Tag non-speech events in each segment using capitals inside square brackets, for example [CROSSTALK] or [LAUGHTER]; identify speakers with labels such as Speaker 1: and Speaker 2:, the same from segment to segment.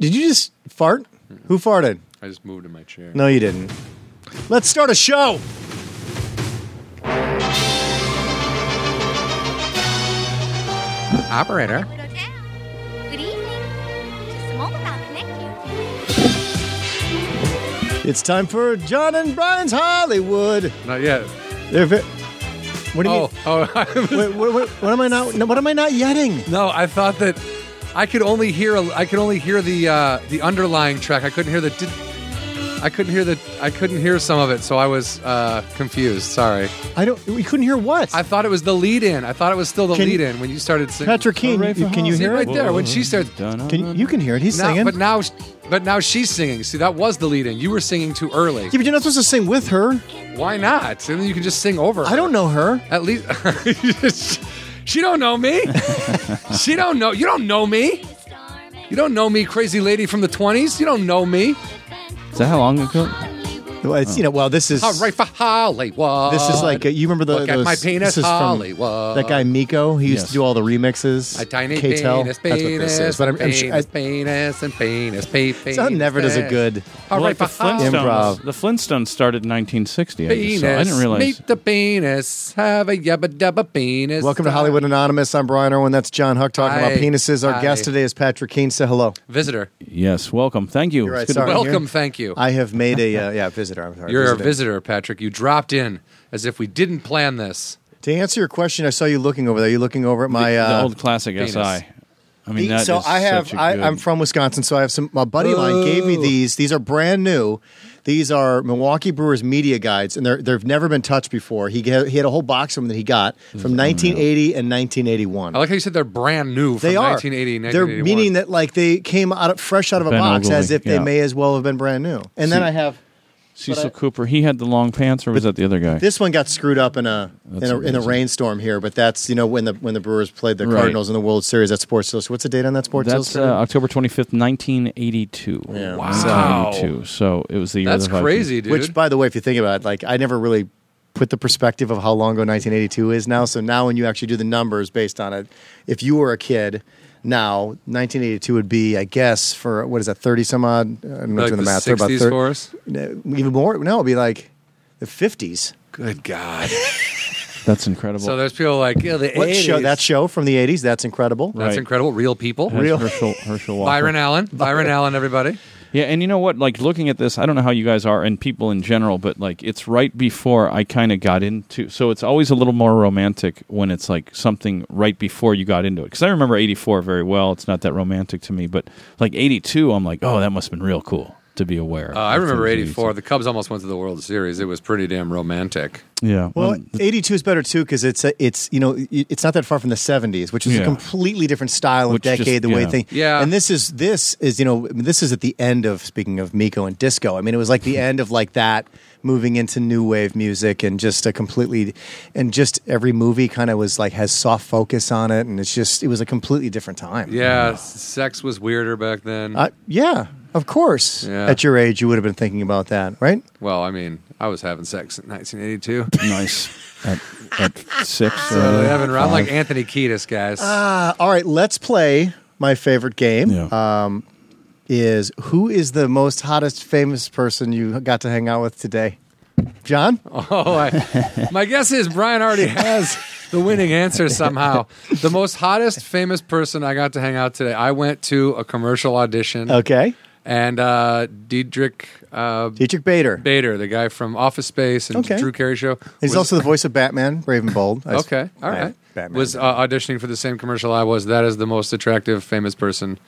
Speaker 1: Did you just fart? Who farted?
Speaker 2: I just moved in my chair.
Speaker 1: No, you didn't. Let's start a show.
Speaker 2: Operator.
Speaker 3: Good evening. Just a moment, I'll connect you.
Speaker 1: It's time for John and Brian's Hollywood.
Speaker 2: Not yet.
Speaker 1: They're ve- what do you
Speaker 2: Oh, oh. [LAUGHS] I was-
Speaker 1: mean? Wait, what, what, what am I not? no, What am I not yetting?
Speaker 2: no, I thought that I could only hear a, I could only hear the uh, the underlying track. I couldn't hear the did, I couldn't hear the I couldn't hear some of it, so I was uh, confused. Sorry.
Speaker 1: I don't. We couldn't hear what.
Speaker 2: I thought it was the lead in. I thought it was still the
Speaker 1: Can-
Speaker 2: lead in when you started singing.
Speaker 1: Patrick Keane,
Speaker 4: Hooray
Speaker 1: you-
Speaker 4: for
Speaker 1: can you
Speaker 2: See,
Speaker 1: hear
Speaker 2: right
Speaker 1: it?
Speaker 2: there when she starts
Speaker 1: Can, you can hear it. He's
Speaker 2: now,
Speaker 1: singing.
Speaker 2: but now but now she's singing. See, that was the lead in. You were singing too early.
Speaker 1: yeah, but you're not supposed to sing with her.
Speaker 2: Why not? And then you can just sing over.
Speaker 1: I
Speaker 2: her.
Speaker 1: don't know her.
Speaker 2: At least [LAUGHS] she don't know
Speaker 1: [LAUGHS]
Speaker 2: me. she don't know. You don't know me. You don't know me, crazy lady from the twenties. You don't know me.
Speaker 4: Is that how long ago?
Speaker 1: Well, it's, you know, well, this is
Speaker 2: All right for Hollywood.
Speaker 1: this is like uh, you remember the
Speaker 2: Look at
Speaker 1: those-
Speaker 2: my penis,
Speaker 1: this is from
Speaker 2: Hollywood.
Speaker 1: That guy Miko, he used
Speaker 4: Yes.
Speaker 1: to do all the remixes.
Speaker 2: a tiny
Speaker 1: K-Tel.
Speaker 2: penis,
Speaker 1: That's
Speaker 2: penis,
Speaker 1: what this is. But I'm, I'm
Speaker 2: penis,
Speaker 1: sure, I,
Speaker 2: penis, and penis, pe- penis.
Speaker 1: John never does a good.
Speaker 2: All
Speaker 4: Well,
Speaker 2: right
Speaker 4: like the
Speaker 2: for Hollywood.
Speaker 4: Flintstones.
Speaker 1: Improv.
Speaker 4: The Flintstones started in 1960. I, guess,
Speaker 2: Penis.
Speaker 4: so I didn't realize.
Speaker 2: Meet the penis. Have a yabba dabba penis.
Speaker 1: Welcome to Hollywood Anonymous. I'm Brian Irwin. That's John Huck talking
Speaker 2: Hi.
Speaker 1: about penises. Our
Speaker 2: Hi. Oh.
Speaker 1: guest today is Patrick Keene. Say hello.
Speaker 2: Visitor.
Speaker 4: Yes, welcome. Thank you.
Speaker 1: You're right,
Speaker 4: It's good to
Speaker 1: sorry.
Speaker 4: be here.
Speaker 2: Welcome. Thank you.
Speaker 1: I have made a
Speaker 2: [LAUGHS]
Speaker 1: uh, yeah visitor. I'm sorry,
Speaker 2: You're
Speaker 1: visitor.
Speaker 2: a visitor, Patrick. You dropped in as if we didn't plan this.
Speaker 1: To answer your question, I saw you looking over there. You looking over at my
Speaker 4: The-
Speaker 1: uh,
Speaker 4: the old classic
Speaker 2: penis.
Speaker 4: SI. I mean, that
Speaker 1: so
Speaker 4: is
Speaker 1: I have.
Speaker 4: such a
Speaker 1: I,
Speaker 4: good-
Speaker 1: I'm from Wisconsin, so I have some. My buddy of mine gave me
Speaker 2: Oh.
Speaker 1: these. These are brand new. These are Milwaukee Brewers media guides, and they're they've never been touched before. He ga- he had a whole box of them that he got from 1980 and 1981.
Speaker 2: I like how you said they're brand new from
Speaker 1: they are.
Speaker 2: 1980,
Speaker 1: they're
Speaker 2: 1981.
Speaker 1: meaning that like they came out of, fresh out of a
Speaker 4: Ben
Speaker 1: box,
Speaker 4: Ogilvy,
Speaker 1: as if they
Speaker 4: yeah.
Speaker 1: may as well have been brand new. And then
Speaker 4: See-
Speaker 1: I have
Speaker 4: Cecil
Speaker 1: but I-
Speaker 4: Cooper. He had the long pants, or was that the other guy?
Speaker 1: this one got screwed up in a in
Speaker 4: That's
Speaker 1: a, in a
Speaker 4: amazing.
Speaker 1: rainstorm here, but that's you know when the when the Brewers played the
Speaker 4: Right.
Speaker 1: Cardinals in the World Series. That's Sports Illustrated. What's the date on that Sports
Speaker 4: That's uh,
Speaker 1: Illustrated?
Speaker 4: October 25th, 1982.
Speaker 1: Yeah.
Speaker 2: Wow.
Speaker 4: 1982. So it was the year
Speaker 2: That's
Speaker 4: of the Vikings.
Speaker 2: crazy, dude.
Speaker 1: Which, by the way, if you think about it, like I never really put the perspective of how long ago 1982 is now. So now, when you actually do the numbers based on it, if you were a kid now, 1982 would be, I guess, for what is that, 30 some odd? I don't know
Speaker 2: like
Speaker 1: doing the
Speaker 2: the
Speaker 1: math.
Speaker 2: 60s
Speaker 1: they're about 30
Speaker 2: for us.
Speaker 1: no, even more. No, it'd be like the 50s.
Speaker 2: Good God.
Speaker 4: That's incredible.
Speaker 2: so there's people like, yeah, the
Speaker 1: What
Speaker 2: 80s.
Speaker 1: show? That show from the 80s. That's incredible.
Speaker 2: That's
Speaker 4: Right.
Speaker 2: incredible. Real people.
Speaker 4: That's
Speaker 1: Real-
Speaker 4: Herschel,
Speaker 2: [LAUGHS]
Speaker 4: Herschel Walker.
Speaker 2: Byron Allen. Byron Allen, everybody.
Speaker 4: Yeah, and you know what? Like looking at this, I don't know how you guys are and people in general, but like it's right before I kind of got into. So it's always a little more romantic when it's like something right before you got into it. Because I remember '84 very well. It's not that romantic to me, but like '82, I'm like, oh, that must have been real cool to be aware.
Speaker 2: Uh, I remember 84. The Cubs almost went to the World Series. It was pretty damn romantic.
Speaker 4: Yeah.
Speaker 1: Well,
Speaker 4: um,
Speaker 1: '82 is better too because it's a, it's you know y- it's not that far from the '70s, which is a
Speaker 4: Yeah.
Speaker 1: completely different style and
Speaker 4: Which just-
Speaker 1: decade. the way
Speaker 4: yeah.
Speaker 1: thing,
Speaker 2: Yeah.
Speaker 1: And this is this is you know I mean, this is at the end of speaking of Miko and disco. I mean, it was
Speaker 4: [LAUGHS]
Speaker 1: like the end of like that, moving into new wave music and just a completely, and just every movie kind of was like has soft focus on it, and it's just it was a completely different time.
Speaker 2: Yeah, s- sex was weirder back then.
Speaker 1: Uh, yeah. Of course.
Speaker 2: Yeah.
Speaker 1: At your age, you would have been thinking about that, right?
Speaker 2: well, I mean, I was having sex in 1982.
Speaker 4: nice. At, at six. uh, or
Speaker 2: [LAUGHS] so Uh, having, I'm like
Speaker 4: five.
Speaker 2: Anthony Kiedis, guys.
Speaker 1: Uh, all right, let's play my favorite game. Uh,
Speaker 4: Yeah.
Speaker 1: is who is the most hottest famous person you got to hang out with today? John?
Speaker 2: [LAUGHS] Oh, I, my guess is Brian already has the winning answer somehow. The most hottest famous person I got to hang out today. I went to a commercial audition,
Speaker 1: Okay.
Speaker 2: and uh, Diedrich uh,
Speaker 1: Dietrich Bader.
Speaker 2: Bader, the guy from Office Space and
Speaker 1: Okay.
Speaker 2: Drew Carey Show,
Speaker 1: He's
Speaker 2: was-
Speaker 1: also the voice of Batman, Brave and Bold. I s-
Speaker 2: okay. All
Speaker 1: I-
Speaker 2: right,
Speaker 1: Batman.
Speaker 2: was uh, auditioning for the same commercial I was. That is the most attractive famous person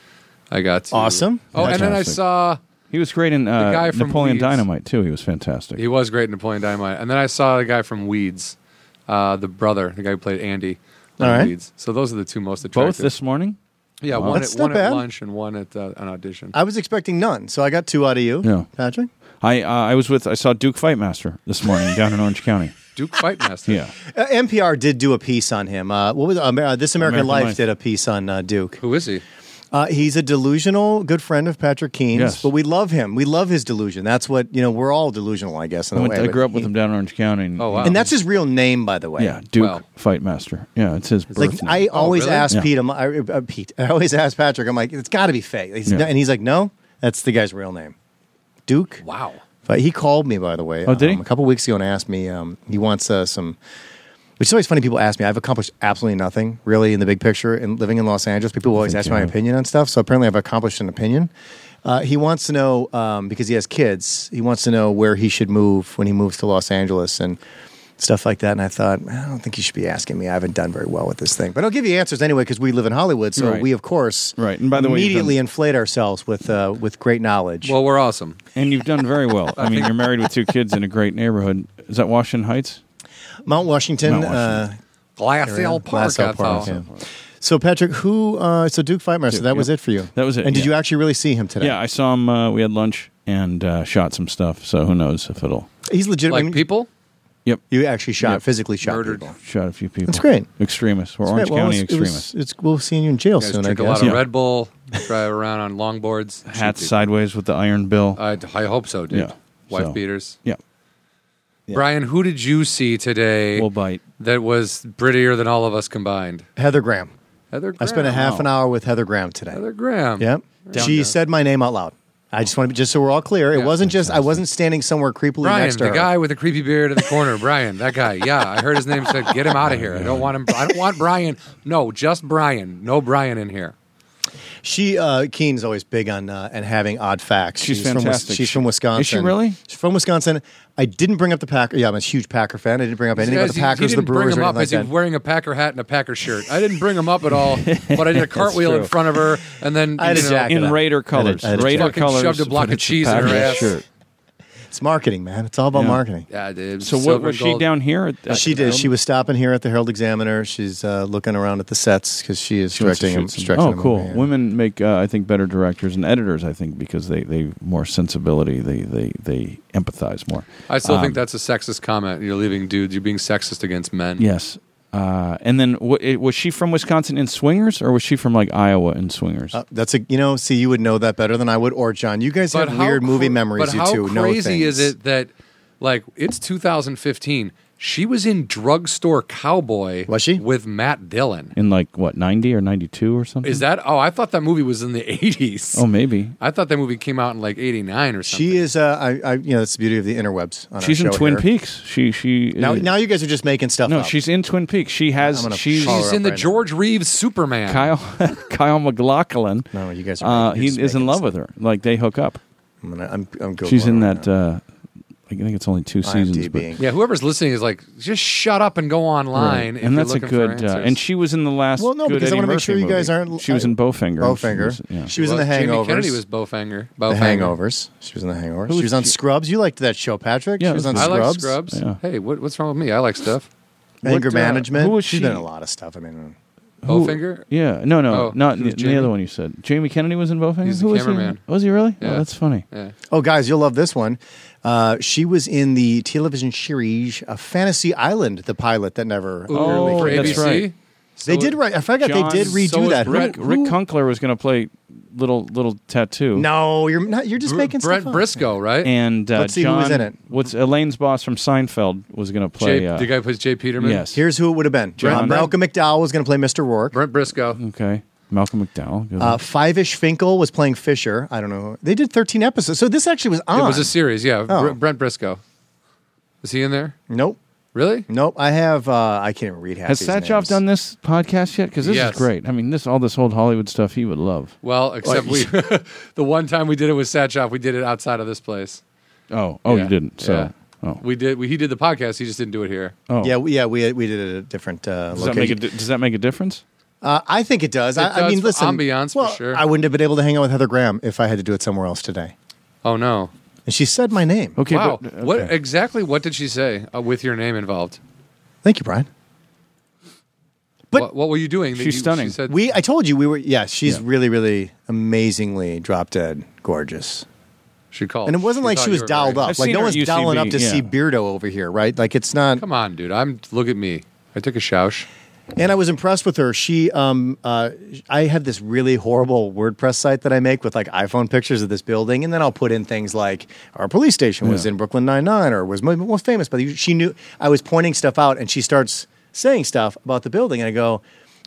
Speaker 2: I got to.
Speaker 1: Awesome.
Speaker 2: Oh, and then I
Speaker 4: Fantastic.
Speaker 2: saw.
Speaker 4: he was great in uh,
Speaker 2: guy from
Speaker 4: Napoleon
Speaker 2: Weeds.
Speaker 4: Dynamite too. He was fantastic.
Speaker 2: He was great in Napoleon Dynamite. And then I saw the guy from Weeds, uh, the brother, the guy who played Andy on
Speaker 1: All right.
Speaker 2: Weeds. So those are the two most attractive.
Speaker 4: Both this morning.
Speaker 2: yeah, one,
Speaker 1: That's
Speaker 2: at,
Speaker 1: not
Speaker 2: one
Speaker 1: bad.
Speaker 2: at lunch and one at uh, an audition.
Speaker 1: I was expecting none, so I got two out of you.
Speaker 4: Yeah.
Speaker 1: Patrick?
Speaker 4: I uh, I was with I saw Duke Fightmaster this morning down in Orange County.
Speaker 2: Duke Fightmaster.
Speaker 4: Yeah.
Speaker 1: Uh, NPR did do a piece on him. Uh, what was uh, Amer- This American,
Speaker 4: American
Speaker 1: Life,
Speaker 4: Life.
Speaker 1: did a piece on uh, Duke.
Speaker 2: Who is he?
Speaker 1: Uh, he's a delusional good friend of Patrick Keene's,
Speaker 4: Yes.
Speaker 1: but we love him. We love his delusion. That's what you know. We're all delusional, I guess. In
Speaker 4: I,
Speaker 1: a
Speaker 4: went,
Speaker 1: way,
Speaker 4: I
Speaker 1: but
Speaker 4: grew up with
Speaker 1: he-
Speaker 4: him down in Orange County. And,
Speaker 2: Oh, wow.
Speaker 1: and that's his real name, by the way.
Speaker 4: Yeah, Duke
Speaker 2: Wow.
Speaker 4: Fight Master. Yeah, it's his birth
Speaker 1: Like
Speaker 4: name.
Speaker 1: I always
Speaker 2: really?
Speaker 1: ask
Speaker 4: Yeah.
Speaker 1: Pete, I'm, I, uh, Pete, [LAUGHS] I always ask Patrick. I'm like, it's got to be fake, He's-
Speaker 4: Yeah.
Speaker 1: and he's like, no, that's the guy's real name, Duke.
Speaker 2: Wow.
Speaker 1: But he called me, by the way.
Speaker 4: Oh, did he?
Speaker 1: um, A couple weeks ago and asked me, um, he wants uh, some, which is always funny. People ask me, I've accomplished absolutely nothing, really, in the big picture. And living in Los Angeles, people always
Speaker 4: think
Speaker 1: ask
Speaker 4: you
Speaker 1: my
Speaker 4: have.
Speaker 1: opinion on stuff. So apparently I've accomplished an opinion. Uh, he wants to know, um, because he has kids, he wants to know where he should move when he moves to Los Angeles and stuff like that. And I thought, I don't think you should be asking me. I haven't done very well with this thing. But I'll give you answers anyway, because we live in Hollywood. So
Speaker 4: Right.
Speaker 1: we, of course,
Speaker 4: Right. And by the way, you've
Speaker 1: immediately
Speaker 4: done-
Speaker 1: inflate ourselves with, uh, with great knowledge.
Speaker 2: Well, we're awesome.
Speaker 4: and you've done
Speaker 2: [LAUGHS]
Speaker 4: very well. I mean, you're married with two kids in a great neighborhood. Is that Washington Heights?
Speaker 1: Mount Washington,
Speaker 4: Mount Washington.
Speaker 1: Uh,
Speaker 2: Glacial
Speaker 1: Glassell
Speaker 2: Park. I thought.
Speaker 1: yeah. So Patrick, who? Uh, so Duke Fightmaster.
Speaker 4: Duke,
Speaker 1: that was
Speaker 4: yeah.
Speaker 1: it for you.
Speaker 4: That was it,
Speaker 1: And did
Speaker 4: yeah.
Speaker 1: you actually really see him today?
Speaker 4: Yeah, I saw him. Uh, we had lunch and uh, shot some stuff. So who knows if it'll.
Speaker 1: he's legitimate.
Speaker 2: Like people?
Speaker 4: Yep,
Speaker 1: you actually shot,
Speaker 4: Yeah.
Speaker 1: physically shot,
Speaker 2: Murdered.
Speaker 1: people.
Speaker 4: shot a few people.
Speaker 1: That's great.
Speaker 4: Extremists. We're
Speaker 1: That's
Speaker 4: Orange
Speaker 1: right. Well,
Speaker 4: County
Speaker 1: it's- it was-
Speaker 4: extremists.
Speaker 1: it's we'll see you in jail
Speaker 2: Guys
Speaker 1: soon. I
Speaker 2: drink a
Speaker 1: guess.
Speaker 2: lot of
Speaker 4: Yeah.
Speaker 2: Red Bull, drive around on
Speaker 4: [LAUGHS]
Speaker 2: longboards. shoot
Speaker 4: Hats
Speaker 2: people.
Speaker 4: sideways with the iron bill.
Speaker 2: I, I hope so, dude.
Speaker 4: Yeah,
Speaker 2: Wife
Speaker 4: so.
Speaker 2: beaters.
Speaker 4: yeah,
Speaker 1: Yeah.
Speaker 2: Brian, who did you see today
Speaker 4: we'll bite.
Speaker 2: that was prettier than all of us combined?
Speaker 1: Heather Graham.
Speaker 2: Heather Graham.
Speaker 1: I spent a half an
Speaker 4: Wow.
Speaker 1: hour with Heather Graham today.
Speaker 2: Heather Graham.
Speaker 1: Yep.
Speaker 4: Down
Speaker 1: she
Speaker 4: there.
Speaker 1: said my name out loud. I just want to be just so we're all clear. It
Speaker 2: Yeah.
Speaker 1: wasn't just I wasn't standing somewhere creepily
Speaker 2: Brian,
Speaker 1: next to
Speaker 2: the
Speaker 1: her.
Speaker 2: guy with the creepy beard in the corner. Brian, that guy. Yeah, I heard his name said, "Get him out of here." I don't want him. I don't want Brian. No, just Brian. No Brian in here.
Speaker 1: She uh, Keene's always big on uh, and having odd facts.
Speaker 4: She's
Speaker 1: From, Wis-
Speaker 4: fantastic.
Speaker 1: she's from Wisconsin.
Speaker 4: Is she really?
Speaker 1: She's from Wisconsin. I didn't bring up the Packer. Yeah, I'm a huge Packer fan. I didn't bring up anything
Speaker 2: Guys,
Speaker 1: about the Packers,
Speaker 2: he, he
Speaker 1: the
Speaker 2: didn't
Speaker 1: Brewers,
Speaker 2: bring him
Speaker 1: or anything
Speaker 2: up
Speaker 1: like
Speaker 2: as he was
Speaker 1: that.
Speaker 2: wearing a Packer hat and a Packer shirt. I didn't bring him up at all,
Speaker 1: [LAUGHS]
Speaker 2: but I did a cartwheel in
Speaker 1: true.
Speaker 2: front of her, and then
Speaker 1: I had
Speaker 2: you
Speaker 1: a
Speaker 2: know,
Speaker 1: jacket.
Speaker 4: In
Speaker 1: Yeah.
Speaker 4: Raider
Speaker 1: I had
Speaker 4: colors.
Speaker 1: a- I had a
Speaker 4: Raider
Speaker 2: jacket.
Speaker 4: colors.
Speaker 2: Fucking shoved a block of cheese in her
Speaker 4: Packers
Speaker 2: ass.
Speaker 4: shirt.
Speaker 1: It's marketing, man. It's all about
Speaker 4: Yeah.
Speaker 1: marketing.
Speaker 2: Yeah, dude.
Speaker 4: So what
Speaker 2: silver
Speaker 4: was
Speaker 2: and
Speaker 4: she
Speaker 2: gold.
Speaker 4: down here? At, at
Speaker 1: She did. She was stopping here at the Herald Examiner. She's uh, looking around at the sets because she is
Speaker 4: She wants to
Speaker 1: directing.
Speaker 4: shoot
Speaker 1: a-
Speaker 4: some-
Speaker 1: directing
Speaker 4: oh,
Speaker 1: a
Speaker 4: cool.
Speaker 1: movie, yeah.
Speaker 4: Women make, uh, I think, better directors and editors. I think because they they have more sensibility. They they they empathize more.
Speaker 2: I still
Speaker 4: Um,
Speaker 2: think that's a sexist comment. You're leaving dudes. You're being sexist against men.
Speaker 4: Yes. Uh, and then w- it, was she from Wisconsin in Swingers, or was she from like Iowa in Swingers?
Speaker 1: Uh, that's a you know. See, you would know that better than I would, or John. You guys have
Speaker 2: how
Speaker 1: weird movie
Speaker 2: cra-
Speaker 1: memories.
Speaker 2: But
Speaker 1: you
Speaker 2: how
Speaker 1: two know
Speaker 2: crazy
Speaker 1: things.
Speaker 2: is it that, like, it's 2015. She was in Drugstore Cowboy.
Speaker 1: Was she?
Speaker 2: with Matt Dillon?
Speaker 4: in like what ninety or ninety two or something?
Speaker 2: Is that? Oh, I thought that movie was in the 80s.
Speaker 4: Oh, maybe.
Speaker 2: I thought that movie came out in like 89 or something.
Speaker 1: She is. Uh, I, I. You know, that's the beauty of the interwebs. On our
Speaker 4: She's in
Speaker 1: show
Speaker 4: Twin
Speaker 1: here.
Speaker 4: Peaks. She she
Speaker 1: Now,
Speaker 4: uh,
Speaker 1: now you guys are just making stuff.
Speaker 4: no,
Speaker 1: up.
Speaker 4: she's in Twin Peaks. She has
Speaker 1: I'm gonna
Speaker 4: she's
Speaker 1: follow
Speaker 2: She's in
Speaker 1: up
Speaker 2: the
Speaker 1: right now.
Speaker 2: George Reeves Superman.
Speaker 4: Kyle [LAUGHS] Kyle McLaughlin.
Speaker 1: No, you guys are.
Speaker 4: Uh,
Speaker 1: you're
Speaker 4: he
Speaker 1: just
Speaker 4: is in
Speaker 1: making
Speaker 4: love
Speaker 1: stuff.
Speaker 4: with her. Like they hook up.
Speaker 1: I'm gonna. I'm. I'm Googling
Speaker 4: She's in
Speaker 1: right
Speaker 4: that.
Speaker 1: now.
Speaker 4: Uh, I think it's only two seasons. But,
Speaker 1: IMDb.
Speaker 2: Yeah, whoever's listening is like, just shut up and go
Speaker 4: Right.
Speaker 2: online. if
Speaker 4: and
Speaker 2: you're
Speaker 4: that's a
Speaker 2: looking for
Speaker 4: good. Uh,
Speaker 2: answers.
Speaker 4: and she was in the last.
Speaker 1: Well, no,
Speaker 4: good
Speaker 1: because I
Speaker 4: Eddie
Speaker 1: wanna make
Speaker 4: Murphy
Speaker 1: sure you guys
Speaker 4: movie.
Speaker 1: aren't- uh,
Speaker 4: She was in Bowfinger.
Speaker 1: Bowfinger.
Speaker 4: She was, yeah.
Speaker 1: She was in the
Speaker 2: Jamie
Speaker 1: Hangovers.
Speaker 2: Kennedy was Bowfinger.
Speaker 1: The
Speaker 2: Bowfinger.
Speaker 1: Hangovers. She was in The Hangovers.
Speaker 4: Who
Speaker 1: She
Speaker 4: was
Speaker 1: was on
Speaker 4: she-
Speaker 1: Scrubs. You liked that show, Patrick.
Speaker 4: Yeah,
Speaker 1: she was on
Speaker 2: I
Speaker 1: Scrubs.
Speaker 2: like Scrubs.
Speaker 4: Yeah.
Speaker 2: Hey, what, what's wrong with me? I like stuff.
Speaker 1: Anger
Speaker 4: What, uh,
Speaker 1: Management.
Speaker 4: who was
Speaker 1: She's
Speaker 4: she?
Speaker 1: been in a lot of stuff. I mean,
Speaker 4: Who-
Speaker 2: Bowfinger?
Speaker 4: Yeah. No, no,
Speaker 2: Oh,
Speaker 4: not
Speaker 2: who's
Speaker 4: the, the
Speaker 2: Jamie?
Speaker 4: other one you said. Jamie Kennedy was in Bowfinger.
Speaker 2: He's the
Speaker 4: Who was
Speaker 2: cameraman.
Speaker 4: He? Was he really? Oh,
Speaker 2: Yeah.
Speaker 4: that's funny.
Speaker 2: Yeah.
Speaker 1: oh, guys, you'll love this one. Uh, she was in the television series uh, Fantasy Island, the pilot that never.
Speaker 2: Ooh,
Speaker 4: Oh,
Speaker 2: for
Speaker 4: that's
Speaker 2: ABC?
Speaker 4: right.
Speaker 1: they did right. I forgot
Speaker 4: John-
Speaker 1: they did redo
Speaker 2: so is
Speaker 1: that. Who-
Speaker 4: Rick,
Speaker 2: Who-
Speaker 4: Rick Conkler was going to play little little tattoo.
Speaker 1: No, you're not. You're just
Speaker 2: Br-
Speaker 1: making
Speaker 2: Brent
Speaker 1: stuff up.
Speaker 2: Briscoe, right?
Speaker 4: And uh,
Speaker 1: Let's see who
Speaker 4: John,
Speaker 1: was in it.
Speaker 4: What's Elaine's boss from Seinfeld was going to play?
Speaker 2: Jay,
Speaker 4: uh,
Speaker 2: the guy who plays Jay Peterman.
Speaker 4: yes.
Speaker 1: Here's who it would have been.
Speaker 4: John-
Speaker 1: Uh, Malcolm McDowell was going to play Mr. Rourke.
Speaker 2: Brent Briscoe.
Speaker 4: Okay. Malcolm McDowell. Good
Speaker 1: Uh,
Speaker 4: one.
Speaker 1: Five-ish Finkel was playing Fisher. I don't know. They did 13 episodes. So this actually was on.
Speaker 2: It was a series. Yeah, Br-
Speaker 1: Oh.
Speaker 2: Brent Briscoe. Is he in there?
Speaker 1: nope.
Speaker 2: Really?
Speaker 1: Nope. I have. Uh, I can't even read half
Speaker 4: Has
Speaker 1: these
Speaker 4: Satchov
Speaker 1: names.
Speaker 4: done this podcast yet? Because this
Speaker 2: Yes.
Speaker 4: is great. I mean, this all this old Hollywood stuff he would love.
Speaker 2: Well, except we. [LAUGHS] the one time we did it with Satchov, we did it outside of this place.
Speaker 4: Oh, oh,
Speaker 2: Yeah.
Speaker 4: you didn't. So,
Speaker 2: Yeah.
Speaker 4: oh,
Speaker 2: We did. We, he did the podcast. He just didn't do it here.
Speaker 4: oh,
Speaker 1: Yeah, we, yeah, we we did it at a different uh,
Speaker 4: Does that make a
Speaker 1: location.
Speaker 4: di- Does that make a difference?
Speaker 1: uh, I think it does. I,
Speaker 2: It
Speaker 1: I
Speaker 2: does
Speaker 1: mean,
Speaker 2: for
Speaker 1: listen,
Speaker 2: ambiance for
Speaker 1: well,
Speaker 2: sure.
Speaker 1: I wouldn't have been able to hang out with Heather Graham if I had to do it somewhere else today.
Speaker 2: Oh no!
Speaker 1: And she said my name.
Speaker 4: Okay.
Speaker 2: wow.
Speaker 4: but- uh,
Speaker 2: What
Speaker 4: okay.
Speaker 2: exactly? What did she say uh, with your name involved?
Speaker 1: Thank you, Brian. But-
Speaker 2: what, what were you doing? that
Speaker 4: She's
Speaker 2: you-
Speaker 4: stunning.
Speaker 2: She said,
Speaker 1: We, I told you, we were. Yeah, she's
Speaker 4: Yeah.
Speaker 1: really, really amazingly drop dead gorgeous.
Speaker 2: she called,
Speaker 1: And it wasn't like
Speaker 2: thought
Speaker 1: she
Speaker 2: you
Speaker 1: was
Speaker 2: were
Speaker 1: dialed
Speaker 2: right.
Speaker 1: up.
Speaker 4: I've
Speaker 1: like
Speaker 4: seen
Speaker 1: no
Speaker 4: her
Speaker 1: one's
Speaker 4: at
Speaker 1: dialing up to
Speaker 4: UCB,
Speaker 1: see
Speaker 4: yeah.
Speaker 1: Beardo over here, right? Like it's not.
Speaker 2: Come on, dude. I'm look at me. I took a shoush.
Speaker 1: And I was impressed with her. She, um, uh, I have this really horrible WordPress site that I make with like iPhone pictures of this building, and then I'll put in things like our police station was
Speaker 4: Yeah.
Speaker 1: in Brooklyn Nine Nine or was mo- most famous. But she knew I was pointing stuff out, and she starts saying stuff about the building, and I go.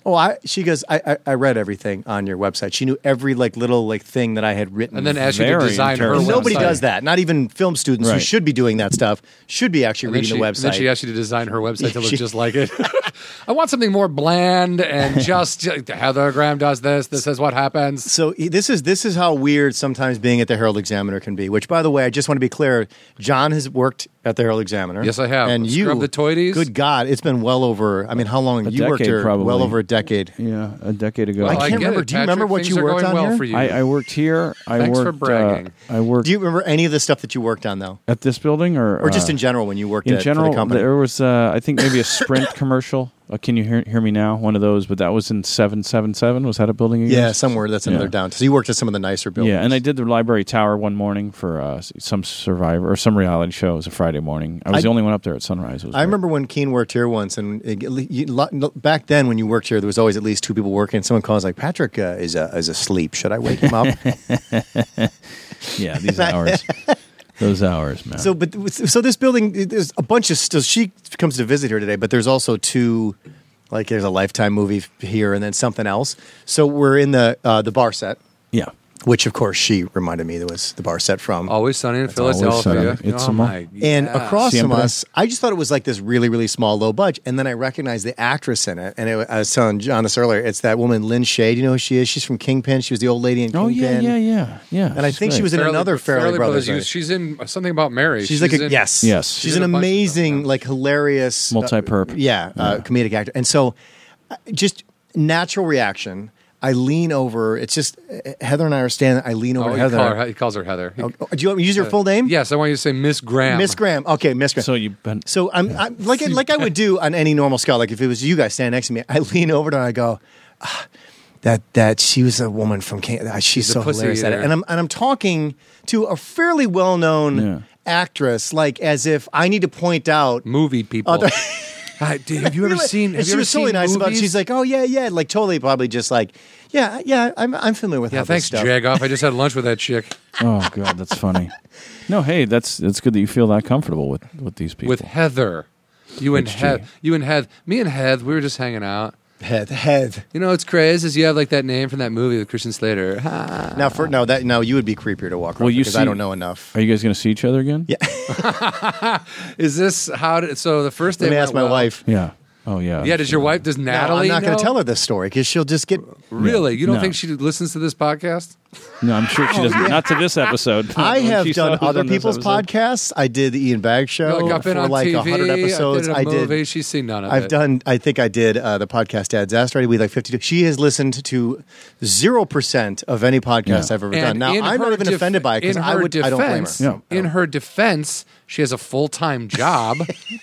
Speaker 1: Oh, I, she goes. I, I, I read everything on your website. She knew every like little like thing that I had written.
Speaker 2: And then as you did
Speaker 4: Very
Speaker 2: design her
Speaker 4: interesting.
Speaker 1: nobody
Speaker 2: website.
Speaker 1: does that. Not even film students who
Speaker 4: Right.
Speaker 1: should be doing that stuff should be actually
Speaker 2: And then,
Speaker 1: reading
Speaker 2: she,
Speaker 1: the
Speaker 2: and
Speaker 1: website.
Speaker 2: then she asked you to design her website to
Speaker 1: [LAUGHS]
Speaker 2: look
Speaker 1: She-
Speaker 2: just like it. [LAUGHS] I want something more bland
Speaker 1: [LAUGHS]
Speaker 2: and just Heather Graham does this. This is what happens.
Speaker 1: So he- this is this is how weird sometimes being at the Herald Examiner can be. Which, by the way, I just want to be clear: John has worked at the Herald Examiner.
Speaker 2: Yes, I have.
Speaker 1: And you
Speaker 2: Scrub the toidies.
Speaker 1: Good God, it's been well over. I mean, how long you worked
Speaker 4: decade,
Speaker 1: here?
Speaker 4: probably.
Speaker 1: Well over a decade.
Speaker 4: Yeah, a decade ago.
Speaker 2: Well,
Speaker 1: I can't
Speaker 2: get
Speaker 1: remember.
Speaker 2: it,
Speaker 1: Do you remember
Speaker 2: Patrick.
Speaker 1: what
Speaker 2: Things
Speaker 1: you
Speaker 2: are
Speaker 1: worked
Speaker 2: going
Speaker 1: on
Speaker 2: well
Speaker 1: here?
Speaker 2: For you.
Speaker 4: I, I worked here. I
Speaker 2: Thanks for
Speaker 4: worked. uh,
Speaker 2: bragging.
Speaker 4: I worked
Speaker 1: Do you remember any of the stuff that you worked on though,
Speaker 4: at this building, or
Speaker 1: or just
Speaker 4: uh,
Speaker 1: in general when you worked
Speaker 4: in
Speaker 1: at,
Speaker 4: general?
Speaker 1: for the company?
Speaker 4: There was, uh, I think, maybe
Speaker 1: [COUGHS]
Speaker 4: a Sprint commercial. Uh, can you hear, hear me now? One of those, but that was in seven seven seven. Was that a building? You
Speaker 1: yeah,
Speaker 4: guys?
Speaker 1: somewhere that's another
Speaker 4: Yeah.
Speaker 1: down. So you worked at some of the nicer buildings.
Speaker 4: Yeah, and I did the library tower one morning for uh, s- some survivor or some reality show. It was a Friday morning. I was
Speaker 1: I-
Speaker 4: the only one up there at sunrise. It was
Speaker 1: I
Speaker 4: great.
Speaker 1: remember when Keen worked here once, and it, you, lo- no- back then when you worked here, there was always at least two people working. And someone calls like, "Patrick uh, is uh, is asleep. Should I wake him up?" [LAUGHS]
Speaker 4: Yeah, these hours. Those hours, man.
Speaker 1: So, but so this building, there's a bunch of stuff. She comes to visit here today, but there's also two, like there's a Lifetime movie here, and then something else. So we're in the uh, the bar set,
Speaker 4: yeah.
Speaker 1: which of course she reminded me that was the bar set from.
Speaker 2: always sunny in
Speaker 4: always
Speaker 2: Philadelphia.
Speaker 4: sunny. It's
Speaker 2: oh
Speaker 4: a mo-
Speaker 2: my,
Speaker 1: And
Speaker 2: yeah.
Speaker 1: across from
Speaker 4: Siempre.
Speaker 1: us, I just thought it was like this really, really small, low budget. And then I recognized the actress in it. And it, I was telling John this earlier. It's that woman, Lynn Shea. Do you know who she is? She's from Kingpin. She was the old lady in Kingpin.
Speaker 4: Oh yeah, yeah, yeah, yeah.
Speaker 1: And I
Speaker 4: It's
Speaker 1: think she
Speaker 4: great.
Speaker 1: was in another Fairly Brothers
Speaker 2: you-
Speaker 1: movie.
Speaker 2: She's in something about Mary.
Speaker 1: She's, like a
Speaker 2: in-
Speaker 1: yes,
Speaker 4: Yes.
Speaker 1: She's,
Speaker 4: She's
Speaker 1: an
Speaker 2: in a bunch of them,
Speaker 1: amazing,
Speaker 2: yeah.
Speaker 1: like hilarious, uh,
Speaker 4: Multi-perp.
Speaker 1: yeah, Uh, comedic actor. And so, uh, just natural reaction. I lean over. It's just uh, Heather and I are standing. I lean over
Speaker 2: Oh,
Speaker 1: to
Speaker 2: he,
Speaker 1: Heather.
Speaker 2: call her, he calls her Heather. He-
Speaker 1: Oh, do you want me to use your full name?
Speaker 2: Yes, I want you to say Miss Graham.
Speaker 1: Miss Graham. Okay, Miss Graham.
Speaker 4: [LAUGHS] So you've been.
Speaker 1: So I'm, I'm like I- like I would do on any normal scale. Like if it was you guys standing next to me, I lean over to her and I go, "Ah, that that she was a woman from Can- ah, she's,
Speaker 2: a
Speaker 1: so
Speaker 2: pussy
Speaker 1: hilarious at it.
Speaker 2: eater.
Speaker 1: And I'm and I'm talking to a fairly well known
Speaker 4: Yeah.
Speaker 1: actress, like as if I need to point out.
Speaker 2: Movie people.
Speaker 1: Oh,
Speaker 2: [LAUGHS] I- dude, have you ever
Speaker 1: Really?
Speaker 2: seen? Have
Speaker 1: and she
Speaker 2: you ever
Speaker 1: was totally
Speaker 2: seen
Speaker 1: nice about it.
Speaker 2: movies?
Speaker 1: She's like, oh yeah, yeah, like totally, probably just like, yeah, yeah, I'm I'm familiar with
Speaker 2: yeah,
Speaker 1: how this
Speaker 2: thanks,
Speaker 1: stuff.
Speaker 2: Jagoff. I just had lunch with that chick
Speaker 4: Oh god, that's funny. No, hey, that's that's good that you feel that comfortable with with these people.
Speaker 2: with Heather. You and
Speaker 4: HG.
Speaker 2: Heath. You and Heath. Me and Heath. We were just hanging out.
Speaker 1: Head, head.
Speaker 2: You know what's crazy is you have like that name from that movie with
Speaker 1: [LAUGHS]
Speaker 2: Christian Slater.
Speaker 1: Now for no that now you would be creepier to walk around
Speaker 4: Well, you
Speaker 1: because I
Speaker 4: see-
Speaker 1: don't know enough.
Speaker 4: Are you guys going to see each other again?
Speaker 1: Yeah,
Speaker 2: Is this how? Did, so the first day.
Speaker 1: let me
Speaker 2: went
Speaker 1: ask my
Speaker 2: well.
Speaker 1: wife.
Speaker 4: Yeah. Oh yeah.
Speaker 2: Yeah, does your wife? Does
Speaker 1: No,
Speaker 2: Natalie?
Speaker 1: I'm not going
Speaker 2: know?
Speaker 1: to tell her this story because she'll just get.
Speaker 2: Really? You don't
Speaker 4: No.
Speaker 2: think she listens to this podcast?
Speaker 4: No, I'm sure she doesn't. Not to this
Speaker 2: [LAUGHS]
Speaker 4: episode.
Speaker 1: I
Speaker 4: When
Speaker 1: have
Speaker 4: she saw
Speaker 1: done
Speaker 4: who's
Speaker 1: other
Speaker 4: on this
Speaker 1: people's
Speaker 4: episode.
Speaker 1: podcasts. I did the Ian Bag show
Speaker 2: You're like, I've been
Speaker 1: Oh, for
Speaker 2: on
Speaker 1: like
Speaker 2: TV.
Speaker 1: 100 episodes.
Speaker 2: I did. a movie.
Speaker 1: did.
Speaker 2: She's seen none of
Speaker 1: I've
Speaker 2: it.
Speaker 1: done. I think I did uh, the podcast Dad's Asteroid. We like 52. She has listened to zero percent of any podcast
Speaker 4: Yeah.
Speaker 1: I've ever done.
Speaker 2: And
Speaker 1: Now
Speaker 2: in
Speaker 1: I'm
Speaker 2: her
Speaker 1: not even
Speaker 2: def-
Speaker 1: offended by it because
Speaker 2: in
Speaker 1: I
Speaker 2: her
Speaker 1: would. I don't blame her.
Speaker 2: defense-
Speaker 4: Yeah.
Speaker 2: In her defense, she has a full
Speaker 1: [LAUGHS]
Speaker 2: time job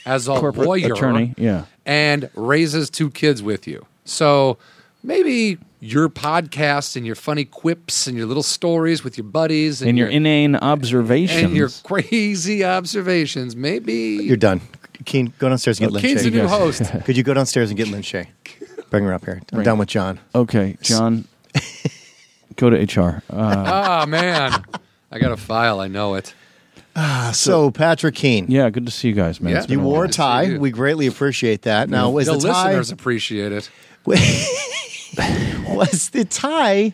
Speaker 2: as a
Speaker 4: Corporate
Speaker 2: lawyer,
Speaker 4: attorney, yeah.
Speaker 2: and raises two kids with you. So maybe your podcast and your funny quips and your little stories with your buddies and,
Speaker 4: And your inane observations.
Speaker 2: and your crazy observations. Maybe
Speaker 1: You're done. Keen, go downstairs and get Lynn
Speaker 2: Keen's
Speaker 1: Shay.
Speaker 2: a new
Speaker 4: guys- [LAUGHS]
Speaker 2: host.
Speaker 1: [LAUGHS] Could you go downstairs and get Lynn Shay? Bring her up here. I'm done with John.
Speaker 4: okay,
Speaker 2: [LAUGHS]
Speaker 4: John. go to HR. Uh,
Speaker 2: oh man, I got a file. I know it.
Speaker 1: So Patrick Keen,
Speaker 4: yeah, good to see you guys, man.
Speaker 2: Yeah.
Speaker 4: It's been
Speaker 1: you
Speaker 4: a while.
Speaker 1: wore a
Speaker 2: see
Speaker 1: tie.
Speaker 2: you.
Speaker 1: We greatly appreciate that. Now is
Speaker 2: the
Speaker 1: the, tie?
Speaker 2: Mm-hmm. listeners appreciate it.
Speaker 1: [LAUGHS] was the tie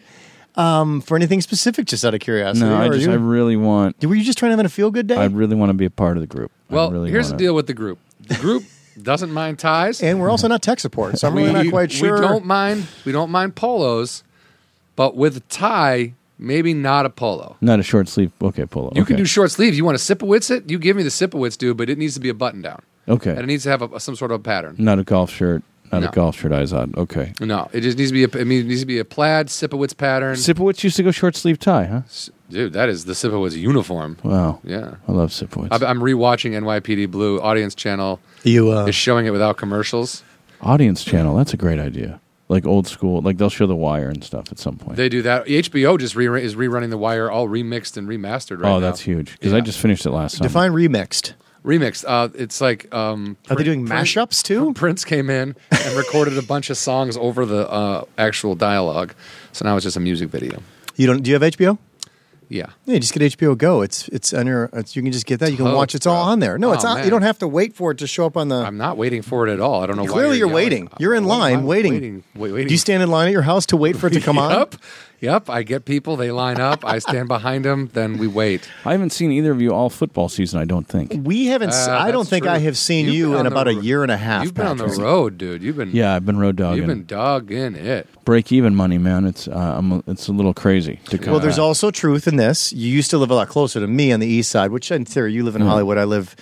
Speaker 1: um, for anything specific? Just out of curiosity,
Speaker 4: No, I
Speaker 1: or
Speaker 4: just
Speaker 1: you-
Speaker 4: I really want
Speaker 1: were you just trying to have a feel good day?
Speaker 4: I really want to be a part of the group. I
Speaker 2: Well,
Speaker 4: really
Speaker 2: here's the
Speaker 4: wanna-
Speaker 2: deal with the group. The
Speaker 4: [LAUGHS]
Speaker 2: group doesn't mind ties.
Speaker 1: and we're also not tech support, so I'm really not quite sure.
Speaker 2: We don't mind. We don't mind polos, but with a tie, maybe not a polo.
Speaker 4: Not a short sleeve. Okay, polo.
Speaker 2: You can
Speaker 4: Okay.
Speaker 2: do short sleeves. You want a Sipowitz it? You give me the Sipowitz, dude, but it needs to be a button down.
Speaker 4: Okay.
Speaker 2: And it needs to have a, some sort of a pattern.
Speaker 4: Not a golf shirt. Not
Speaker 2: No.
Speaker 4: a golf shirt. Eyes on. Okay.
Speaker 2: No, it just needs to be a, I mean, it needs to be a plaid Sipowitz pattern.
Speaker 4: Sipowicz used to go short sleeve tie, huh?
Speaker 2: dude, that is the Sipowitz uniform.
Speaker 4: Wow.
Speaker 2: Yeah.
Speaker 4: I love Sipowicz.
Speaker 2: I- I'm rewatching NYPD Blue. Audience Channel
Speaker 1: You uh,
Speaker 2: is showing it without commercials.
Speaker 4: Audience channel. That's a great idea. Like old school. Like they'll show The Wire and stuff at some point.
Speaker 2: They do that. HBO just re- is rerunning The Wire, all remixed and remastered right
Speaker 4: oh,
Speaker 2: now.
Speaker 4: that's huge. Because I
Speaker 2: Yeah.
Speaker 4: just finished it last summer.
Speaker 1: define remixed.
Speaker 2: remix. Uh, it's like um,
Speaker 1: Are they doing
Speaker 2: Prince-
Speaker 1: mashups too?
Speaker 2: [LAUGHS] Prince came in and recorded a bunch of songs over the uh, actual dialogue, so now it's just a music video.
Speaker 1: You don't? Do you have HBO?
Speaker 2: Yeah,
Speaker 1: Yeah, just get HBO Go. It's it's under. It's, you can just get that. You can
Speaker 2: Oh,
Speaker 1: watch. It's all
Speaker 2: bro.
Speaker 1: on there. No, it's
Speaker 2: Oh,
Speaker 1: on, you
Speaker 2: man.
Speaker 1: don't have to wait for it to show up on the.
Speaker 2: I'm not waiting for it at all. I don't know. why
Speaker 1: Clearly, you're,
Speaker 2: yelling. Uh,
Speaker 1: waiting. You're in
Speaker 2: Wait,
Speaker 1: line,
Speaker 2: I'm
Speaker 1: waiting.
Speaker 2: waiting. Wait, waiting.
Speaker 1: Do you stand in line at your house to wait for it to come
Speaker 2: [LAUGHS] Yep, yep. I get people. They line up.
Speaker 1: [LAUGHS]
Speaker 2: I stand behind them. Then we wait.
Speaker 4: I haven't seen either of you all football season. I don't think.
Speaker 1: on? We haven't. s
Speaker 2: Uh,
Speaker 1: I don't
Speaker 2: that's
Speaker 1: think
Speaker 2: true.
Speaker 1: I have seen
Speaker 2: You've
Speaker 1: you
Speaker 2: been
Speaker 1: in
Speaker 2: on the
Speaker 1: about a
Speaker 2: ro-
Speaker 1: year and a half.
Speaker 2: You've been on the
Speaker 1: Patrick.
Speaker 2: road, dude. You've been
Speaker 4: Yeah, I've been road dogging.
Speaker 2: You've been dogging it.
Speaker 4: break even money, man. It's uh, I'm, it's a little crazy to come.
Speaker 1: Well, there's
Speaker 4: back.
Speaker 1: also truth in this. You used to live a lot closer to me on the east side, which in theory you live in Hollywood. I live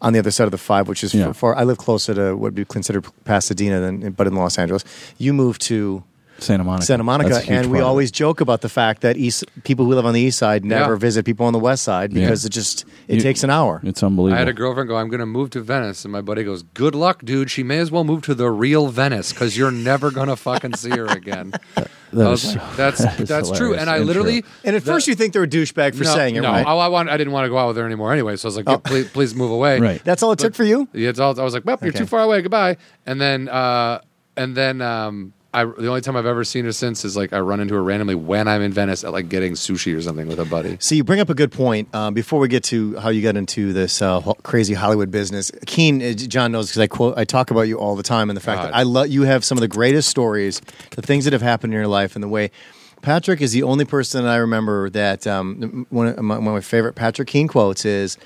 Speaker 1: on the other side of the five, which is
Speaker 4: Mm-hmm. Yeah.
Speaker 1: far. I live closer to what would be considered Pasadena, than, but in Los Angeles, you moved to
Speaker 4: Santa Monica.
Speaker 1: Santa Monica,
Speaker 4: That's a huge
Speaker 1: and we
Speaker 4: part of it.
Speaker 1: always joke about the fact that east people who live on the east side never
Speaker 2: Yeah.
Speaker 1: visit people on the west side
Speaker 4: Yeah.
Speaker 1: because it just it
Speaker 4: You-
Speaker 1: takes an hour.
Speaker 4: It's unbelievable.
Speaker 2: I had a girlfriend go, I'm going to move to Venice. And my buddy goes, Good luck, dude. She may as well move to the real Venice because you're never going to fucking see her
Speaker 4: [LAUGHS]
Speaker 2: again. I was
Speaker 4: is
Speaker 2: like,
Speaker 4: so-
Speaker 2: that's
Speaker 4: that is
Speaker 2: that's true.
Speaker 4: hilarious
Speaker 2: And I
Speaker 4: and
Speaker 2: literally.
Speaker 4: true.
Speaker 1: And at
Speaker 2: the-
Speaker 1: first, you think they're a douchebag for
Speaker 2: no,
Speaker 1: saying it,
Speaker 2: no, oh,
Speaker 1: right? Oh.
Speaker 2: I, I want, I didn't want to go out with her anymore anyway. So I was like, "Yeah, please, please move away.
Speaker 4: Right.
Speaker 1: That's all it took for you.
Speaker 2: Yeah, it's all, I was like, well, you're
Speaker 1: Okay.
Speaker 2: too far away. Goodbye. And then, uh, and then, um, I, the only time I've ever seen her since is like I run into her randomly when I'm in Venice at like getting sushi or something with a buddy.
Speaker 1: So you bring up a good point. Um, before we get to how you got into this uh, ho- crazy Hollywood business, Keen uh, John knows because I quote, I talk about you all the time, and the fact
Speaker 2: God.
Speaker 1: that I love you have some of the greatest stories, the things that have happened in your life, and the way. Patrick is the only person I remember that um, m- one, of my, one of my favorite Patrick Keen quotes is,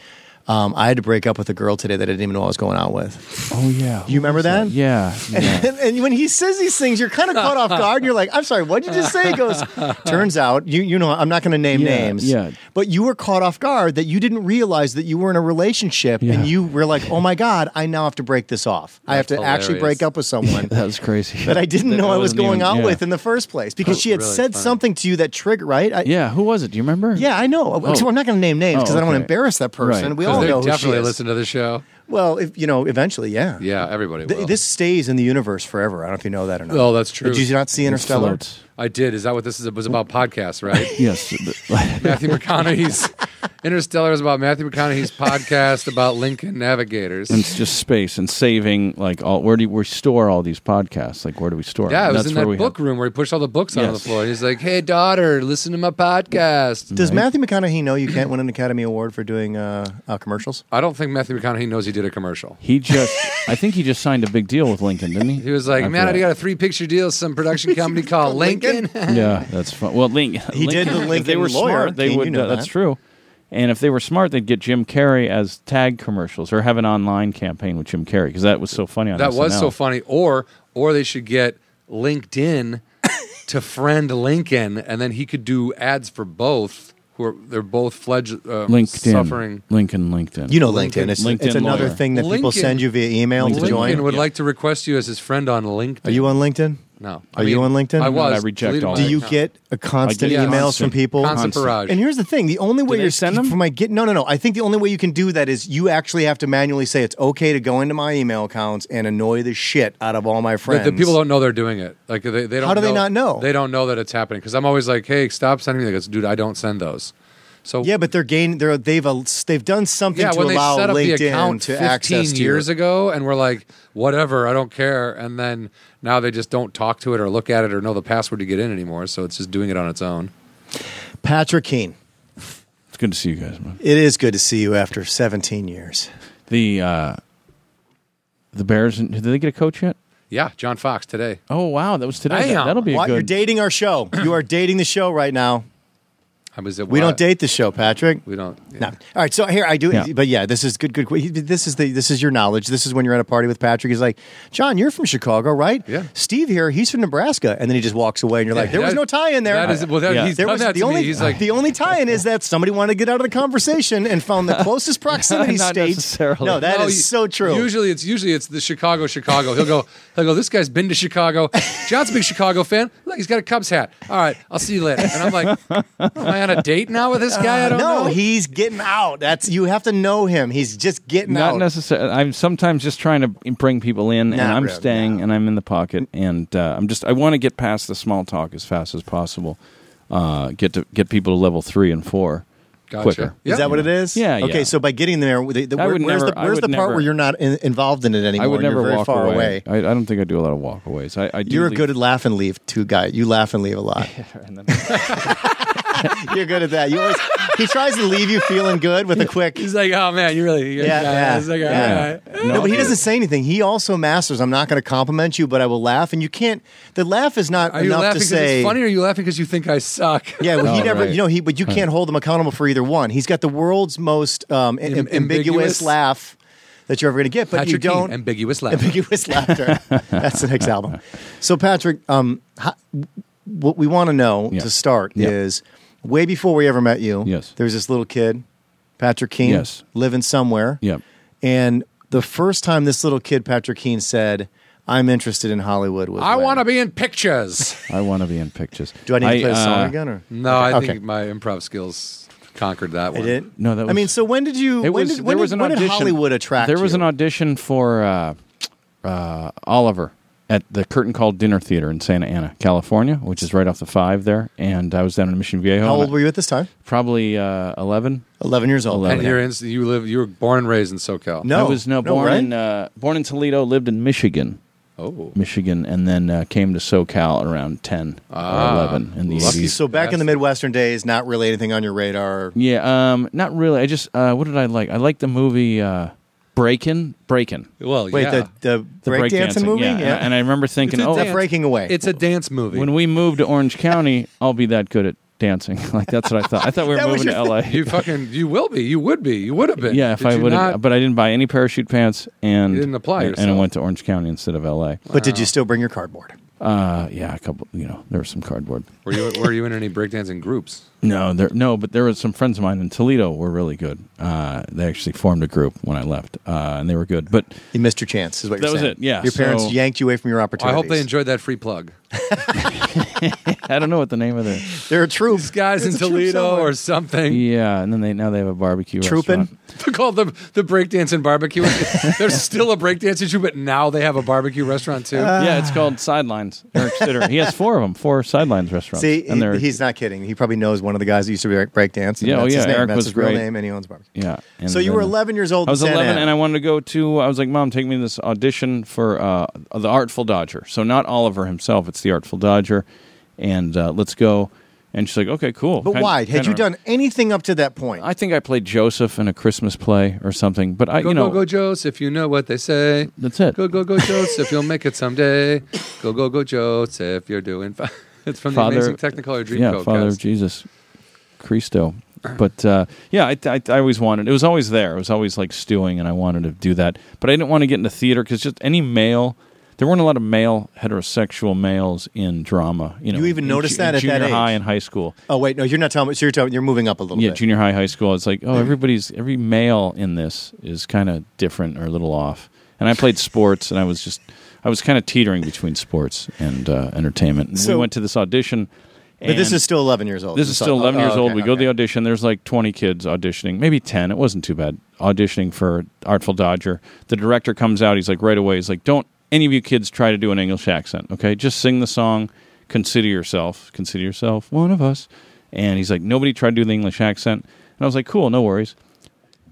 Speaker 1: um, "I had to break up with a girl today that I didn't even know I was going out with."
Speaker 4: [LAUGHS] Oh yeah.
Speaker 1: You remember that?
Speaker 4: Yeah.
Speaker 1: [LAUGHS]
Speaker 4: yeah.
Speaker 1: and, and when he says these things, you're kind of caught off guard. And you're like, I'm sorry, what did you just say? He goes, turns out, you, you know, I'm not going to name
Speaker 4: Yeah,
Speaker 1: names.
Speaker 4: yeah.
Speaker 1: But you were caught off guard that you didn't realize that you were in a relationship
Speaker 4: Yeah.
Speaker 1: and you were like, oh my God, I now have to break this off. I have to
Speaker 2: That's
Speaker 1: actually
Speaker 2: hilarious.
Speaker 1: break up with someone.
Speaker 4: [LAUGHS] that was crazy.
Speaker 1: That I didn't
Speaker 4: That
Speaker 1: know I was
Speaker 4: wasn't
Speaker 1: going
Speaker 4: even-
Speaker 1: out
Speaker 4: yeah.
Speaker 1: with in the first place because she had
Speaker 2: Really
Speaker 1: said
Speaker 2: funny.
Speaker 1: something to you that triggered, right? I,
Speaker 4: Yeah. Who was it? Do you remember?
Speaker 1: Yeah, I know. So I'm not going to name names
Speaker 4: Oh,
Speaker 1: because I don't want to
Speaker 4: okay.
Speaker 1: embarrass that person.
Speaker 4: Right.
Speaker 1: We
Speaker 4: 'Cause
Speaker 1: all
Speaker 2: they
Speaker 1: know who she
Speaker 2: definitely
Speaker 1: is.
Speaker 2: listen to the show.
Speaker 1: Well, if you know, eventually, yeah,
Speaker 2: Yeah, everybody.
Speaker 1: Th-
Speaker 2: will.
Speaker 1: this stays in the universe forever. I don't know if you know that or not.
Speaker 2: Oh, that's true.
Speaker 1: Did you not see Interstellar?
Speaker 4: Floats.
Speaker 2: I did. Is that what this is? was about podcasts, right? [LAUGHS]
Speaker 4: Yes.
Speaker 2: Matthew McConaughey's Interstellar is about Matthew McConaughey's podcast about Lincoln Navigators.
Speaker 4: it's just space and saving. Like all where do we store all these podcasts? Like where do we store? them?
Speaker 2: Yeah, it was
Speaker 4: That's
Speaker 2: in
Speaker 4: where
Speaker 2: that
Speaker 4: we
Speaker 2: book
Speaker 4: have-
Speaker 2: room where he pushed all the books out on the
Speaker 4: Yes.
Speaker 2: floor. And he's like, "Hey, daughter, listen to my podcast."
Speaker 1: Does Matthew McConaughey know you can't win an Academy Award for doing uh, uh, commercials?
Speaker 2: I don't think Matthew McConaughey knows he did a commercial.
Speaker 4: He just. I think he just signed a big deal with Lincoln, didn't he?
Speaker 2: He was like,
Speaker 4: After
Speaker 2: "Man, I
Speaker 4: that.
Speaker 2: got a three-picture deal with some production company
Speaker 4: [LAUGHS]
Speaker 2: called Lincoln."
Speaker 4: Yeah, that's fun. Well, Link,
Speaker 1: [LAUGHS] He did the
Speaker 4: If they
Speaker 1: Lincoln
Speaker 4: were
Speaker 1: lawyer,
Speaker 4: smart, they
Speaker 1: Kane, you
Speaker 4: would.
Speaker 1: know
Speaker 4: uh, That's
Speaker 1: that.
Speaker 4: true. And if they were smart, they'd get Jim Carrey as tag commercials or have an online campaign with Jim Carrey because that was so funny on
Speaker 2: that was
Speaker 4: SNL.
Speaker 2: so funny. Or, or they should get
Speaker 4: [LAUGHS]
Speaker 2: LinkedIn to friend Lincoln, and then he could do ads for both. Who are they're both fledged um,
Speaker 4: LinkedIn,
Speaker 2: suffering.
Speaker 4: Lincoln, LinkedIn.
Speaker 1: You know LinkedIn.
Speaker 2: Lincoln-
Speaker 1: It's,
Speaker 4: LinkedIn
Speaker 1: it's another
Speaker 4: lawyer.
Speaker 1: thing that people
Speaker 2: Lincoln-
Speaker 1: send you via email to
Speaker 2: Lincoln
Speaker 1: join.
Speaker 2: would
Speaker 4: Yeah.
Speaker 2: like to request you as his friend on LinkedIn.
Speaker 1: Are you on LinkedIn?
Speaker 2: No.
Speaker 1: Are you on LinkedIn?
Speaker 2: I was.
Speaker 4: I reject
Speaker 2: Deleted
Speaker 4: all
Speaker 2: my
Speaker 1: Do you
Speaker 2: account.
Speaker 1: get a constant
Speaker 2: Yeah,
Speaker 1: emails from
Speaker 4: constant.
Speaker 1: people?
Speaker 2: constant
Speaker 4: constant-
Speaker 2: barrage?
Speaker 1: And here's the thing: the only way
Speaker 4: they
Speaker 1: you're
Speaker 4: send them?
Speaker 1: from my get no, no, no. I think the only way you can do that is you actually have to manually say it's okay to go into my email accounts and annoy the shit out of all my
Speaker 2: But
Speaker 1: friends.
Speaker 2: the people don't know they're doing it. Like they, they don't.
Speaker 1: How do they not know?
Speaker 2: They don't know that it's happening because I'm always like, "Hey, stop sending me." They go, "Dude, I don't send those." So
Speaker 1: Yeah, but they're gain. They're they've al- they've done something
Speaker 2: yeah,
Speaker 1: to
Speaker 2: when they
Speaker 1: allow
Speaker 2: set up
Speaker 1: LinkedIn
Speaker 2: the account
Speaker 1: to
Speaker 2: 15
Speaker 1: access to your-
Speaker 2: years ago, and we're like, "Whatever, I don't care," and then now they just don't talk to it or look at it or know the password to get in anymore. So it's just doing it on its own.
Speaker 1: Patrick Keene.
Speaker 4: It's good to see you guys, man.
Speaker 1: It is good to see you after 17 years.
Speaker 4: The uh, the Bears. Did they get a coach yet?
Speaker 2: Yeah, John Fox today.
Speaker 4: Oh wow, that was today.
Speaker 2: Damn.
Speaker 4: That, will be a
Speaker 1: What? You're
Speaker 4: good.
Speaker 1: dating our show. You are dating the show right now.
Speaker 2: I was at
Speaker 1: We
Speaker 2: what?
Speaker 1: don't date the show, Patrick.
Speaker 2: We don't. yeah.
Speaker 1: No. All right. So here I do.
Speaker 4: Yeah.
Speaker 1: But yeah, this is good. Good. he- This is the. This is your knowledge. This is when you're at a party with Patrick. He's like, John, you're from Chicago, right?
Speaker 2: Yeah.
Speaker 1: Steve here. He's from Nebraska. And then he just walks away, and you're like, there was
Speaker 2: That-
Speaker 1: no tie in there.
Speaker 2: That is, well, that,
Speaker 4: Yeah.
Speaker 2: he's
Speaker 1: there
Speaker 2: done
Speaker 1: was
Speaker 2: that
Speaker 1: the
Speaker 2: to
Speaker 1: only
Speaker 2: me. He's like,
Speaker 1: the only tie-in is that somebody wanted to get out of the conversation and found
Speaker 4: [LAUGHS]
Speaker 1: the closest proximity
Speaker 4: Not
Speaker 1: state.
Speaker 4: necessarily.
Speaker 1: No, [LAUGHS] that is
Speaker 2: No, you-
Speaker 1: so true.
Speaker 2: Usually it's usually it's the Chicago Chicago. He'll go he'll go. This guy's been to Chicago. John's a big Chicago fan. Look, he's got a Cubs hat. All right, I'll see you later. And I'm like, am I on a date now with this guy? I don't
Speaker 1: no,
Speaker 2: know.
Speaker 1: he's getting out. That's you have to know him. He's just getting
Speaker 4: Not
Speaker 1: out.
Speaker 4: necessarily. I'm sometimes just trying to bring people in, and
Speaker 1: Not
Speaker 4: I'm
Speaker 1: really,
Speaker 4: staying,
Speaker 1: no.
Speaker 4: and I'm in the pocket, and uh, I'm just. I want to get past the small talk as fast as possible. Uh, get to get people to level three and four,
Speaker 2: Gotcha.
Speaker 4: quicker.
Speaker 2: Yeah.
Speaker 1: Is that what it is?
Speaker 4: Yeah, yeah.
Speaker 1: Okay, so by getting there, the, the,
Speaker 4: I
Speaker 1: where,
Speaker 4: would
Speaker 1: where's,
Speaker 4: never-
Speaker 1: the,
Speaker 4: I
Speaker 1: where's
Speaker 4: would
Speaker 1: the part
Speaker 4: never-
Speaker 1: where you're not in, involved in it anymore?
Speaker 4: I would
Speaker 1: and you're
Speaker 4: never
Speaker 1: very
Speaker 4: walk
Speaker 1: far away.
Speaker 4: away. I, I don't think I do a lot of walk aways. I, I do
Speaker 1: You're a
Speaker 4: leave- [LAUGHS]
Speaker 1: good laugh and leave too guy. You laugh and leave a lot.
Speaker 4: and then-
Speaker 1: you're good at that. You always he tries to leave you feeling good with a quick.
Speaker 2: He's like, oh man, you really, you
Speaker 1: Yeah, yeah,
Speaker 2: It's like, all
Speaker 1: yeah.
Speaker 2: right.
Speaker 1: No, [LAUGHS] but he
Speaker 4: dude.
Speaker 1: doesn't say anything. He also masters. I'm not going to compliment you, but I will laugh, and you can't. The laugh is not
Speaker 2: Are you
Speaker 1: enough
Speaker 2: laughing
Speaker 1: to
Speaker 2: because
Speaker 1: say
Speaker 2: it's funny, or are you laughing because you think I suck?
Speaker 1: Yeah, well, he
Speaker 4: Oh,
Speaker 1: never,
Speaker 4: right.
Speaker 1: you know, he, but you can't hold him accountable for either one. He's got the world's most um, am-
Speaker 2: Am-
Speaker 1: ambiguous,
Speaker 2: ambiguous?
Speaker 1: laugh that you're ever going to get, but
Speaker 2: Patrick
Speaker 1: you don't.
Speaker 2: Keane, ambiguous
Speaker 1: [LAUGHS]
Speaker 2: laugh.
Speaker 1: ambiguous laughter. That's the next album. So, Patrick, um, how, what we want to know
Speaker 4: Yeah.
Speaker 1: to start
Speaker 4: Yeah.
Speaker 1: is way before we ever met you,
Speaker 4: Yes.
Speaker 1: there was this little kid, Patrick Keane,
Speaker 4: Yes.
Speaker 1: living somewhere.
Speaker 4: Yeah.
Speaker 1: And the first time this little kid, Patrick Keane, said, I'm interested in Hollywood. Was
Speaker 2: I
Speaker 1: when-
Speaker 2: want to be in pictures.
Speaker 4: I want to be in pictures.
Speaker 1: Do I need to play a song
Speaker 4: uh,
Speaker 1: again? Or?
Speaker 2: No, I
Speaker 1: Okay.
Speaker 2: think my improv skills conquered that one.
Speaker 1: It did.
Speaker 4: No, that
Speaker 1: I
Speaker 4: was-
Speaker 1: mean, so when did you?
Speaker 4: It
Speaker 1: when
Speaker 4: was
Speaker 1: did,
Speaker 4: there
Speaker 1: when
Speaker 4: was
Speaker 1: did-
Speaker 4: an
Speaker 1: when
Speaker 4: audition.
Speaker 1: Did Hollywood attract.
Speaker 4: There was
Speaker 1: you?
Speaker 4: an audition for uh, uh, Oliver at the Curtain Call Dinner Theater in Santa Ana, California, which is right off the five there. And I was down in Mission Viejo.
Speaker 1: How
Speaker 4: and
Speaker 1: old
Speaker 4: I-
Speaker 1: were you at this time?
Speaker 4: Probably uh, eleven.
Speaker 1: Eleven years old.
Speaker 2: And
Speaker 4: Eleven.
Speaker 2: you're in, you live, you were born and raised in SoCal.
Speaker 1: No,
Speaker 4: I was no, born
Speaker 1: right?
Speaker 4: in uh, born in Toledo, lived in Michigan,
Speaker 2: Oh.
Speaker 4: Michigan, and then uh, came to SoCal around ten
Speaker 2: Ah,
Speaker 4: or eleven in the
Speaker 2: lucky.
Speaker 4: eighties.
Speaker 1: So back in the
Speaker 2: That's-
Speaker 1: Midwestern days, not really anything on your radar.
Speaker 4: Yeah, um, not really. I just uh, what did I like? I liked the movie uh, Breakin. Breakin.
Speaker 2: Well,
Speaker 1: Wait,
Speaker 2: yeah.
Speaker 1: the the,
Speaker 4: The
Speaker 1: breakdancing movie.
Speaker 4: yeah. And, I- and I remember thinking,
Speaker 2: It's a
Speaker 4: oh,
Speaker 2: dance.
Speaker 1: breaking away.
Speaker 2: it's a dance movie.
Speaker 4: when we move to Orange County, I'll be that good at dancing. [LAUGHS] Like that's what I thought. I thought we
Speaker 1: [LAUGHS]
Speaker 4: were
Speaker 1: That was
Speaker 4: moving to
Speaker 1: your
Speaker 4: LA.
Speaker 2: [LAUGHS] you fucking, you will be, you would be, you would have been.
Speaker 4: [LAUGHS] yeah, if
Speaker 2: Did
Speaker 4: I
Speaker 2: you
Speaker 4: would
Speaker 2: not-
Speaker 4: have, but I didn't buy any parachute pants, and
Speaker 2: You didn't apply
Speaker 4: and, and I
Speaker 2: yourself.
Speaker 4: went to Orange County instead of LA.
Speaker 1: but did you still bring your cardboard?
Speaker 4: Uh, yeah, a couple. You know, there was some cardboard.
Speaker 2: were you were you in any breakdancing groups?
Speaker 4: No, there no, but there was some friends of mine in Toledo were really good. Uh, they actually formed a group when I left, uh, and they were good. But [LAUGHS]
Speaker 1: You missed your chance. Is what you're
Speaker 4: That was
Speaker 1: saying.
Speaker 4: it, yeah,
Speaker 1: your parents
Speaker 4: so-
Speaker 1: yanked you away from your
Speaker 2: I
Speaker 1: opportunities.
Speaker 2: hope they enjoyed that free plug.
Speaker 4: I don't know what the name of the
Speaker 1: They're a troop.
Speaker 2: These guys in
Speaker 1: It's a troop
Speaker 2: Toledo
Speaker 1: somewhere.
Speaker 2: or something.
Speaker 4: yeah. And then they now they have a barbecue
Speaker 1: Troopin'?
Speaker 4: restaurant.
Speaker 2: [LAUGHS] They're called the the breakdancing
Speaker 4: [LAUGHS]
Speaker 2: barbecue. There's still a breakdancing shoe, but now they have a barbecue restaurant too.
Speaker 4: yeah, it's called Sidelines. Eric Sitter. He has four of them, four Sidelines restaurants.
Speaker 1: See,
Speaker 4: and they're
Speaker 1: he, he's not kidding. He probably knows one of the guys that used to break- breakdance. and
Speaker 4: Yeah, oh,
Speaker 1: that's
Speaker 4: yeah,
Speaker 1: his name.
Speaker 4: Eric
Speaker 1: that's
Speaker 4: was
Speaker 1: his real
Speaker 4: great.
Speaker 1: name, and he owns a barbecue.
Speaker 4: yeah. and
Speaker 1: so you were
Speaker 4: then-
Speaker 1: 11 years old.
Speaker 4: I was
Speaker 1: in Santa
Speaker 4: 11,
Speaker 1: Ana.
Speaker 4: and I wanted to go to. I was like, Mom, take me to this audition for uh, the Artful Dodger. So not Oliver himself; it's the Artful Dodger, and uh, let's go. And she's like, Okay, cool.
Speaker 1: But
Speaker 4: Kind-
Speaker 1: why? Had
Speaker 4: kinda
Speaker 1: you
Speaker 4: remember.
Speaker 1: done anything up to that point?
Speaker 4: I think I played Joseph in a Christmas play or something. But I,
Speaker 2: Go
Speaker 4: you know,
Speaker 2: go go Joseph, you know what they say.
Speaker 4: that's it.
Speaker 2: Go go go Joseph, you'll make it
Speaker 4: [LAUGHS]
Speaker 2: someday. Go go go Joseph, you're doing fine. [LAUGHS] It's from
Speaker 4: Father-
Speaker 2: the amazing Technicolor Dreamcoat.
Speaker 4: yeah, Father of
Speaker 2: cast.
Speaker 4: Jesus, Christo. But uh, yeah, I, I, I always wanted. It was always there. It was always like stewing, and I wanted to do that. But I didn't want to get into theater because just any male. There weren't a lot of male heterosexual males in drama. You know,
Speaker 1: You even
Speaker 4: in
Speaker 1: noticed
Speaker 4: ju-
Speaker 1: that at
Speaker 4: in
Speaker 1: that
Speaker 4: junior
Speaker 1: age?
Speaker 4: high and high school.
Speaker 1: Oh wait, no, you're not telling me. So you're telling you're moving up a little
Speaker 4: Yeah,
Speaker 1: bit. Mm.
Speaker 4: junior high, high school. It's like, oh, everybody's every male in this is kind of different or a little off. And I played sports, and I was just, I was kind of teetering between sports and uh, entertainment. And
Speaker 1: So-
Speaker 4: we went to this audition.
Speaker 1: but this
Speaker 4: and-
Speaker 1: is still 11 years old.
Speaker 4: this is still
Speaker 1: Oh,
Speaker 4: 11 years
Speaker 1: okay,
Speaker 4: old. We go to
Speaker 1: okay.
Speaker 4: the audition. There's like 20 kids auditioning, maybe 10. It wasn't too bad. Auditioning for Artful Dodger. The director comes out. He's like, right away, he's like, don't any of you kids try to do an English accent, okay? Just sing the song, consider yourself, consider yourself one of us. And he's like, nobody tried to do the English accent. And I was like, cool, no worries.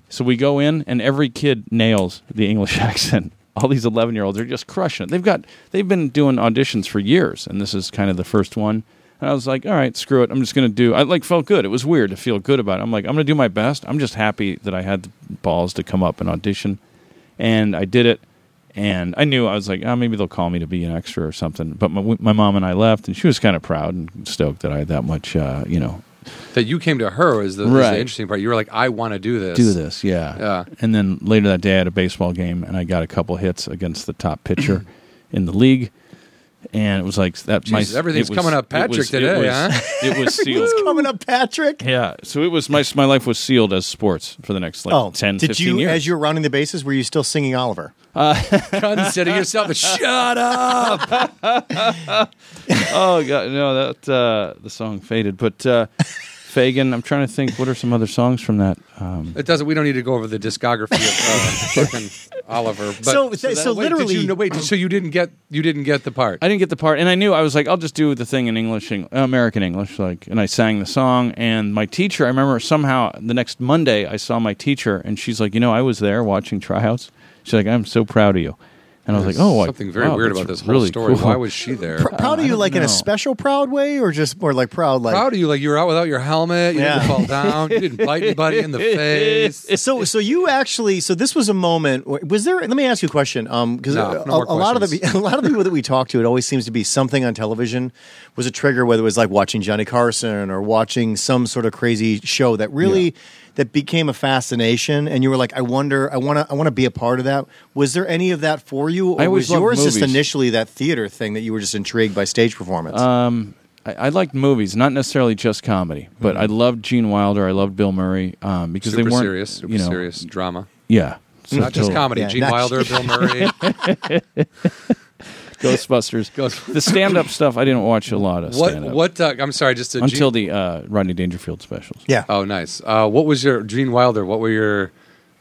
Speaker 4: So we go in, and every kid nails the English [LAUGHS] accent. All these eleven-year-olds are just crushing it. They've got they've been doing auditions for years, and this is kind of the first one. And I was like, all right, screw it. I'm just gonna do. I like felt good. It was weird to feel good about it. I'm like, I'm gonna do my best. I'm just happy that I had the balls to come up and audition, and I did it. And I knew I was like, oh, maybe they'll call me to be an extra or something. But my, my mom and I left, and she was kind of proud and stoked that I had that much, uh, you know,
Speaker 2: That you came to her is the, is the
Speaker 4: Right.
Speaker 2: interesting part. You were like, I want to do this. [LAUGHS]
Speaker 4: do this. Yeah.
Speaker 2: Yeah.
Speaker 4: And then later that day, I had a baseball game, and I got a couple hits against the top pitcher in the league. And it was like that.
Speaker 2: Jesus, everything's coming up Patrick today,
Speaker 4: it was,
Speaker 2: huh? [LAUGHS]
Speaker 4: It was sealed.
Speaker 1: It's coming up, Patrick.
Speaker 4: yeah. So it was my my life was sealed as sports for the next like
Speaker 1: Oh,
Speaker 4: 10,
Speaker 1: did
Speaker 4: 15
Speaker 1: you
Speaker 4: years.
Speaker 1: as you were rounding the bases? Were you still singing Oliver?
Speaker 2: Consider
Speaker 4: [LAUGHS]
Speaker 2: yourself a shut up.
Speaker 1: [LAUGHS]
Speaker 4: oh god, no, that uh, the song faded, but uh, Fagan. I'm trying to think. What are some other songs from that? Um,
Speaker 2: It doesn't. We don't need to go over the discography
Speaker 4: [LAUGHS]
Speaker 2: of uh, fucking Oliver. But
Speaker 1: So- so
Speaker 2: wait, did
Speaker 1: literally-
Speaker 2: you, no, wait. So you didn't get you didn't get the part.
Speaker 4: I didn't get the part, and I knew I was like, I'll just do the thing in English, Eng- uh, American English, like, and I sang the song. And my teacher, I remember somehow the next Monday, I saw my teacher, and she's like, you know, I was there watching tryouts. She's like, I'm so proud of you, and I was like, oh, I-
Speaker 2: something very
Speaker 4: wow,
Speaker 2: weird
Speaker 4: that's
Speaker 2: about this whole
Speaker 4: really
Speaker 2: story.
Speaker 4: cool."
Speaker 2: Why was she there?
Speaker 1: Pr- proud of you,
Speaker 4: Uh, don't
Speaker 1: like in
Speaker 4: know.
Speaker 1: a special proud way, or just more like proud, like
Speaker 2: Proud of you, like you were out without your helmet. You
Speaker 1: Yeah.
Speaker 2: didn't fall down. You didn't bite
Speaker 1: [LAUGHS]
Speaker 2: anybody in the face.
Speaker 1: so so you actually so this was a moment where- was there let me ask you a question um because
Speaker 2: No,
Speaker 1: a,
Speaker 2: no more
Speaker 1: a lot of the
Speaker 2: questions.
Speaker 1: [LAUGHS] a lot of the people that we talk to it always seems to be something on television was a trigger whether it was like watching Johnny Carson or watching some sort of crazy show that really that became a fascination and you were like I wonder I want to I want to be a part of that was there any of that for you or
Speaker 4: I always
Speaker 1: was
Speaker 4: loved
Speaker 1: yours just
Speaker 4: movies.
Speaker 1: initially that theater thing that you were just intrigued by stage performance
Speaker 4: Uh, I, I liked movies, not necessarily just comedy, but I loved Gene Wilder, I loved Bill Murray, um, because
Speaker 2: Mm-hmm. Super
Speaker 4: they weren't
Speaker 2: serious. Super
Speaker 4: you know,
Speaker 2: serious drama.
Speaker 4: Yeah, So
Speaker 2: Not just
Speaker 4: totally.
Speaker 2: comedy.
Speaker 1: Yeah,
Speaker 2: Gene
Speaker 1: not- [LAUGHS]
Speaker 2: Wilder, Bill Murray. [LAUGHS]
Speaker 4: Ghostbusters. the stand-up stuff I didn't watch a lot of
Speaker 2: what?
Speaker 4: stand-up
Speaker 2: What? Uh, I'm sorry. Just to
Speaker 4: until
Speaker 2: Gene-
Speaker 4: the uh, Rodney Dangerfield specials.
Speaker 1: yeah
Speaker 2: Oh, nice. Uh, what was your Gene Wilder? What were your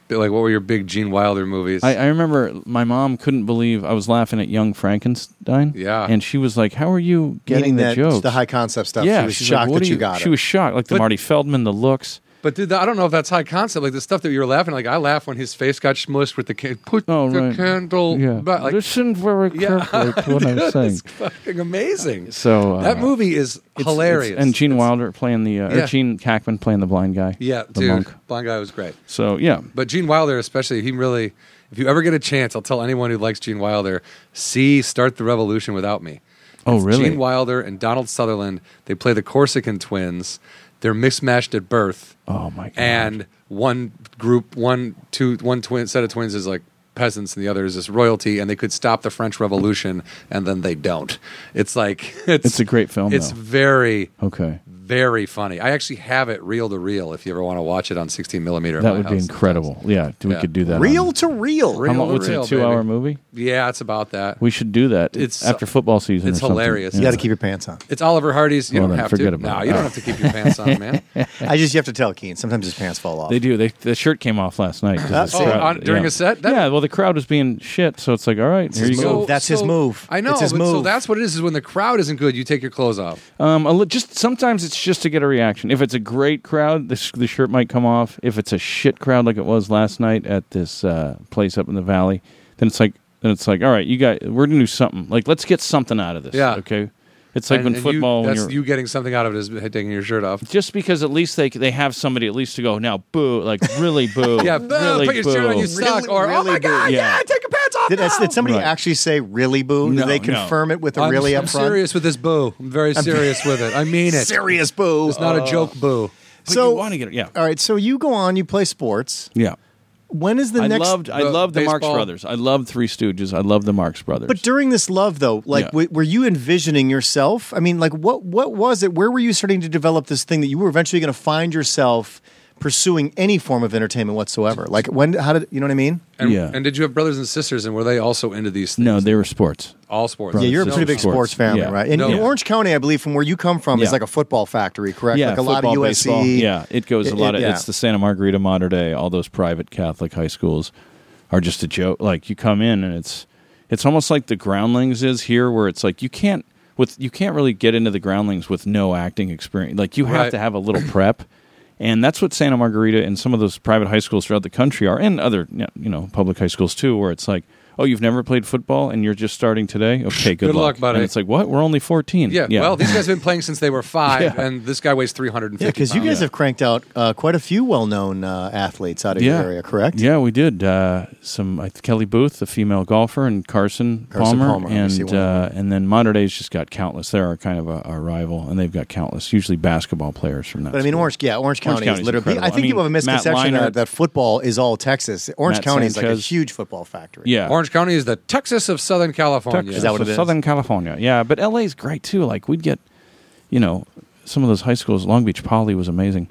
Speaker 2: like? What were your big Gene Wilder movies?
Speaker 4: I, I remember my mom couldn't believe I was laughing at Young Frankenstein.
Speaker 2: Yeah.
Speaker 4: and she was like, "How are you
Speaker 1: Meaning
Speaker 4: getting the
Speaker 1: that
Speaker 4: jokes?"
Speaker 1: the high concept stuff
Speaker 4: yeah,
Speaker 1: she was
Speaker 4: she's
Speaker 1: shocked
Speaker 4: like, what
Speaker 1: that
Speaker 4: do
Speaker 1: you, got
Speaker 4: She
Speaker 1: it.
Speaker 4: was shocked, like the
Speaker 2: But-
Speaker 4: Marty Feldman, the looks.
Speaker 2: but dude, I don't know if that's high concept. Like the stuff that you were laughing. Like I laugh when his face got smushed with the can- put
Speaker 4: Oh,
Speaker 2: the
Speaker 4: right.
Speaker 2: candle.
Speaker 4: yeah,
Speaker 2: back. Like,
Speaker 4: listen very
Speaker 2: [LAUGHS] Yeah.
Speaker 4: carefully to what I'm
Speaker 2: [LAUGHS]
Speaker 4: saying.
Speaker 2: it's fucking amazing.
Speaker 4: So uh,
Speaker 2: that movie is
Speaker 4: it's-
Speaker 2: hilarious.
Speaker 4: it's- and Gene Wilder playing the uh,
Speaker 2: Yeah.
Speaker 4: or Gene Hackman playing the blind guy.
Speaker 2: yeah,
Speaker 4: the
Speaker 2: dude,
Speaker 4: monk.
Speaker 2: blind guy was great.
Speaker 4: So yeah,
Speaker 2: But Gene Wilder, especially, he really. If you ever get a chance, I'll tell anyone who likes Gene Wilder, see "Start the Revolution" without me.
Speaker 4: Oh, really?
Speaker 2: Gene Wilder and Donald Sutherland. They play the Corsican twins. They're mismatched at birth.
Speaker 4: Oh my god.
Speaker 2: and one group, one two, one twin set of twins is like peasants, and the other is this royalty, and they could stop the French Revolution, and then they don't. It's like [LAUGHS] it's,
Speaker 4: It's a great film,
Speaker 2: It's
Speaker 4: though.
Speaker 2: very
Speaker 4: okay,
Speaker 2: very funny. I actually have it reel to reel. If you ever want to watch it on sixteen millimeter, at
Speaker 4: that
Speaker 2: my
Speaker 4: would be
Speaker 2: house.
Speaker 4: incredible. Yeah, we
Speaker 2: Yeah.
Speaker 4: could do that.
Speaker 1: real
Speaker 4: on-
Speaker 1: to real
Speaker 4: How
Speaker 2: Real
Speaker 4: long-
Speaker 2: to
Speaker 4: what's it,
Speaker 2: real,
Speaker 4: a two-hour
Speaker 2: baby.
Speaker 4: movie?
Speaker 2: Yeah, it's about that.
Speaker 4: We should do that.
Speaker 2: It's-
Speaker 4: after football season.
Speaker 2: it's
Speaker 4: or something.
Speaker 2: hilarious.
Speaker 1: you
Speaker 4: Yeah.
Speaker 1: got to keep your pants on
Speaker 2: it's Oliver Hardy's. You
Speaker 4: Well,
Speaker 2: don't
Speaker 4: then,
Speaker 2: have
Speaker 4: forget
Speaker 2: to.
Speaker 4: about
Speaker 2: no,
Speaker 4: it.
Speaker 2: you don't have to keep your pants on,
Speaker 4: [LAUGHS]
Speaker 2: man.
Speaker 1: I just you have to tell Keen. Sometimes his pants fall off.
Speaker 4: They do. They, the shirt came off last night. 'cause
Speaker 1: That's
Speaker 4: the
Speaker 1: it.
Speaker 4: crowd-
Speaker 2: Oh, On- during
Speaker 4: yeah.
Speaker 2: a set? That-
Speaker 4: yeah. Well, the crowd was being shit, so it's like, all right, here
Speaker 1: his
Speaker 4: you
Speaker 1: move.
Speaker 4: go.
Speaker 1: That's his move.
Speaker 2: I know.
Speaker 1: It's his
Speaker 2: but, So
Speaker 1: move.
Speaker 2: that's what it is. Is when the crowd isn't good, you take your clothes off.
Speaker 4: Um, a li- just sometimes it's just to get a reaction. If it's a great crowd, the, sh- the shirt might come off. If it's a shit crowd like it was last night at this uh, place up in the valley, then it's like, then it's like, all right, you guys, we're gonna do something. Like, let's get something out of this.
Speaker 2: Yeah.
Speaker 4: Okay. It's like
Speaker 2: And-
Speaker 4: when
Speaker 2: and
Speaker 4: football,
Speaker 2: You,
Speaker 4: when
Speaker 2: that's
Speaker 4: you're
Speaker 2: you getting something out of it is taking your shirt off.
Speaker 4: just because at least they they have somebody at least to go now boo like really boo
Speaker 2: [LAUGHS] Yeah, boo,
Speaker 4: really
Speaker 2: put your
Speaker 4: boo.
Speaker 2: shirt on, you suck,
Speaker 1: Really,
Speaker 2: or oh
Speaker 1: really
Speaker 2: my god,
Speaker 4: boo.
Speaker 2: yeah.
Speaker 4: Yeah.
Speaker 2: take your pants off.
Speaker 1: Did,
Speaker 2: now.
Speaker 1: did somebody
Speaker 4: Right.
Speaker 1: actually say "really boo"?
Speaker 4: No,
Speaker 1: did they
Speaker 4: no.
Speaker 1: confirm it with the
Speaker 2: I'm,
Speaker 1: "really"
Speaker 2: I'm
Speaker 1: up front?
Speaker 2: serious with this boo. I'm Uh, very serious with it. I mean it.
Speaker 1: Serious boo.
Speaker 2: It's not a joke boo.
Speaker 4: But
Speaker 1: So- uh,
Speaker 4: you want to get it yeah
Speaker 1: All right, so you go on. You play sports.
Speaker 4: yeah
Speaker 1: When is the
Speaker 4: I
Speaker 1: next?
Speaker 4: loved I
Speaker 2: the
Speaker 4: loved the Marx
Speaker 2: baseball.
Speaker 4: Brothers. I loved Three Stooges. I loved the Marx Brothers.
Speaker 1: but during this love, though, like,
Speaker 4: Yeah.
Speaker 1: w- were you envisioning yourself? I mean, like, what what was it? Where were you starting to develop this thing that you were eventually going to find yourself pursuing any form of entertainment whatsoever? Like, when? How did you know what I mean?
Speaker 2: And,
Speaker 4: Yeah.
Speaker 2: and did you have brothers and sisters, and were they also into these things?
Speaker 4: no, they were sports.
Speaker 2: All sports.
Speaker 1: Yeah, you're a
Speaker 4: No,
Speaker 1: pretty big
Speaker 4: sports.
Speaker 1: sports, family,
Speaker 4: Yeah.
Speaker 1: right? And
Speaker 2: No.
Speaker 1: in
Speaker 2: Yeah.
Speaker 1: Orange County, I believe, from where you come from, is
Speaker 4: Yeah.
Speaker 1: like a football factory, correct?
Speaker 4: Yeah,
Speaker 1: like a lot of
Speaker 4: football,
Speaker 1: USC.
Speaker 4: baseball. Yeah, it goes
Speaker 1: It-
Speaker 4: a lot
Speaker 1: it-
Speaker 4: of.
Speaker 1: yeah.
Speaker 4: It's the Santa Margarita Mater Day. All those private Catholic high schools are just a joke. Like you come in and it's it's almost like the Groundlings is here, where it's like you can't with you can't really get into the Groundlings with no acting experience. Like you have
Speaker 2: Right.
Speaker 4: to have
Speaker 1: [CLEARS THROAT]
Speaker 4: a little prep. And that's what Santa Margarita and some of those private high schools throughout the country are, and other you know public high schools too, where it's like, oh, you've never played football and you're just starting today. Okay, good,
Speaker 2: Good luck, buddy.
Speaker 4: And it's like, what? We're only fourteen.
Speaker 2: Yeah, well,
Speaker 4: [LAUGHS]
Speaker 2: these guys have been playing since they were five, and this guy weighs 350
Speaker 1: Yeah, because you
Speaker 2: pounds.
Speaker 1: guys have cranked out uh, quite a few well-known uh, athletes out of your area, correct?
Speaker 4: Yeah, we did. Uh, some I th- Kelly Booth, the female golfer, and Carson,
Speaker 1: Carson
Speaker 4: Palmer,
Speaker 1: Palmer, obviously
Speaker 4: and
Speaker 1: one of
Speaker 4: uh, and then Modern Day's just got countless. They're our kind of a, our rival, and they've got countless, usually basketball players from that.
Speaker 1: But I mean,
Speaker 4: school.
Speaker 1: Orange, yeah, Orange County
Speaker 4: County's
Speaker 1: is literally. I
Speaker 4: incredible.
Speaker 1: think
Speaker 4: I mean,
Speaker 1: people have a
Speaker 4: Matt
Speaker 1: misconception
Speaker 4: Leinart-
Speaker 1: that, that football is all Texas. Orange
Speaker 4: Matt
Speaker 1: County is like a
Speaker 4: Sanchez.
Speaker 1: huge football factory.
Speaker 4: yeah,
Speaker 2: Orange County is the Texas of Southern California.
Speaker 1: Is that what it is?
Speaker 4: Southern California. Yeah, but LA's great too. Like we'd get, you know, some of those high schools. Long Beach Poly was amazing.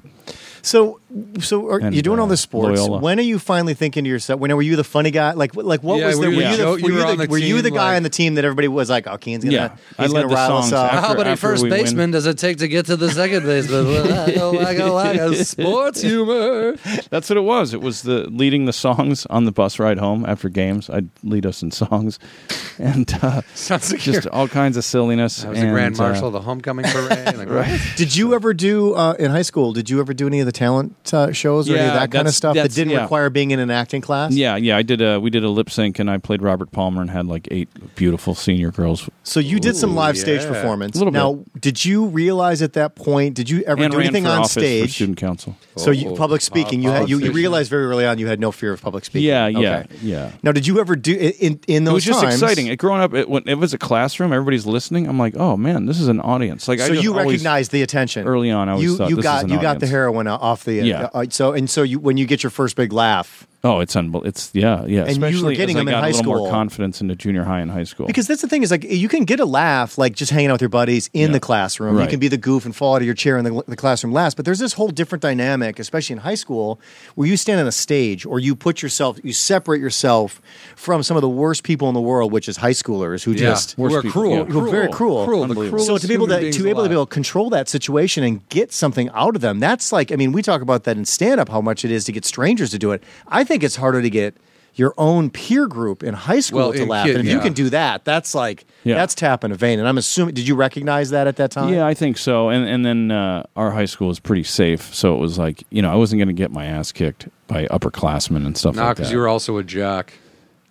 Speaker 1: So so are,
Speaker 4: And,
Speaker 1: you're doing all
Speaker 4: uh,
Speaker 1: this sports.
Speaker 4: Loyola.
Speaker 1: When are you finally thinking to yourself? When were you the funny guy? Like, like what
Speaker 2: Yeah,
Speaker 1: was
Speaker 2: were
Speaker 1: the?
Speaker 2: you
Speaker 1: Were
Speaker 2: the
Speaker 1: you
Speaker 2: joke-
Speaker 1: the?
Speaker 2: you
Speaker 1: Were
Speaker 2: were
Speaker 1: you
Speaker 2: on
Speaker 1: the?
Speaker 2: the
Speaker 1: Were you the
Speaker 2: team,
Speaker 1: guy
Speaker 2: like-
Speaker 1: on the team that everybody was like, "Oh, Keane's gonna,
Speaker 4: Yeah, I
Speaker 1: he's
Speaker 4: led
Speaker 1: gonna
Speaker 4: the
Speaker 1: rile us
Speaker 4: songs
Speaker 1: up."
Speaker 4: after-
Speaker 2: How many first
Speaker 4: we win.
Speaker 2: baseman does it take to get to the second baseman? Wacko, wacko, wacko. Sports humor.
Speaker 4: That's what it was. It was the leading the songs on the bus ride home after games. I'd lead us in songs, [LAUGHS] and uh,
Speaker 2: [LAUGHS] Sounds like
Speaker 4: just
Speaker 2: you're-
Speaker 4: all kinds of silliness.
Speaker 2: I was the
Speaker 4: and,
Speaker 2: grand
Speaker 4: uh,
Speaker 2: marshal of the homecoming parade. Like, right.
Speaker 1: Did you ever do uh, in high school? Did you ever do any of the talent uh, shows or any
Speaker 4: Yeah,
Speaker 1: of that kind of
Speaker 4: that's-
Speaker 1: stuff that
Speaker 4: that's-
Speaker 1: didn't
Speaker 4: yeah.
Speaker 1: require being in an acting class?
Speaker 4: yeah, yeah. I did. A, we did a lip sync, and I played Robert Palmer, and had like eight beautiful senior girls.
Speaker 1: So you did some
Speaker 2: Ooh,
Speaker 1: live stage
Speaker 2: yeah.
Speaker 1: performance.
Speaker 4: Little bit.
Speaker 1: now, did you realize at that point? Did you ever
Speaker 4: and
Speaker 1: do
Speaker 4: ran
Speaker 1: anything
Speaker 4: for
Speaker 1: on
Speaker 4: office for
Speaker 1: stage?
Speaker 4: student council.
Speaker 1: So you,
Speaker 2: Oh,
Speaker 1: public speaking, you had you, you
Speaker 2: politician.
Speaker 1: realized very early on you had no fear of public speaking.
Speaker 4: Yeah, yeah,
Speaker 1: Okay.
Speaker 4: yeah.
Speaker 1: Now, did you ever do in in those
Speaker 4: It was just
Speaker 1: times-
Speaker 4: exciting. It, growing up, it, when it was a classroom, everybody's listening. I'm like, oh man, this is an audience. Like, I
Speaker 1: so
Speaker 4: just
Speaker 1: you
Speaker 4: always-
Speaker 1: recognized the attention
Speaker 4: early on, I always
Speaker 1: you
Speaker 4: thought
Speaker 1: you
Speaker 4: this
Speaker 1: got
Speaker 4: is an
Speaker 1: you got the
Speaker 4: audience.
Speaker 1: heroin off the
Speaker 4: Yeah.
Speaker 1: uh, so and so you when you get your first big laugh
Speaker 4: Oh, it's unbelievable. It's yeah, yeah.
Speaker 1: you were
Speaker 4: Especially
Speaker 1: getting
Speaker 4: as I
Speaker 1: them in
Speaker 4: got
Speaker 1: high
Speaker 4: a little
Speaker 1: school.
Speaker 4: more confidence into junior high and high school.
Speaker 1: because that's the thing is like you can get a laugh like just hanging out with your buddies in
Speaker 4: Yeah.
Speaker 1: the classroom. You
Speaker 4: Right.
Speaker 1: can be the goof and fall out of your chair in the, the classroom laughs. But there's this whole different dynamic, especially in high school, where you stand on a stage or you put yourself, you separate yourself from some of the worst people in the world, which is high schoolers who
Speaker 2: Yeah.
Speaker 1: just
Speaker 4: Worst
Speaker 2: We're
Speaker 4: people,
Speaker 2: cruel.
Speaker 4: yeah.
Speaker 1: who are very cruel.
Speaker 2: Cruel. The
Speaker 4: Unbelievable.
Speaker 2: cruelest
Speaker 1: so to be able
Speaker 2: human
Speaker 1: to
Speaker 2: beings
Speaker 1: to be able to be
Speaker 2: alive.
Speaker 1: able to control that situation and get something out of them, that's like I mean, we talk about that in stand up how much it is to get strangers to do it. I think it's harder to get your own peer group in high school
Speaker 2: Well,
Speaker 1: to
Speaker 2: in
Speaker 1: laugh.
Speaker 2: kid-
Speaker 1: and if you
Speaker 2: yeah.
Speaker 1: can do that, that's like
Speaker 4: Yeah.
Speaker 1: that's tapping a vein. And I'm assuming did you recognize that at that time?
Speaker 4: Yeah, I think so. And and then uh, our high school was pretty safe, so it was like you know I wasn't going to get my ass kicked by upperclassmen and stuff
Speaker 2: Nah,
Speaker 4: like
Speaker 2: because
Speaker 4: that.
Speaker 2: you were also a jock.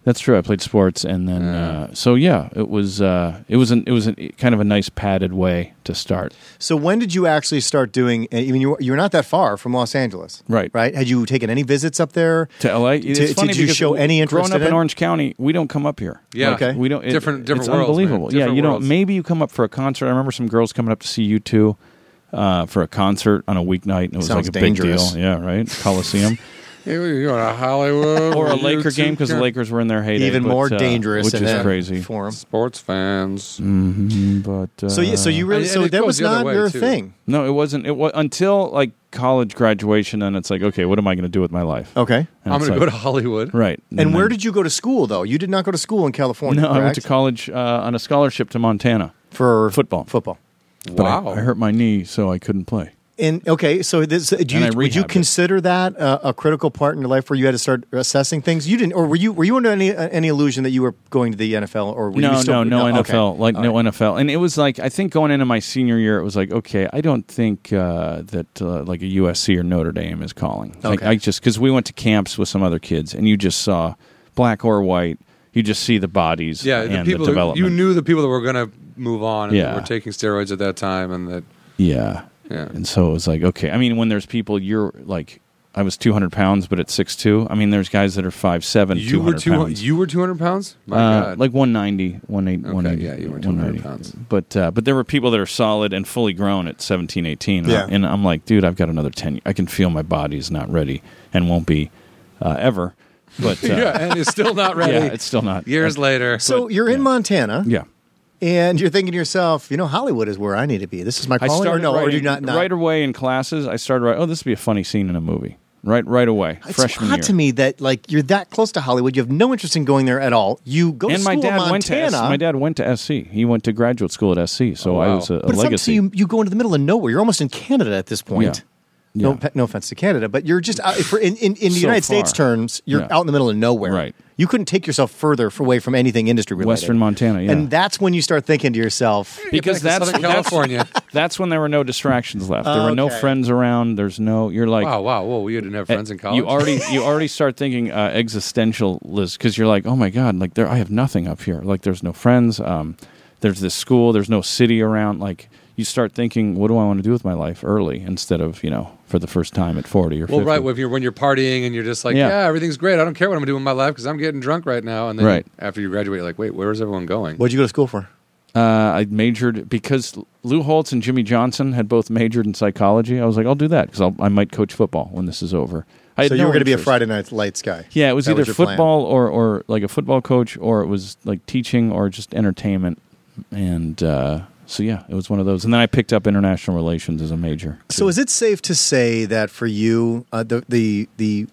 Speaker 4: That's true. I played sports, and then uh, so yeah, it was uh, it was an, it was an, kind of a nice padded way to start.
Speaker 1: So when did you actually start doing? I mean, you were, you were not that far from Los Angeles,
Speaker 4: Right.
Speaker 1: Right? Had you taken any visits up there?
Speaker 4: to LA. It's
Speaker 1: Did-
Speaker 4: funny
Speaker 1: did you
Speaker 4: because
Speaker 1: show any interest
Speaker 4: growing up
Speaker 1: in
Speaker 4: in
Speaker 1: it?
Speaker 4: Orange County? We don't come up here.
Speaker 2: Yeah.
Speaker 1: Okay.
Speaker 4: we don't. it-
Speaker 2: Different- different
Speaker 4: It's
Speaker 2: worlds, man.
Speaker 4: unbelievable. yeah,
Speaker 2: Different
Speaker 4: you
Speaker 2: worlds.
Speaker 4: don't. Maybe you come up for a concert. I remember some girls coming up to see you two uh, for a concert on a weeknight, and it was
Speaker 1: Sounds
Speaker 4: like a
Speaker 1: dangerous.
Speaker 4: big deal. Yeah, right.
Speaker 1: [LAUGHS]
Speaker 4: Coliseum
Speaker 2: You're a Hollywood
Speaker 4: or a
Speaker 2: you
Speaker 4: Laker game because the
Speaker 2: two
Speaker 4: Lakers were in their heyday.
Speaker 1: Even
Speaker 4: but,
Speaker 1: more
Speaker 4: uh,
Speaker 1: dangerous,
Speaker 4: which
Speaker 1: in
Speaker 4: is
Speaker 1: that
Speaker 4: crazy.
Speaker 1: form.
Speaker 2: sports fans.
Speaker 4: Mhm, But uh,
Speaker 1: So yeah, so you really,
Speaker 2: and-
Speaker 1: so
Speaker 2: and it
Speaker 1: that
Speaker 2: goes
Speaker 1: was
Speaker 2: the other
Speaker 1: not
Speaker 2: way,
Speaker 1: your
Speaker 2: too.
Speaker 1: thing.
Speaker 4: no, it wasn't. It was until like college graduation, and it's like, okay, what am I going to do with my life?
Speaker 1: Okay.
Speaker 4: And
Speaker 2: I'm
Speaker 4: it's
Speaker 2: going to
Speaker 4: like-
Speaker 2: go to Hollywood.
Speaker 4: right.
Speaker 1: And where
Speaker 4: then-
Speaker 1: did you go to school though? You did not go to school in California.
Speaker 4: no? I went to
Speaker 1: correct?
Speaker 4: college uh, on a scholarship to Montana.
Speaker 1: for
Speaker 4: Football.
Speaker 1: Football.
Speaker 4: But I-
Speaker 2: Wow.
Speaker 4: I hurt my knee, so I couldn't play.
Speaker 1: And okay, so this do
Speaker 4: And I
Speaker 1: you, would you
Speaker 4: rehabbed it.
Speaker 1: consider that uh, a critical part in your life where you had to start assessing things? You didn't, or were you were you under any uh, any illusion that you were going to the NFL or were
Speaker 4: no,
Speaker 1: you still,
Speaker 4: no, no,
Speaker 1: okay.
Speaker 4: NFL, like
Speaker 1: All
Speaker 4: no
Speaker 1: right.
Speaker 4: NFL, and it was like I think going into my senior year, it was like okay, I don't think uh, that uh, like a USC or Notre Dame is calling. Like
Speaker 1: Okay.
Speaker 4: I just because we went to camps with some other kids, and you just saw black or white, you just see the bodies,
Speaker 2: Yeah,
Speaker 4: and
Speaker 2: the people
Speaker 4: the
Speaker 2: that-
Speaker 4: development,
Speaker 2: you knew the people that were going to move on and
Speaker 4: Yeah.
Speaker 2: that were taking steroids at that time, and that
Speaker 4: yeah,
Speaker 2: Yeah.
Speaker 4: and so it was like okay, I mean when there's people, you're like I was two hundred pounds, but at six two, I mean there's guys that are five seven,
Speaker 2: you were two
Speaker 4: pounds.
Speaker 2: you were 200 pounds. My
Speaker 4: Uh,
Speaker 2: God, [LAUGHS]
Speaker 4: like 190, 180,
Speaker 2: Okay,
Speaker 4: 180
Speaker 2: yeah, you were
Speaker 4: 190.
Speaker 2: 200 pounds.
Speaker 4: But uh, but there were people that are solid and fully grown at 17, 18. And, I-
Speaker 1: Yeah.
Speaker 4: and I'm like, dude, I've got another 10. I can feel my body's not ready and won't be uh, ever.
Speaker 2: [LAUGHS]
Speaker 4: But uh,
Speaker 2: yeah, and it's still not ready.
Speaker 4: [LAUGHS] yeah, it's still not.
Speaker 2: Years later,
Speaker 1: So you're in Montana,
Speaker 4: yeah.
Speaker 1: and you're thinking to yourself, you know, Hollywood is where I need to be. This is my
Speaker 4: I
Speaker 1: calling, or
Speaker 4: started
Speaker 1: no,
Speaker 4: writing,
Speaker 1: or do you not, not
Speaker 4: right away in classes. I started writing, oh, this would be a funny scene in a movie. Right right away.
Speaker 1: It's
Speaker 4: freshman
Speaker 1: odd
Speaker 4: year.
Speaker 1: to me that like you're that close to Hollywood. You have no interest in going there at all. You go to
Speaker 4: And
Speaker 1: school
Speaker 4: my
Speaker 1: in
Speaker 4: dad
Speaker 1: Montana.
Speaker 4: went to S- my dad went to SC. He went to graduate school at SC, so
Speaker 2: Oh,
Speaker 4: I
Speaker 2: wow.
Speaker 4: was a, a
Speaker 1: but it's up to
Speaker 4: legacy.
Speaker 1: you. You go into the middle of nowhere. You're almost in Canada at this point.
Speaker 4: Yeah.
Speaker 1: No,
Speaker 4: Yeah.
Speaker 1: pe- no offense to Canada, but you're just out, for in, in, in the
Speaker 4: So
Speaker 1: United States
Speaker 4: far.
Speaker 1: terms, you're
Speaker 4: Yeah.
Speaker 1: out in the middle of nowhere.
Speaker 4: Right.
Speaker 1: You couldn't take yourself further f- away from anything industry related.
Speaker 4: Western Montana, yeah.
Speaker 1: And that's when you start thinking to yourself,
Speaker 4: because
Speaker 2: back to
Speaker 4: that's
Speaker 2: Southern
Speaker 4: that's-
Speaker 2: California.
Speaker 4: [LAUGHS] That's when there were no distractions left. There were no
Speaker 1: Okay.
Speaker 4: friends around. There's no. You're like, eh,
Speaker 2: wow, wow, whoa, we didn't have friends in college.
Speaker 4: You already you already start thinking uh, existentialist because you're like, oh my god, like there I have nothing up here. Like there's no friends. Um, there's this school. There's no city around. Like you start thinking, what do I want to do with my life early instead of you know for the first time at forty or
Speaker 2: well,
Speaker 4: 50.
Speaker 2: right when you're when you're partying and you're just like, yeah,
Speaker 4: Yeah.
Speaker 2: everything's great. I don't care what I'm doing with my life because I'm getting drunk right now. And then
Speaker 4: Right.
Speaker 2: after you graduate, you're like, wait, where is everyone going?
Speaker 1: what'd you go to school for?
Speaker 4: Uh, I majored because Lou Holtz and Jimmy Johnson had both majored in psychology. I was like, I'll do that because I might coach football when this is over. I had
Speaker 1: so you
Speaker 4: no
Speaker 1: were going to be a
Speaker 4: interest.
Speaker 1: Friday night lights guy.
Speaker 4: Yeah, it was
Speaker 1: That
Speaker 4: either
Speaker 1: your plan.
Speaker 4: football or, or like a football coach, or it was like teaching or just entertainment. And uh, So yeah, it was one of those. And then I picked up international relations as a major.
Speaker 1: So is it safe to say that for you, uh, the the the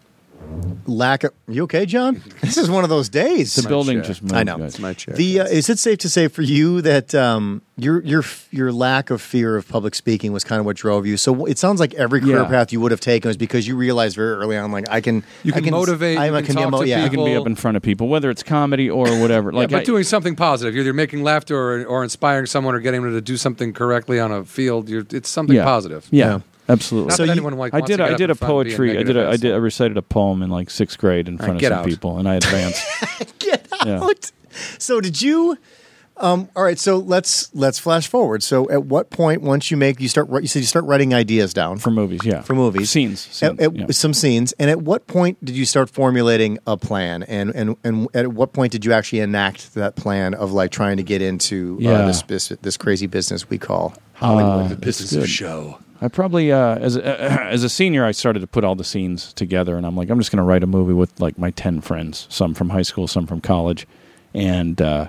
Speaker 1: lack of you okay, John? [LAUGHS] This is one of those days.
Speaker 4: the building
Speaker 2: chair.
Speaker 4: just moved.
Speaker 1: I know.
Speaker 4: guys.
Speaker 2: my chair.
Speaker 1: The uh, is it safe to say for you that um, your your f- your lack of fear of public speaking was kind of what drove you? So it sounds like every career
Speaker 4: Yeah.
Speaker 1: path you would have taken was because you realized very early on, like I can
Speaker 2: You
Speaker 1: I
Speaker 2: can motivate, you
Speaker 1: I
Speaker 2: can talk to
Speaker 1: yeah.
Speaker 4: you can be up in front of people, whether it's comedy or whatever.
Speaker 2: [LAUGHS] Yeah,
Speaker 4: Like
Speaker 2: but
Speaker 4: I-
Speaker 2: doing something positive. You're either making laughter or, or inspiring someone or getting them to do something correctly on a field. You're, it's something
Speaker 4: yeah,
Speaker 2: positive.
Speaker 4: Yeah,
Speaker 1: Yeah.
Speaker 4: absolutely.
Speaker 2: Not
Speaker 1: So
Speaker 2: that
Speaker 1: you-
Speaker 2: anyone like,
Speaker 4: I
Speaker 2: wants
Speaker 4: did.
Speaker 2: to get
Speaker 4: I
Speaker 2: up
Speaker 4: did
Speaker 2: in
Speaker 4: a
Speaker 2: front and be
Speaker 4: poetry. I did.
Speaker 2: negative
Speaker 4: A, I did. I
Speaker 2: asshole.
Speaker 4: recited a poem in like sixth grade in front
Speaker 2: get
Speaker 4: of some
Speaker 2: out.
Speaker 4: people, and
Speaker 2: [LAUGHS]
Speaker 4: I advanced.
Speaker 1: [LAUGHS] get
Speaker 4: Yeah.
Speaker 1: out. So did you? Um, all right, so let's let's flash forward. So at what point once you make you start wri- you said you start writing ideas down
Speaker 4: for movies. Yeah,
Speaker 1: for movies
Speaker 4: scenes.
Speaker 1: At-
Speaker 4: scenes,
Speaker 1: at-
Speaker 4: yeah.
Speaker 1: some scenes, and at what point did you start formulating a plan, and and and at what point did you actually enact that plan of like trying to get into uh,
Speaker 4: Yeah.
Speaker 1: this, this this crazy business we call
Speaker 4: Uh,
Speaker 1: Hollywood?
Speaker 2: The business of show.
Speaker 4: I probably uh, as a, [CLEARS THROAT] as a senior, I started to put all the scenes together, and I'm like, I'm just going to write a movie with like my ten friends, some from high school, some from college, and uh,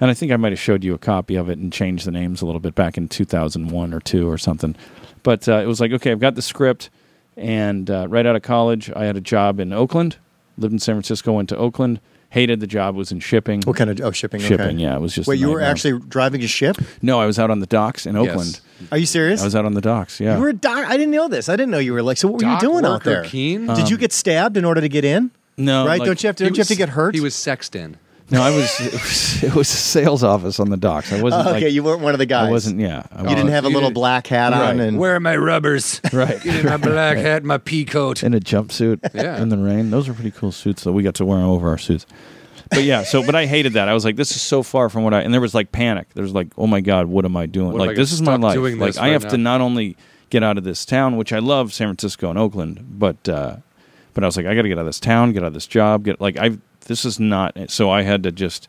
Speaker 4: and I think I might have showed you a copy of it and changed the names a little bit back in 2001 or two or something, but uh, it was like, okay, I've got the script, and uh, right out of college, I had a job in Oakland, lived in San Francisco, went to Oakland, hated the job, was in shipping.
Speaker 1: what kind of oh shipping? okay.
Speaker 4: Shipping, yeah, it was just.
Speaker 1: Wait,
Speaker 4: a
Speaker 1: you were
Speaker 4: nightmare.
Speaker 1: actually driving a ship?
Speaker 4: no, I was out on the docks in
Speaker 2: Yes.
Speaker 4: Oakland.
Speaker 1: Are you serious?
Speaker 4: I was out on the docks. Yeah,
Speaker 1: You were a doc. I didn't know this. I didn't know you were like. So what were
Speaker 2: Dock
Speaker 1: you doing out
Speaker 2: worker
Speaker 1: there?
Speaker 2: keen?
Speaker 1: Did you get stabbed in order to get in?
Speaker 4: Um, No,
Speaker 1: right?
Speaker 4: like-
Speaker 1: don't you have to?
Speaker 2: He
Speaker 1: Don't you have to
Speaker 2: was-
Speaker 1: get hurt?
Speaker 2: He was sexed in.
Speaker 4: No, I was it, was. it was a sales office on the docks. I wasn't.
Speaker 1: Oh, okay,
Speaker 4: like,
Speaker 1: you weren't one of the guys.
Speaker 4: I wasn't. Yeah, I
Speaker 1: You didn't have a
Speaker 2: you
Speaker 1: little
Speaker 2: didn't-
Speaker 1: black hat on, and
Speaker 2: Where are my rubbers?
Speaker 4: Right.
Speaker 2: Get in my black hat, my pea coat.
Speaker 4: in a jumpsuit
Speaker 2: [LAUGHS] Yeah.
Speaker 4: in the rain. Those are pretty cool suits, though. We got to wear 'em over our suits. But yeah, so but I hated that. I was like, this is so far from what I. And there was like panic. There's like, oh my god, what am I doing?
Speaker 2: What am
Speaker 4: like
Speaker 2: I
Speaker 4: this
Speaker 2: gonna
Speaker 4: is my
Speaker 2: stop
Speaker 4: life.
Speaker 2: doing
Speaker 4: Like
Speaker 2: this
Speaker 4: I
Speaker 2: right
Speaker 4: have to
Speaker 2: now?
Speaker 4: not only get out of this town, which I love, San Francisco and Oakland, but uh, but I was like, I got to get out of this town, get out of this job, get like I. This is not. So I had to just.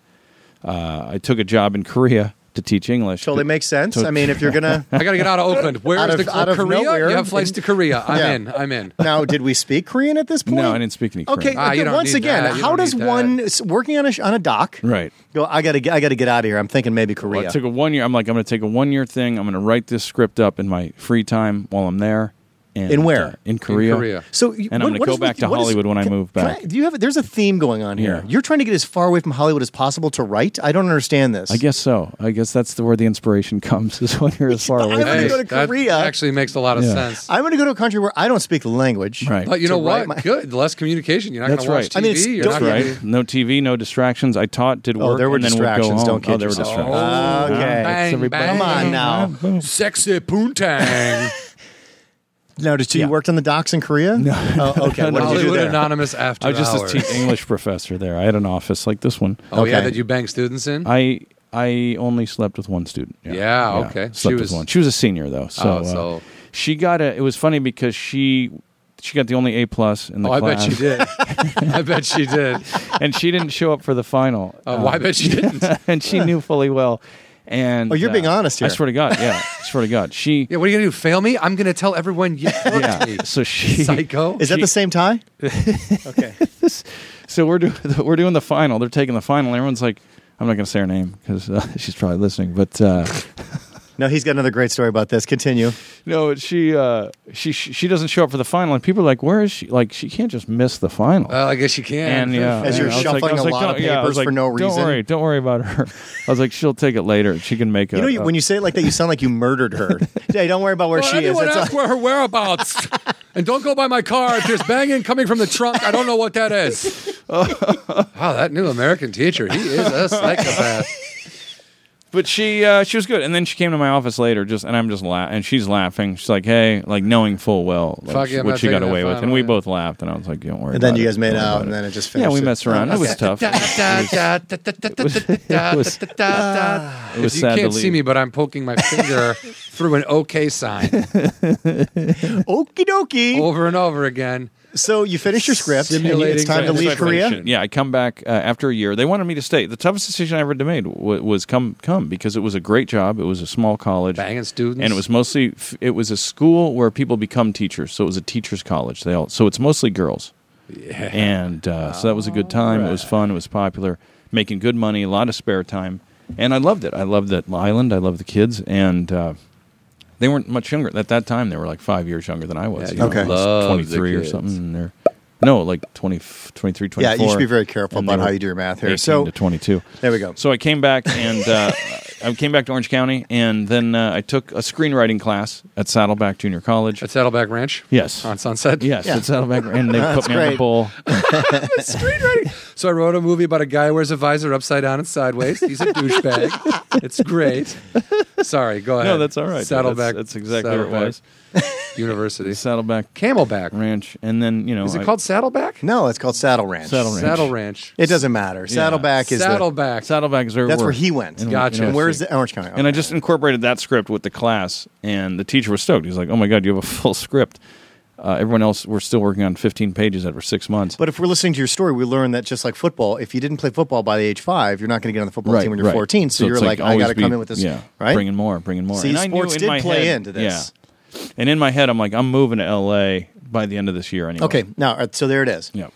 Speaker 4: Uh, I took a job in Korea to teach English.
Speaker 1: totally makes sense. I mean, if you're
Speaker 4: [LAUGHS]
Speaker 1: gonna
Speaker 2: I got to get out of Oakland. Where's
Speaker 1: Out of-
Speaker 2: the
Speaker 1: out of
Speaker 2: Korea?
Speaker 1: nowhere.
Speaker 2: You have flights to Korea. I'm
Speaker 1: Yeah.
Speaker 2: in. I'm in.
Speaker 1: now, did we speak Korean at this point?
Speaker 4: No, I didn't speak any
Speaker 1: Okay,
Speaker 4: Korean.
Speaker 2: Ah, you
Speaker 1: okay,
Speaker 2: don't
Speaker 1: once
Speaker 2: need
Speaker 1: again,
Speaker 2: that. You
Speaker 1: how
Speaker 2: don't
Speaker 1: does
Speaker 2: need that.
Speaker 1: one s- working on a sh- on a dock
Speaker 4: Right.
Speaker 1: go? I gotta get- I gotta get out of here. I'm thinking maybe
Speaker 4: Well,
Speaker 1: Korea.
Speaker 4: I took a one year. I'm like, I'm going to take a one year thing. I'm going to write this script up in my free time while I'm there. And,
Speaker 1: In where?
Speaker 4: uh, in Korea.
Speaker 2: Korea.
Speaker 1: so you-
Speaker 4: and I'm
Speaker 1: what-
Speaker 4: gonna
Speaker 1: what
Speaker 4: go
Speaker 1: is
Speaker 4: back
Speaker 1: with-
Speaker 4: to
Speaker 1: what is-
Speaker 4: Hollywood when I
Speaker 1: can-
Speaker 4: move
Speaker 1: can
Speaker 4: back.
Speaker 1: I- do you have? There's a theme going on here.
Speaker 4: Yeah.
Speaker 1: You're trying to get as far away from Hollywood as possible to write. I don't understand this.
Speaker 4: I guess so. I guess that's the, where the inspiration [LAUGHS] comes is when you're as far
Speaker 1: But
Speaker 4: away.
Speaker 1: I
Speaker 4: from
Speaker 1: wanna
Speaker 4: it.
Speaker 1: go to
Speaker 2: that
Speaker 1: Korea.
Speaker 2: actually makes a lot of
Speaker 4: Yeah.
Speaker 2: sense.
Speaker 1: I'm going to go to a country where I don't speak the language.
Speaker 4: Right.
Speaker 2: but you
Speaker 1: to
Speaker 2: know
Speaker 1: write
Speaker 2: what?
Speaker 1: my-
Speaker 2: Good. Less communication. You're not
Speaker 4: That's
Speaker 2: going to watch
Speaker 4: right.
Speaker 2: TV.
Speaker 1: I mean, it's-
Speaker 2: You're
Speaker 1: that's
Speaker 2: not gonna
Speaker 1: right.
Speaker 2: be-
Speaker 4: No TV, no distractions. I taught, did work.
Speaker 1: Oh, there were
Speaker 4: and then would
Speaker 1: distractions.
Speaker 4: Go home.
Speaker 1: Don't kid
Speaker 4: oh, there were
Speaker 1: yourself.
Speaker 4: distractions. Uh-huh.
Speaker 1: Oh, okay.
Speaker 2: Bang,
Speaker 4: everybody-
Speaker 2: bang.
Speaker 1: Come on now.
Speaker 2: Sexy
Speaker 4: [LAUGHS]
Speaker 2: poontang.
Speaker 1: Now, did you
Speaker 4: Yeah.
Speaker 1: worked on the docks in Korea? No. Oh,
Speaker 4: [LAUGHS]
Speaker 1: okay. What did you do
Speaker 2: Hollywood
Speaker 1: there?
Speaker 2: Anonymous after
Speaker 4: I was just
Speaker 2: hours.
Speaker 4: a te- English professor there. I had an office like this one.
Speaker 2: Oh yeah,
Speaker 1: Okay.
Speaker 2: that you bang students in.
Speaker 4: I I only slept with one student.
Speaker 2: Yeah, okay.
Speaker 4: Slept
Speaker 2: She
Speaker 4: with
Speaker 2: was-
Speaker 4: one. She was a senior though, so,
Speaker 2: Oh,
Speaker 4: uh,
Speaker 2: so-
Speaker 4: she got a. It was funny because she she got the only A plus in the
Speaker 2: oh, I
Speaker 4: class,
Speaker 2: bet she did. I bet she did.
Speaker 4: [LAUGHS] and she didn't show up for the
Speaker 2: [LAUGHS]
Speaker 4: final. Um,
Speaker 2: Uh, well, I bet she didn't.
Speaker 4: [LAUGHS] and she knew fully well. And uh,
Speaker 1: Oh, you're being honest
Speaker 4: I
Speaker 1: here.
Speaker 4: swear to God, yeah, I swear to
Speaker 2: [LAUGHS]
Speaker 4: God, she.
Speaker 2: Yeah, what are you gonna do? Fail me? I'm gonna tell everyone
Speaker 4: [LAUGHS]
Speaker 2: you worked me.
Speaker 4: Yeah, so
Speaker 2: [LAUGHS]
Speaker 4: she. [LAUGHS]
Speaker 2: Psycho.
Speaker 1: Is that
Speaker 4: She-
Speaker 1: the same tie? okay.
Speaker 4: So we're doing we're doing the final. They're taking the final. Everyone's like, I'm not going to say her name because uh, [LAUGHS] she's probably listening, but. Uh,
Speaker 1: No, he's got another great story about this. Continue.
Speaker 4: No, but she uh, she she she doesn't show up for the final, and people are like, "Where is she? Like, she can't just miss the final."
Speaker 2: Well, I guess you can.
Speaker 4: and yeah,
Speaker 1: As you're
Speaker 4: and I was like-
Speaker 1: shuffling
Speaker 4: I was
Speaker 1: a
Speaker 4: like,
Speaker 1: lot
Speaker 4: "Don't-
Speaker 1: of
Speaker 4: yeah," I was
Speaker 1: papers for no
Speaker 4: Don't
Speaker 1: reason.
Speaker 4: worry, don't worry about her. [LAUGHS] I was like, she'll take it later. She can make a.
Speaker 1: You know, you, when you say it like that, you sound like you murdered
Speaker 4: [LAUGHS]
Speaker 1: her. hey, don't worry about where
Speaker 2: Don't
Speaker 1: she is.
Speaker 2: anyone
Speaker 1: That's
Speaker 2: ask
Speaker 1: all-
Speaker 2: where her
Speaker 1: [LAUGHS]
Speaker 2: whereabouts. and don't go by my car if there's banging coming from the trunk. I don't know what that
Speaker 1: [LAUGHS]
Speaker 2: is. wow, that new American teacher, he is a psychopath.
Speaker 4: but she uh, she was good, and then she came to my office later, just and I'm just la- and she's laughing. She's like, "Hey," like knowing full well like,
Speaker 2: Fuck yeah, I'm
Speaker 4: what
Speaker 2: not
Speaker 4: she got
Speaker 2: taking that
Speaker 4: away with, and
Speaker 2: final,
Speaker 4: we
Speaker 2: yeah.
Speaker 4: both laughed, and I was like, "Don't worry."
Speaker 1: And then
Speaker 4: about
Speaker 1: you
Speaker 4: it,
Speaker 1: guys made
Speaker 4: don't worry
Speaker 1: out,
Speaker 4: about
Speaker 1: and then it just
Speaker 4: yeah,
Speaker 1: finished
Speaker 4: we
Speaker 1: it.
Speaker 4: messed around. It was
Speaker 1: [LAUGHS]
Speaker 2: [LAUGHS]
Speaker 1: Okay.
Speaker 4: tough. [LAUGHS] Ah. It was
Speaker 2: If you
Speaker 4: sad to
Speaker 2: can't see
Speaker 4: leave.
Speaker 2: me, but I'm poking my finger
Speaker 1: [LAUGHS]
Speaker 2: through an OK sign
Speaker 1: Okie dokie.
Speaker 4: Oh.
Speaker 2: over and over again.
Speaker 1: So you finish your script. and you- it's
Speaker 2: Simulating
Speaker 1: time to leave Korea.
Speaker 2: transformation.
Speaker 4: Yeah, I come back uh, after a year. They wanted me to stay. The toughest decision I ever made w- was come come because it was a great job. It was a small college,
Speaker 2: Banging students.
Speaker 4: and it was mostly f- it was a school where people become teachers. So it was a teachers' college. They all so it's mostly girls, and uh, so that was a good time. It was fun. It was popular, making good money, a lot of spare time, and I loved it. I loved that island. I loved the kids, and uh, they weren't much younger at that time. They were like five years younger than I was.
Speaker 2: Yeah,
Speaker 4: you know,
Speaker 1: Okay.
Speaker 4: I was
Speaker 5: love the
Speaker 4: 23 or
Speaker 5: kids.
Speaker 4: something. And they're no, like 20, 23, 24.
Speaker 1: Yeah, you should be very careful
Speaker 4: And they
Speaker 1: about how
Speaker 4: were
Speaker 1: you do your math here.
Speaker 4: 18
Speaker 1: So
Speaker 4: to 22.
Speaker 1: there we go.
Speaker 4: So I came back and uh, I came back to Orange County, and then uh, I took a screenwriting class at Saddleback Junior College.
Speaker 2: At Saddleback Ranch?
Speaker 4: Yes.
Speaker 2: On Sunset?
Speaker 4: yes,
Speaker 1: Yeah.
Speaker 4: at Saddleback, and they put
Speaker 1: That's
Speaker 4: me on the
Speaker 1: great.
Speaker 4: bowl.
Speaker 2: So I wrote a movie about a guy who wears a visor upside down and sideways. He's a douchebag. It's great. Sorry, go ahead.
Speaker 4: No, that's all right. That's-
Speaker 2: Saddleback.
Speaker 4: That's, exactly what it
Speaker 2: Saddleback
Speaker 4: was.
Speaker 2: University.
Speaker 4: Saddleback
Speaker 2: Camelback.
Speaker 4: Ranch, and then you know,
Speaker 2: Is it
Speaker 4: I-
Speaker 2: called Saddleback?
Speaker 1: no, it's called Saddle Ranch.
Speaker 4: Saddle Ranch.
Speaker 2: Saddle Ranch.
Speaker 1: It doesn't matter. Saddleback is the,
Speaker 2: Saddleback.
Speaker 4: Saddleback? Is where
Speaker 1: that's
Speaker 4: we're-
Speaker 1: where he went.
Speaker 4: in-
Speaker 2: Gotcha.
Speaker 4: in
Speaker 1: And where's
Speaker 4: OC.
Speaker 1: the Orange County?
Speaker 4: And I just incorporated that script with the class, and the teacher was stoked. He's like, "Oh my god, you have a full script." Uh, everyone else, we're still working on 15 pages over six months.
Speaker 1: But if we're listening to your story, we learned that just like football, if you didn't play football by the age five, you're not going to get on the football team when you're 14. So,
Speaker 4: it's
Speaker 1: you're like, I
Speaker 4: always
Speaker 1: got to
Speaker 4: be-
Speaker 1: come in with this,
Speaker 4: Yeah,
Speaker 1: right?
Speaker 4: Bringing more, bringing more.
Speaker 1: See,
Speaker 4: And I knew
Speaker 1: sports
Speaker 4: in
Speaker 1: did
Speaker 4: my
Speaker 1: play
Speaker 4: head-
Speaker 1: into this.
Speaker 4: Yeah. And in my head, I'm like, I'm moving to LA by the end of this year anyway.
Speaker 1: Okay, now all right, so there it is.
Speaker 4: Yeah.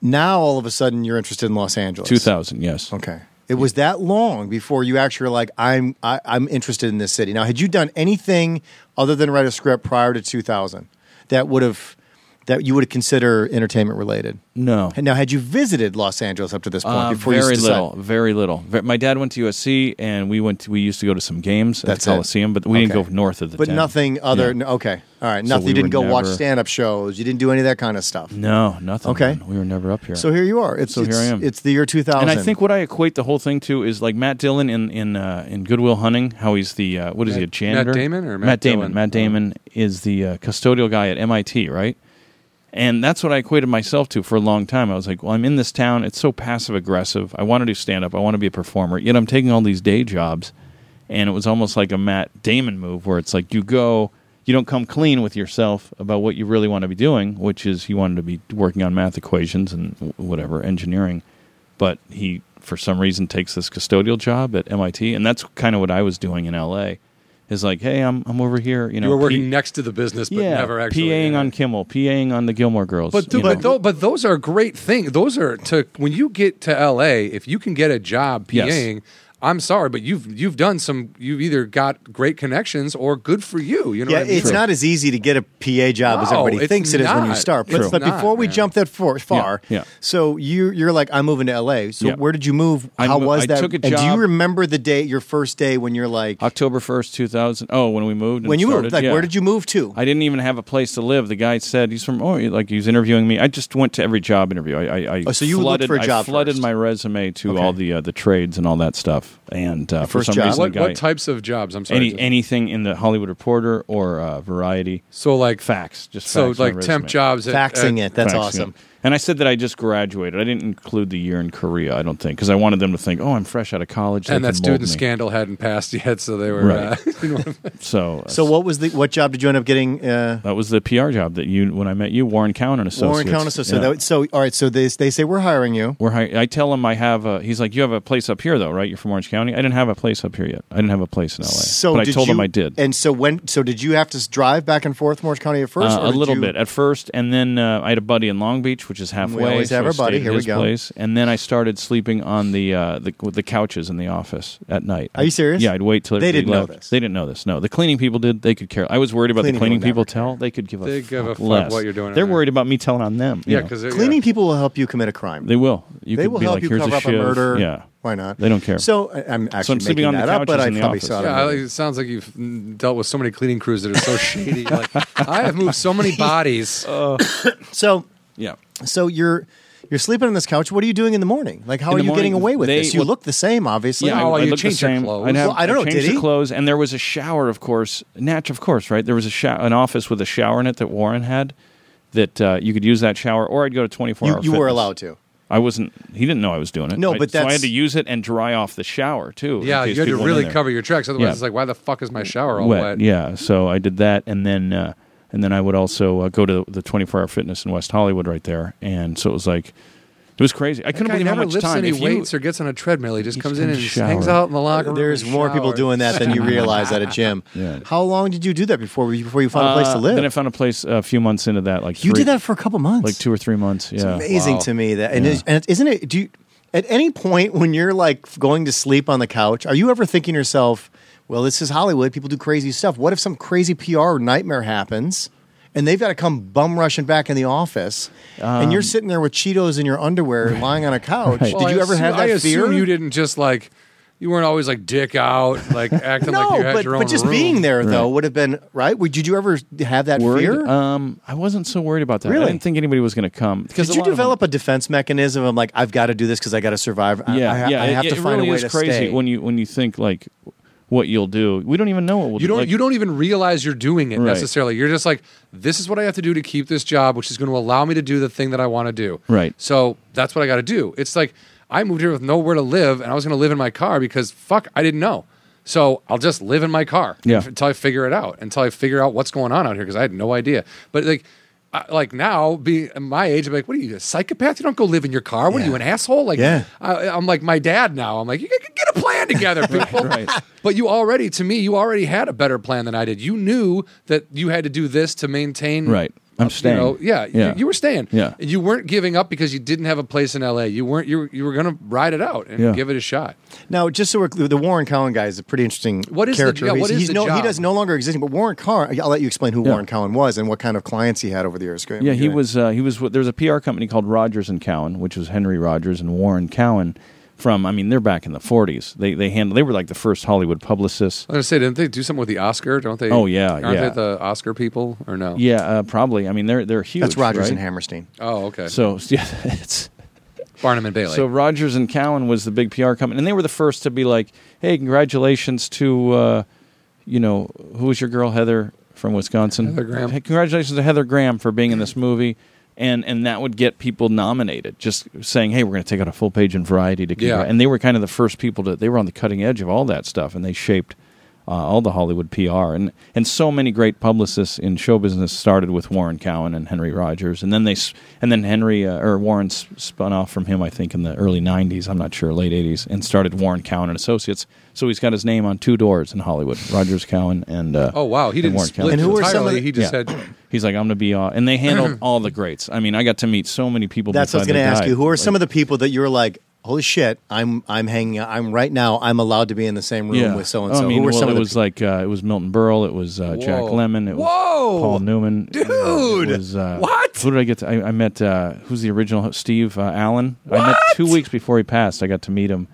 Speaker 1: Now all of a sudden you're interested in Los Angeles.
Speaker 4: 2000, yes.
Speaker 1: Okay. It was that long before you actually were like, I'm I, I'm interested in this city. Now, had you done anything other than write a script prior to 2000 that would have that you would consider entertainment related?
Speaker 4: No.
Speaker 1: And now, had you visited Los Angeles up to this point
Speaker 4: Uh,
Speaker 1: before you
Speaker 4: very
Speaker 1: decided?
Speaker 4: little, very little. Ve- My dad went to USC, and we went. To, we used to go to some games at
Speaker 1: That's
Speaker 4: the
Speaker 1: it.
Speaker 4: Coliseum, but we didn't
Speaker 1: Okay.
Speaker 4: go north of the.
Speaker 1: But
Speaker 4: town.
Speaker 1: nothing other.
Speaker 4: Yeah.
Speaker 1: no- okay, all right. Nothing.
Speaker 4: we
Speaker 1: you didn't go
Speaker 4: were
Speaker 1: watch
Speaker 4: never-
Speaker 1: stand-up shows. You didn't do any of that kind of stuff.
Speaker 4: No, nothing.
Speaker 1: Okay.
Speaker 4: man. we were never up here.
Speaker 1: So here you are. It's,
Speaker 4: So here
Speaker 1: it's-
Speaker 4: I am.
Speaker 1: It's the year 2000.
Speaker 4: and I think what I equate the whole thing to is like Matt Dillon in in uh, in Goodwill Hunting, how he's the uh, what is he a
Speaker 2: Matt-
Speaker 4: janitor?
Speaker 2: Matt Damon or Matt
Speaker 4: Damon?
Speaker 2: Dillon?
Speaker 4: Matt Damon is the uh, custodial guy at MIT, right? And that's what I equated myself to for a long time. I was like, well, I'm in this town. It's so passive aggressive. I want to do stand up. I want to be a performer. Yet I'm taking all these day jobs. And it was almost like a Matt Damon move where it's like you go, you don't come clean with yourself about what you really want to be doing, which is you wanted to be working on math equations and w- whatever, engineering. But he, for some reason, takes this custodial job at MIT. And that's kind of what I was doing in LA is like, hey, I'm, I'm over here. You know,
Speaker 2: You were working
Speaker 4: P-
Speaker 2: next to the business, but
Speaker 4: yeah,
Speaker 2: never actually.
Speaker 4: PAing
Speaker 2: in it.
Speaker 4: on Kimmel, PAing on the Gilmore Girls.
Speaker 2: But
Speaker 4: you
Speaker 2: th- but,
Speaker 4: know.
Speaker 2: tho- but those are great things. Those are to when you get to L.A. If you can get a job
Speaker 4: Yes.
Speaker 2: PAing, I'm sorry, but you've you've done some. You've either got great connections or good for you. You know,
Speaker 1: yeah,
Speaker 2: what I mean?
Speaker 1: it's not as easy to get a PA job as
Speaker 2: No,
Speaker 1: everybody
Speaker 2: it's
Speaker 1: thinks it is when you
Speaker 2: not.
Speaker 1: start.
Speaker 2: True.
Speaker 1: But, but
Speaker 2: It's not,
Speaker 1: before we
Speaker 2: man.
Speaker 1: jump that for, far,
Speaker 4: yeah.
Speaker 1: so you you're like, I'm moving to LA. So
Speaker 4: Yeah.
Speaker 1: where did you move?
Speaker 4: I
Speaker 1: How
Speaker 4: mo-
Speaker 1: was
Speaker 4: I
Speaker 1: that?
Speaker 4: took a
Speaker 1: And do you
Speaker 4: job-
Speaker 1: remember the day, your first day when you're like,
Speaker 4: October 1st, 2000. Oh, when we moved. and
Speaker 1: when you
Speaker 4: started,
Speaker 1: moved? Like,
Speaker 4: yeah.
Speaker 1: where did you move to?
Speaker 4: I didn't even have a place to live. The guy said he's from oh, like he was interviewing me. I just went to every job interview. I, I, I
Speaker 1: Oh, so you looked
Speaker 4: flooded,
Speaker 1: for a
Speaker 4: I
Speaker 1: job
Speaker 4: flooded
Speaker 1: first.
Speaker 4: my resume to
Speaker 1: Okay.
Speaker 4: all the uh, the trades and all that stuff. And uh, for
Speaker 1: first
Speaker 4: some
Speaker 1: job?
Speaker 4: reason,
Speaker 2: What,
Speaker 4: the
Speaker 2: what
Speaker 4: guy-
Speaker 2: types of jobs? I'm sorry.
Speaker 4: any
Speaker 2: just-
Speaker 4: anything in the Hollywood Reporter or uh, Variety
Speaker 2: so like
Speaker 4: facts, just
Speaker 2: so
Speaker 4: facts on
Speaker 2: like
Speaker 4: my
Speaker 2: temp
Speaker 4: resume.
Speaker 2: jobs. At,
Speaker 1: Faxing
Speaker 2: at-
Speaker 1: it. That's
Speaker 4: Facts,
Speaker 1: awesome.
Speaker 4: yeah. And I said that I just graduated. I didn't include the year in Korea. I don't think because I wanted them to think, oh, I'm fresh out of college. they
Speaker 2: and that
Speaker 4: can mold
Speaker 2: student
Speaker 4: me.
Speaker 2: scandal hadn't passed [LAUGHS] yet, so they were.
Speaker 4: Right.
Speaker 2: Uh, [LAUGHS]
Speaker 4: [LAUGHS]
Speaker 2: you know,
Speaker 4: So uh,
Speaker 1: So what was the what job did you end up getting? Uh,
Speaker 4: That was the PR job that you when I met you, Warren Cowan and Associates.
Speaker 1: Warren County. So, so,
Speaker 4: Yeah.
Speaker 1: that, so all right. So they they say we're hiring you.
Speaker 4: Where I, I tell him I have a. He's like, you have a place up here though, right? You're from Orange County. I didn't have a place up here yet. I didn't have a place in LA.
Speaker 1: So
Speaker 4: but I
Speaker 1: did
Speaker 4: told him
Speaker 1: you-
Speaker 4: I did.
Speaker 1: And so when so did you have to s- drive back and forth from Orange County at first?
Speaker 4: Uh,
Speaker 1: or
Speaker 4: a
Speaker 1: did
Speaker 4: little
Speaker 1: you-
Speaker 4: bit at first, and then uh, I had a buddy in Long Beach, which is halfway.
Speaker 1: always
Speaker 4: so
Speaker 1: have
Speaker 4: I
Speaker 1: our buddy.
Speaker 4: stayed at
Speaker 1: Here we
Speaker 4: his
Speaker 1: go.
Speaker 4: Place, and then I started sleeping on the uh, the, with the couches in the office at night.
Speaker 1: Are you serious?
Speaker 4: Yeah, I'd wait till
Speaker 1: They
Speaker 4: everybody
Speaker 1: didn't know
Speaker 4: left.
Speaker 1: this.
Speaker 4: They didn't know this. No, the cleaning people did. They could care. I was worried about the
Speaker 1: Cleaning
Speaker 4: cleaning
Speaker 1: people
Speaker 4: people.
Speaker 1: never
Speaker 4: Tell they could give a
Speaker 2: They
Speaker 4: fuck
Speaker 2: give a fuck
Speaker 4: less.
Speaker 2: what you're doing in
Speaker 4: They're
Speaker 2: there.
Speaker 4: worried about me telling on them. you
Speaker 2: yeah,
Speaker 4: know.
Speaker 2: because
Speaker 1: Cleaning people will help you commit a crime.
Speaker 4: They will. You
Speaker 1: they
Speaker 4: could
Speaker 1: will
Speaker 4: be
Speaker 1: help
Speaker 4: like,
Speaker 1: you
Speaker 4: "Here's
Speaker 1: cover up a
Speaker 4: shift."
Speaker 1: murder.
Speaker 4: Yeah,
Speaker 1: Why not?
Speaker 4: They don't care.
Speaker 1: So I- I'm actually
Speaker 4: I'm sleeping
Speaker 1: making
Speaker 4: on the
Speaker 1: that up, but
Speaker 4: couches
Speaker 1: I
Speaker 4: in the
Speaker 1: probably
Speaker 4: office.
Speaker 1: saw it.
Speaker 2: Yeah,
Speaker 1: on
Speaker 2: I-
Speaker 1: the-
Speaker 2: it sounds like you've mm, dealt with so many cleaning crews that are
Speaker 4: [LAUGHS]
Speaker 2: so shady. Like I have moved so many bodies.
Speaker 4: Oh,
Speaker 1: So
Speaker 4: yeah.
Speaker 1: so you're you're sleeping on this couch. What are you doing in the morning? Like how
Speaker 4: In
Speaker 1: are
Speaker 4: the
Speaker 1: you getting
Speaker 4: morning,
Speaker 1: away with
Speaker 4: they-
Speaker 1: this? You
Speaker 4: well-
Speaker 1: look the same, obviously.
Speaker 4: Yeah,
Speaker 2: Oh,
Speaker 4: I,
Speaker 2: you
Speaker 4: I looked the
Speaker 2: changed your
Speaker 4: same.
Speaker 2: clothes.
Speaker 4: I'd have,
Speaker 1: Well, I don't know,
Speaker 4: changed
Speaker 1: did
Speaker 4: the
Speaker 1: he?
Speaker 4: clothes, and there was a shower, of course. Natch, of course, right? There was a sho- an office with a shower in it that Warren had that uh, you could use that shower, or I'd go to twenty four.
Speaker 1: you, you were allowed to.
Speaker 4: I wasn't. He didn't know I was doing it.
Speaker 1: No,
Speaker 4: I-
Speaker 1: but
Speaker 4: so I
Speaker 1: that's-
Speaker 4: had to use it and dry off the shower too. in
Speaker 2: Yeah,
Speaker 4: case
Speaker 2: you had to
Speaker 4: people went in
Speaker 2: really
Speaker 4: there.
Speaker 2: cover your tracks. Otherwise,
Speaker 4: Yeah.
Speaker 2: it's like, why the fuck is my shower all
Speaker 4: wet.
Speaker 2: wet?
Speaker 4: Yeah, so I did that, and then uh, and then I would also uh, go to the 24 hour fitness in West Hollywood right there, and so it was like it was crazy. I couldn't
Speaker 2: Guy
Speaker 4: believe how
Speaker 2: never
Speaker 4: much
Speaker 2: lifts
Speaker 4: time.
Speaker 2: any
Speaker 4: if you-
Speaker 2: weights or gets on a treadmill. He just
Speaker 4: He's
Speaker 2: comes in
Speaker 4: gonna
Speaker 2: and just
Speaker 4: shower.
Speaker 2: hangs out in the locker room.
Speaker 1: There's
Speaker 2: and
Speaker 1: more people
Speaker 2: showers.
Speaker 1: doing that than you realize at a gym.
Speaker 4: [LAUGHS] Yeah.
Speaker 1: How long did you do that before you before you found a place to
Speaker 4: Uh, Then I
Speaker 1: live?
Speaker 4: found a place a few months into that. Like
Speaker 1: You
Speaker 4: three-
Speaker 1: did that for a couple months.
Speaker 4: like two or three months. Yeah.
Speaker 1: Amazing
Speaker 2: Wow.
Speaker 1: to me that, and,
Speaker 4: Yeah.
Speaker 1: is, and isn't it? Do you, At any point when you're like going to sleep on the couch, are you ever thinking to yourself, well, this is Hollywood. People do crazy stuff. What if some crazy PR nightmare happens and they've got to come bum rushing back in the office and you're sitting there with Cheetos in your underwear lying on a couch? Did
Speaker 2: Well,
Speaker 1: you
Speaker 2: I
Speaker 1: ever have
Speaker 2: assu-
Speaker 1: that
Speaker 2: I
Speaker 1: fear?
Speaker 2: assume you didn't just like you weren't always like dick out,
Speaker 1: [LAUGHS]
Speaker 2: like acting
Speaker 1: no,
Speaker 2: like you had
Speaker 1: but,
Speaker 2: your own
Speaker 1: but just
Speaker 2: room.
Speaker 1: being there though would have been right. Would did you ever have that fear?
Speaker 4: Worried? Um, I wasn't so worried about that. I
Speaker 1: Really?
Speaker 4: didn't think anybody was going to come.
Speaker 1: Did you develop a defense mechanism? I'm like, I've got to do this because I got to survive. I-
Speaker 4: yeah,
Speaker 1: I, ha-
Speaker 4: yeah.
Speaker 1: I
Speaker 4: it-
Speaker 1: have to
Speaker 4: it,
Speaker 1: find
Speaker 4: really
Speaker 1: a way
Speaker 4: is
Speaker 1: to
Speaker 4: crazy
Speaker 1: stay.
Speaker 4: when you when you think like what you'll do. We don't even know what we'll
Speaker 2: You
Speaker 4: do.
Speaker 2: don't
Speaker 4: Like,
Speaker 2: you don't even realize you're doing it
Speaker 4: Right.
Speaker 2: necessarily. You're just like, this is what I have to do to keep this job, which is going to allow me to do the thing that I want to do.
Speaker 4: Right.
Speaker 2: So that's what I got to do. It's like I moved here with nowhere to live, and I was going to live in my car because fuck, I didn't know. So I'll just live in my car
Speaker 4: Yeah.
Speaker 2: until I figure it out, until I figure out what's going on out here because I had no idea. But like. I, like now, be at my age, I'm like, what are you, a psychopath? You don't go live in your car. What are
Speaker 1: Yeah.
Speaker 2: you, an asshole? Like,
Speaker 1: Yeah.
Speaker 2: I, I'm like my dad now. I'm like, you get get a plan together, people.
Speaker 4: [LAUGHS] right.
Speaker 2: But you already, to me, you already had a better plan than I did. You knew that you had to do this to maintain.
Speaker 4: Right. I'm
Speaker 2: uh, You know,
Speaker 4: staying.
Speaker 2: yeah, you-
Speaker 4: Yeah.
Speaker 2: You, were staying.
Speaker 4: Yeah.
Speaker 2: You weren't giving up because you didn't have a place in L.A. You weren't. You were, you were going to ride it out and
Speaker 4: Yeah.
Speaker 2: give it a shot.
Speaker 1: Now, just so we're clear, the Warren Cowan guy is a pretty interesting
Speaker 2: What is the-
Speaker 1: character.
Speaker 2: yeah,
Speaker 1: he's
Speaker 2: what is
Speaker 1: he's
Speaker 2: the
Speaker 1: no, he
Speaker 2: job?
Speaker 1: does no longer exist. But Warren Cowan, I'll let you explain who
Speaker 4: Yeah.
Speaker 1: Warren Cowan was and what kind of clients he had over the years. Go ahead.
Speaker 4: Yeah, he
Speaker 1: Go ahead.
Speaker 4: was. Uh, he was. There's a PR company called Rogers and Cowan, which was Henry Rogers and Warren Cowan. From I mean, they're back in the 40s. They they handled. They were like the first Hollywood publicists.
Speaker 2: I was going to say, didn't they do something with the Oscar? Don't they?
Speaker 4: Oh, yeah,
Speaker 2: Aren't
Speaker 4: yeah.
Speaker 2: they the Oscar people or no?
Speaker 4: Yeah, uh, probably. I mean, they're they're huge.
Speaker 1: That's Rogers
Speaker 4: right?
Speaker 1: and Hammerstein.
Speaker 2: Oh, okay. So,
Speaker 4: So [LAUGHS] yeah, it's
Speaker 2: Barnum and Bailey.
Speaker 4: So Rogers and Cowan was the big PR company, and they were the first to be like, "Hey, congratulations to, uh, you know, who was your girl Heather from Wisconsin?
Speaker 2: Heather Graham.
Speaker 4: Hey, congratulations to Heather Graham for being in this movie." And, and that would get people nominated, just saying, "Hey, we're going to take out a full page in Variety to."
Speaker 2: Yeah.
Speaker 4: And they were kind of the first people to. They were on the cutting edge of all that stuff, and they shaped uh, all the Hollywood PR. And and so many great publicists in show business started with Warren Cowan and Henry Rogers, and then they s- and then Henry uh, or Warren s- spun off from him, I think, in the early '90s. I'm not sure, late '80s, and started Warren Cowan and Associates. So he's got his name on two doors in Hollywood: Rogers, Cowan, and uh,
Speaker 2: oh wow, he
Speaker 4: and
Speaker 2: didn't
Speaker 4: Warren
Speaker 2: split
Speaker 4: Cowan.
Speaker 1: And who were some of
Speaker 2: entirely.
Speaker 1: the-
Speaker 2: he just
Speaker 4: Yeah.
Speaker 2: said.
Speaker 4: He's like, I'm gonna be, uh, and
Speaker 1: [CLEARS THROAT]
Speaker 4: they handled all the greats. I mean, I got to meet so many people.
Speaker 1: That's what I was
Speaker 4: before
Speaker 1: going to
Speaker 4: they
Speaker 1: ask
Speaker 4: died.
Speaker 1: you. Who are
Speaker 4: Like-
Speaker 1: some of the people that you're like, holy shit, I'm I'm hanging, out- I'm right now, I'm allowed to be in the same room with so and
Speaker 4: Oh, I
Speaker 1: so.
Speaker 4: mean,
Speaker 1: Who were
Speaker 4: well,
Speaker 1: some
Speaker 4: it
Speaker 1: of the
Speaker 4: was like uh, it was Milton Berle, it was uh, Jack
Speaker 2: Whoa.
Speaker 4: Lemmon, it was
Speaker 2: Whoa!
Speaker 4: Paul Newman, uh, Dude,
Speaker 2: Dude! What?
Speaker 4: uh, Who did I get? To, I, I met uh, who's the original Steve uh, Allen. I met two weeks before he passed. I got to meet him,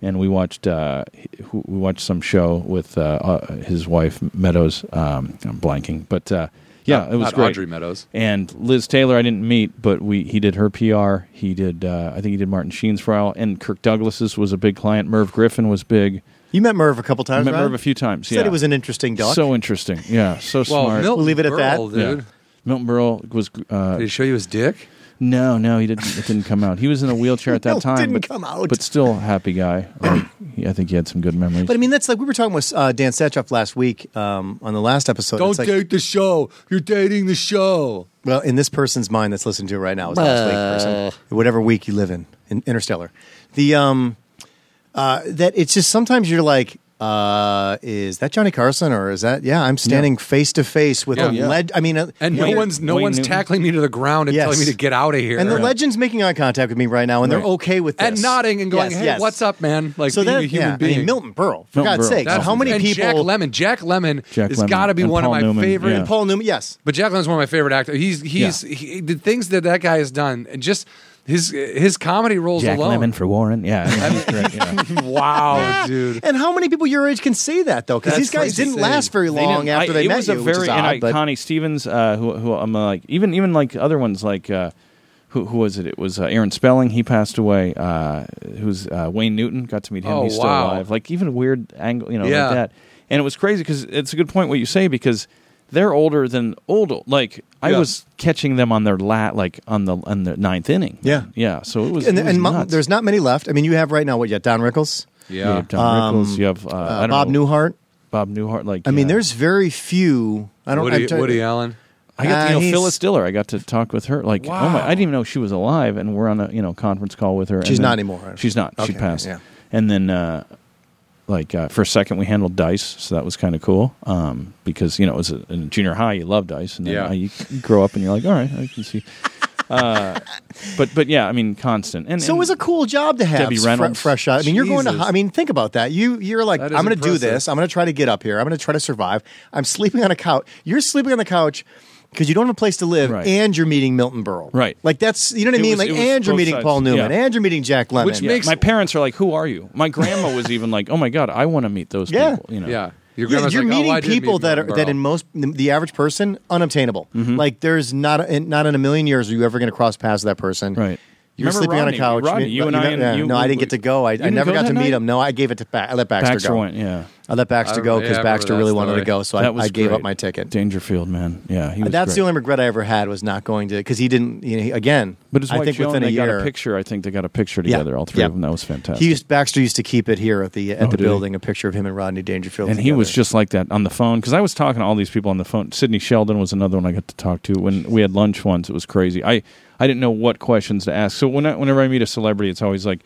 Speaker 4: and we watched uh, he- who- we watched some show with uh, uh, his wife Meadows. Um, I'm blanking, but uh, yeah,
Speaker 2: Not-
Speaker 4: it was
Speaker 2: not
Speaker 4: great.
Speaker 2: Audrey Meadows.
Speaker 4: And Liz Taylor, I didn't meet, but we he did her PR. He did, uh, I think he did Martin Sheen's for a while, and Kirk Douglas's was a big client. Merv Griffin was big.
Speaker 1: you met Merv a couple times.
Speaker 4: I met
Speaker 1: right?
Speaker 4: Merv a few times.
Speaker 1: Said
Speaker 4: yeah,
Speaker 1: it was an interesting doc.
Speaker 4: So interesting. Yeah, so
Speaker 2: Well,
Speaker 4: smart.
Speaker 2: Milton
Speaker 1: leave it at that.
Speaker 2: Berle,
Speaker 4: yeah.
Speaker 2: dude.
Speaker 4: Milton Berle was uh,
Speaker 2: Did he show you his dick?
Speaker 4: no, no, he didn't. It didn't come out. He was in a wheelchair at that
Speaker 1: No, it
Speaker 4: time.
Speaker 1: didn't
Speaker 4: but,
Speaker 1: come out.
Speaker 4: but still a
Speaker 1: [COUGHS]
Speaker 4: happy guy. Like, he- I think he had some good memories.
Speaker 1: but I mean, that's like we were talking with uh, Dan Satchoff last week um, on the last episode. It's like,
Speaker 2: the show. You're dating the show.
Speaker 1: Well, in this person's mind that's listening to it right now is last week person, whatever week you live in, in Interstellar. The um, uh, that it's just sometimes you're like, uh, is that Johnny Carson or is that? Yeah, I'm standing face to face with
Speaker 2: Yeah.
Speaker 1: a
Speaker 2: Yeah.
Speaker 1: leg. I mean, uh,
Speaker 2: And
Speaker 1: when
Speaker 2: no
Speaker 1: you're-
Speaker 2: one's no
Speaker 4: Wayne
Speaker 2: one's
Speaker 4: Newton.
Speaker 2: tackling me to the ground and
Speaker 1: Yes.
Speaker 2: telling me to get out of here.
Speaker 1: and the legend's making eye contact with me right now, and
Speaker 4: Right.
Speaker 1: they're okay with this.
Speaker 2: and nodding and going,
Speaker 1: Yes,
Speaker 2: "Hey,
Speaker 1: yes.
Speaker 2: what's up, man?" Like
Speaker 1: So
Speaker 2: being
Speaker 1: that
Speaker 2: a human
Speaker 1: yeah,
Speaker 2: being.
Speaker 1: I mean, Milton Berle, for
Speaker 4: Milton
Speaker 1: God's
Speaker 4: Berle.
Speaker 1: sakes,
Speaker 4: That's-
Speaker 1: how many
Speaker 2: and
Speaker 1: people?
Speaker 2: Jack Lemon. Jack Lemon
Speaker 4: Jack
Speaker 2: has
Speaker 4: Lemmon
Speaker 2: got to be
Speaker 4: and
Speaker 2: one
Speaker 4: Paul
Speaker 2: of my
Speaker 4: Newman,
Speaker 2: favorite.
Speaker 4: yeah.
Speaker 1: Paul Newman, yes,
Speaker 2: But Jack Lemmon's one of my favorite actors. He's he's he, the things that that guy has done, and just his his comedy roles
Speaker 4: Jack
Speaker 2: alone.
Speaker 4: Lemon for Warren. Yeah,
Speaker 2: [LAUGHS]
Speaker 4: that was great. Yeah.
Speaker 1: [LAUGHS]
Speaker 2: wow, Oh, dude.
Speaker 1: and how many people your age can say that though? Because these
Speaker 2: That's
Speaker 1: guys
Speaker 2: crazy.
Speaker 1: didn't last very
Speaker 4: They
Speaker 1: long
Speaker 4: didn't-
Speaker 1: after
Speaker 4: I-
Speaker 1: they
Speaker 4: it
Speaker 1: met
Speaker 4: was
Speaker 1: you,
Speaker 4: a
Speaker 1: which
Speaker 4: very
Speaker 1: is odd,
Speaker 4: and I,
Speaker 1: but-
Speaker 4: Connie Stevens, uh, who, who I'm uh, like even even like other ones like uh, who who was it? It was uh, Aaron Spelling. He passed away. Uh, who's uh, Wayne Newton? Got to meet him.
Speaker 2: Oh,
Speaker 4: He's still
Speaker 2: wow.
Speaker 4: alive. Like even a weird angle, you know,
Speaker 2: Yeah.
Speaker 4: like that. And it was crazy because it's a good point what you say because they're older than old. Like I
Speaker 2: Yeah.
Speaker 4: was catching them on their lat like on the on the ninth inning.
Speaker 1: Yeah.
Speaker 4: yeah. So it was
Speaker 1: and,
Speaker 4: it was
Speaker 1: and mo-
Speaker 4: nuts.
Speaker 1: there's not many left. I mean, you have right now what? You got Don Rickles,
Speaker 4: you
Speaker 2: Yeah.
Speaker 4: have Don Rickles. You have uh, I
Speaker 1: uh,
Speaker 4: don't
Speaker 1: Bob
Speaker 4: know,
Speaker 1: Newhart.
Speaker 4: Bob Newhart. Like
Speaker 1: I mean,
Speaker 4: yeah.
Speaker 1: there's very few. I don't. I'm
Speaker 2: Woody,
Speaker 1: trying-
Speaker 2: Woody Allen.
Speaker 4: I got
Speaker 1: Uh,
Speaker 4: to, you know
Speaker 1: he's-
Speaker 4: Phyllis Diller. I got to talk with her. Like, oh my,
Speaker 2: Wow.
Speaker 4: I didn't even know she was alive, and we're on a you know conference call with her. and
Speaker 1: She's
Speaker 4: then-
Speaker 1: not anymore, right?
Speaker 4: She's not.
Speaker 1: Okay,
Speaker 4: she passed.
Speaker 1: yeah.
Speaker 4: And then, uh, like uh, for a second, we handled dice, so that was kind of cool um, because you know it was a, in junior high. You love dice, and then
Speaker 2: Yeah.
Speaker 4: uh, you grow up and you're like, all right, I can see. But but yeah, I mean, constant. And
Speaker 1: So it was a cool job to have.
Speaker 4: Debbie
Speaker 1: fre-
Speaker 4: Reynolds.
Speaker 1: fresh out. I mean, you're going to.
Speaker 2: Jesus.
Speaker 1: I mean, think about that. You you're like, I'm
Speaker 2: That is
Speaker 1: going to do
Speaker 2: impressive.
Speaker 1: this. I'm going to try to get up here. I'm going to try to survive. I'm sleeping on a couch. You're sleeping on the couch because you don't have a place to live,
Speaker 4: Right.
Speaker 1: and you're meeting Milton Berle.
Speaker 4: Right.
Speaker 1: Like that's you know what I
Speaker 4: It
Speaker 1: mean.
Speaker 4: was-
Speaker 1: like
Speaker 4: it was
Speaker 1: and you're
Speaker 4: both
Speaker 1: meeting
Speaker 4: sides.
Speaker 1: Paul Newman,
Speaker 4: Yeah.
Speaker 1: and you're meeting Jack Lemmon.
Speaker 2: Which
Speaker 4: yeah.
Speaker 2: makes-
Speaker 4: my parents are like, "Who are you?" My grandma was even like, "Oh my god, I want to meet those
Speaker 1: Yeah.
Speaker 4: people." You know,
Speaker 2: Yeah. Your
Speaker 1: Yeah,
Speaker 2: grandma's
Speaker 1: you're
Speaker 2: like, "Oh,
Speaker 1: meeting
Speaker 2: I did meet
Speaker 1: people that are
Speaker 2: Milton
Speaker 1: that
Speaker 2: Berle."
Speaker 1: in most the average person unobtainable.
Speaker 4: Mm-hmm.
Speaker 1: Like there's not a, not in a million years are you ever going to cross paths with that person.
Speaker 4: Right.
Speaker 1: You're
Speaker 4: Remember
Speaker 1: sleeping on a
Speaker 4: Rodney?
Speaker 1: couch.
Speaker 4: Rodney, you and I and
Speaker 1: yeah,
Speaker 4: you-
Speaker 1: no, I didn't get to go. I, I
Speaker 4: didn't
Speaker 1: never
Speaker 4: go
Speaker 1: got
Speaker 4: that
Speaker 1: to
Speaker 4: night?
Speaker 1: meet him. No, I gave it to ba- I let Baxter,
Speaker 4: Baxter
Speaker 1: go.
Speaker 4: went. Yeah,
Speaker 1: I let Baxter
Speaker 2: I-
Speaker 1: go
Speaker 2: yeah, I
Speaker 1: because
Speaker 2: remember
Speaker 1: Baxter
Speaker 2: that
Speaker 1: really wanted to
Speaker 2: story.
Speaker 1: go, so
Speaker 4: that
Speaker 1: I,
Speaker 4: was
Speaker 1: I gave
Speaker 4: great.
Speaker 1: up my ticket.
Speaker 4: Dangerfield, man. Yeah, he was
Speaker 1: That's the
Speaker 4: great.
Speaker 1: only regret I ever had was not going to because he didn't. You know, he- again,
Speaker 4: But it's
Speaker 1: I think within a
Speaker 4: they
Speaker 1: year,
Speaker 4: got a picture. I think they got a picture
Speaker 1: Yeah.
Speaker 4: together. All three
Speaker 1: Yeah.
Speaker 4: of them. That was fantastic.
Speaker 1: He used Baxter used to keep it here at the at
Speaker 4: Oh,
Speaker 1: the
Speaker 4: did he?
Speaker 1: building a picture of him and Rodney Dangerfield,
Speaker 4: and he was
Speaker 1: together.
Speaker 4: just like that on the phone because I was talking to all these people on the phone. Sydney Sheldon was another one I got to talk to when we had lunch once. It was crazy. I I didn't know what questions to ask. So when I, whenever I meet a celebrity, it's always like,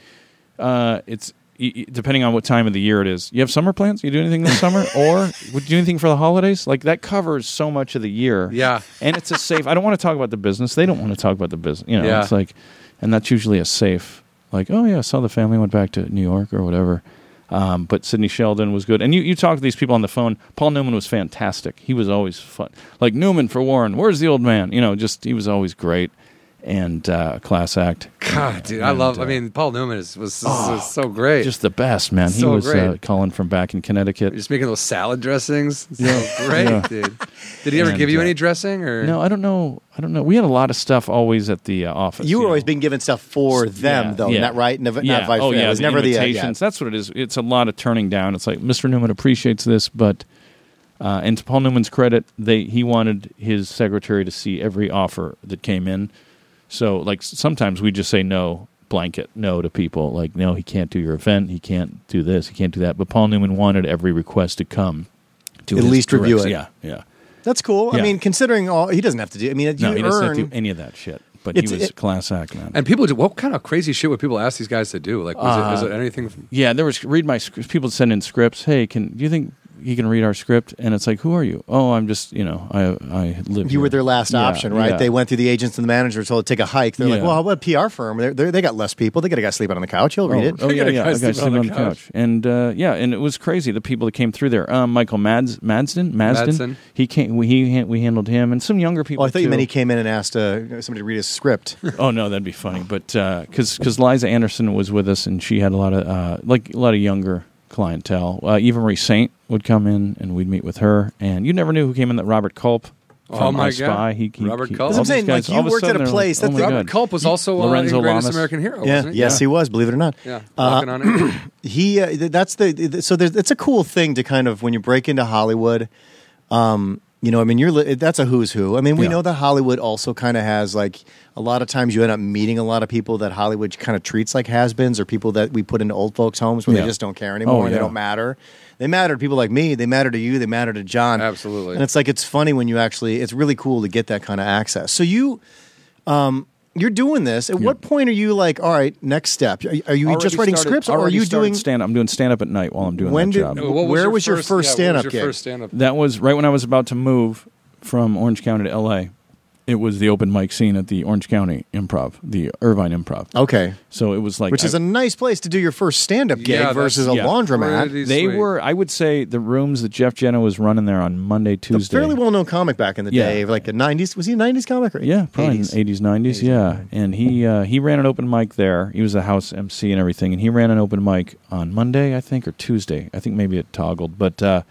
Speaker 4: uh, it's y- y- depending on what time of the year it is. You have summer plans? You do anything this summer, or would you do anything for the holidays? Like that covers so much of the year.
Speaker 2: Yeah.
Speaker 4: and it's a safe. I don't want to talk about the business. They don't want to talk about the business. You know,
Speaker 2: Yeah.
Speaker 4: it's like, and that's usually a safe. Like, oh yeah, I saw the family went back to New York or whatever. Um, but Sidney Sheldon was good, and you you talk to these people on the phone. Paul Newman was fantastic. He was always fun. Like Newman for Warren. Where's the old man? You know, just he was always great and uh, class act.
Speaker 2: God, dude, I love. I mean, Paul Newman is, was,
Speaker 1: Oh.
Speaker 2: was so great.
Speaker 4: Just the best man. he
Speaker 2: So
Speaker 4: was uh,
Speaker 2: great.
Speaker 4: calling from back in Connecticut.
Speaker 2: just making those salad dressings. [LAUGHS] It's so great,
Speaker 4: Yeah.
Speaker 2: dude. Did he ever
Speaker 4: And,
Speaker 2: give you
Speaker 4: uh,
Speaker 2: any dressing or
Speaker 4: No, I don't know. I don't know. We had a lot of stuff always at the uh, office.
Speaker 1: You were
Speaker 4: know.
Speaker 1: always being given stuff for them, though,
Speaker 4: yeah.
Speaker 1: not right, Nev-
Speaker 4: yeah.
Speaker 1: not vice
Speaker 4: oh,
Speaker 1: versa.
Speaker 4: yeah,
Speaker 1: It was
Speaker 4: the
Speaker 1: never the uh, yeah.
Speaker 4: invitations. That's what it is. It's a lot of turning down. It's like Mr. Newman appreciates this, but uh, and to Paul Newman's credit, they he wanted his secretary to see every offer that came in. So like s- sometimes we just say no blanket no to people like no he can't do your event he can't do this he can't do that but Paul Newman wanted every request to come to
Speaker 1: At
Speaker 4: his
Speaker 1: least review
Speaker 4: direct-
Speaker 1: it.
Speaker 4: yeah yeah
Speaker 1: That's cool. I
Speaker 4: Yeah.
Speaker 1: mean, considering all, he doesn't have to do. I mean, you
Speaker 4: no he doesn't have
Speaker 1: earn.
Speaker 4: to do any of that shit but
Speaker 1: It's-
Speaker 4: he was
Speaker 1: it-
Speaker 4: class act man
Speaker 2: And people do what kind of crazy shit would people ask these guys to do? Like, was,
Speaker 1: Uh,
Speaker 2: it, was it anything? From,
Speaker 4: Yeah, there was read my scripts. People send in scripts. Hey, can do you think you can read our script? And it's like, who are you? Oh, I'm just you know, I I live.
Speaker 1: you
Speaker 4: here.
Speaker 1: were their last
Speaker 4: Yeah,
Speaker 1: option, right?
Speaker 4: yeah.
Speaker 1: They went through the agents and the manager, told to take a hike. They're like,
Speaker 4: Yeah.
Speaker 1: "Well, how about a PR firm? They're, they're, they got less people. They got a guy sleeping on the couch. He'll
Speaker 4: Oh,
Speaker 1: read it."
Speaker 4: oh yeah,
Speaker 2: got a
Speaker 4: yeah.
Speaker 2: guy
Speaker 4: I got
Speaker 2: sleeping
Speaker 4: sleeping on the couch, and uh, yeah, and it was crazy. The people that came through there, um, Michael Mads Madsden Madsden,
Speaker 2: Madsen.
Speaker 4: he came. We he han- we handled him and some younger people.
Speaker 1: Oh, I thought
Speaker 4: too.
Speaker 1: you meant he came in and asked uh, you know, somebody to read his script.
Speaker 4: Oh no, that'd be funny. But because because Liza Anderson was with us, and she had a lot of uh, like a lot of younger clientele. Uh, Eva Marie Saint would come in, and we'd meet with her. And you never knew who came in. That Robert Culp.
Speaker 2: Oh,
Speaker 4: from
Speaker 2: my
Speaker 4: I Spy.
Speaker 2: God.
Speaker 4: He, he,
Speaker 2: Robert
Speaker 4: he-
Speaker 2: Culp.
Speaker 4: all
Speaker 2: That's
Speaker 1: I'm
Speaker 2: what
Speaker 4: these
Speaker 1: saying, like,
Speaker 4: guys, all
Speaker 1: you
Speaker 4: of
Speaker 1: worked at
Speaker 4: sudden
Speaker 1: a
Speaker 4: they're
Speaker 1: place.
Speaker 4: Like,
Speaker 1: That's
Speaker 4: oh
Speaker 1: the-
Speaker 4: my
Speaker 2: Robert
Speaker 4: God.
Speaker 2: Culp was also uh,
Speaker 4: Lorenzo
Speaker 2: in Greatest
Speaker 4: Lamas.
Speaker 2: American Hero.
Speaker 1: yeah,
Speaker 2: wasn't he?
Speaker 1: yes, he was. Believe it or not,
Speaker 2: Yeah,
Speaker 1: Uh,
Speaker 2: walking on it.
Speaker 1: he uh, th- that's the th- so there's it's a cool thing to kind of when you break into Hollywood. Um, you know, I mean, you're li- that's a who's who. I mean, we
Speaker 4: Yeah.
Speaker 1: know that Hollywood also kind of has like a lot of times you end up meeting a lot of people that Hollywood kind of treats like has-beens or people that we put into old folks' homes where
Speaker 4: Yeah.
Speaker 1: they just don't care anymore.
Speaker 4: Oh,
Speaker 1: and They
Speaker 4: yeah.
Speaker 1: don't matter. They matter to people like me. They matter to you. They matter to John.
Speaker 2: Absolutely.
Speaker 1: And it's like it's funny when you actually. It's really cool to get that kind of access. So you. Um, you're doing this. At what point are you like, all right, next step? Are, are you
Speaker 4: Already
Speaker 1: just writing
Speaker 4: started-
Speaker 1: scripts, or are
Speaker 4: already
Speaker 1: you
Speaker 4: started
Speaker 1: doing
Speaker 4: stand? I'm doing stand up at night while I'm doing
Speaker 1: When
Speaker 4: that
Speaker 1: did- Oh.
Speaker 4: job.
Speaker 1: No, Where was your first stand-up
Speaker 2: yeah, what was
Speaker 1: gig?
Speaker 2: your first stand-up
Speaker 4: That was right when I was about to move from Orange County to L.A. It was the open mic scene at the Orange County Improv, the Irvine Improv.
Speaker 1: Okay.
Speaker 4: So it was like
Speaker 1: Oh. Which is
Speaker 4: I-
Speaker 1: a nice place to do your first stand up gig
Speaker 2: Yeah, that's-
Speaker 1: versus a
Speaker 4: yeah.
Speaker 1: laundromat.
Speaker 2: Pretty
Speaker 4: They
Speaker 2: sweet.
Speaker 4: were, I would say, the rooms that Jeff Jenna was running there on Monday,
Speaker 1: A
Speaker 4: Tuesday.
Speaker 1: fairly well known comic back in the
Speaker 4: Yeah.
Speaker 1: day, like a 90s. Was he a 90s comic? Or
Speaker 4: yeah, probably
Speaker 1: 80s?
Speaker 4: in 80s, 90s. yeah. And he uh, he ran an open mic there. He was a house MC and everything. And he ran an open mic on Monday, I think, or Tuesday. I think maybe it toggled. But uh,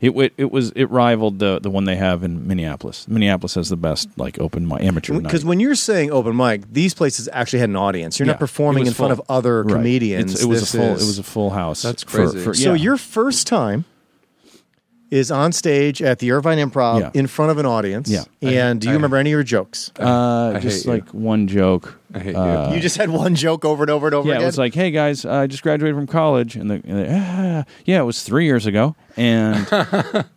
Speaker 4: it, wa- it was it rivaled the the one they have in Minneapolis. Minneapolis has the best like open mic amateur night.
Speaker 1: Because when you're saying open mic, these places actually had an audience. You're
Speaker 4: Yeah.
Speaker 1: not performing
Speaker 4: It was
Speaker 1: in front
Speaker 4: full.
Speaker 1: of other
Speaker 4: Right.
Speaker 1: comedians.
Speaker 4: It's- it was
Speaker 1: This
Speaker 4: a full
Speaker 1: is-
Speaker 4: it was a full house.
Speaker 2: That's
Speaker 4: for-
Speaker 2: crazy.
Speaker 4: for-
Speaker 1: So
Speaker 4: yeah.
Speaker 1: your first time is on stage at the Irvine Improv
Speaker 4: Yeah.
Speaker 1: in front of an audience.
Speaker 4: Yeah.
Speaker 1: And do you
Speaker 2: I-
Speaker 1: remember any of your jokes?
Speaker 4: uh,
Speaker 2: I hate
Speaker 4: just
Speaker 2: you.
Speaker 4: like one joke.
Speaker 2: I hate you.
Speaker 4: uh,
Speaker 1: you just had one joke over and over and over
Speaker 4: yeah,
Speaker 1: again.
Speaker 4: it was like, hey guys, uh, I just graduated from college, and, the, and the, ah, yeah, it was
Speaker 1: [LAUGHS]
Speaker 4: three years ago, and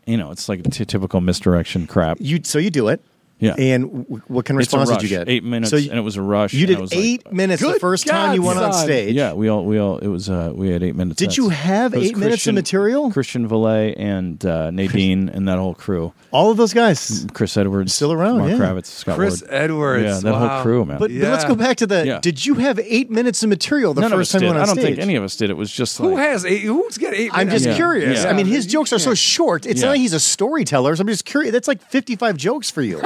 Speaker 4: you know, it's like t- typical misdirection crap.
Speaker 1: you, so you do it.
Speaker 4: Yeah.
Speaker 1: And w- what kind of
Speaker 4: It's a
Speaker 1: response
Speaker 4: rush.
Speaker 1: did you get?
Speaker 4: Eight minutes,
Speaker 1: So you,
Speaker 4: and it was a rush.
Speaker 1: you
Speaker 4: and I
Speaker 1: did
Speaker 4: was like-
Speaker 1: eight minutes the
Speaker 2: Good
Speaker 1: first time you
Speaker 2: God,
Speaker 1: went on
Speaker 2: son.
Speaker 1: stage.
Speaker 4: Yeah, we all we all it was uh we had eight minutes.
Speaker 1: Did you have
Speaker 4: It was
Speaker 1: eight minutes of
Speaker 4: Christian-
Speaker 1: material?
Speaker 4: Christian Valet and uh, Nadine and that whole crew.
Speaker 1: All of those guys.
Speaker 4: Chris Edwards,
Speaker 1: Still around,
Speaker 4: Mark
Speaker 1: yeah.
Speaker 4: Kravitz, Scott
Speaker 2: Chris
Speaker 4: Ward.
Speaker 2: Edwards.
Speaker 4: yeah, that
Speaker 2: wow.
Speaker 4: whole crew, man.
Speaker 1: But, but let's
Speaker 2: Yeah.
Speaker 1: go back to the.
Speaker 4: Yeah.
Speaker 1: Did you have eight minutes of material the
Speaker 4: none of
Speaker 1: first
Speaker 4: us
Speaker 1: time
Speaker 4: did.
Speaker 1: you went on
Speaker 4: I don't
Speaker 1: stage?
Speaker 4: think any of us did. It was just like
Speaker 2: Who has eight? Who's got eight?
Speaker 1: I'm just
Speaker 4: Yeah.
Speaker 1: curious.
Speaker 4: Yeah.
Speaker 1: I mean, his jokes are so
Speaker 2: Yeah.
Speaker 1: short. It's
Speaker 4: Yeah.
Speaker 1: not like he's a storyteller. So I'm just curious. That's like 55 jokes for
Speaker 4: [LAUGHS]
Speaker 1: you.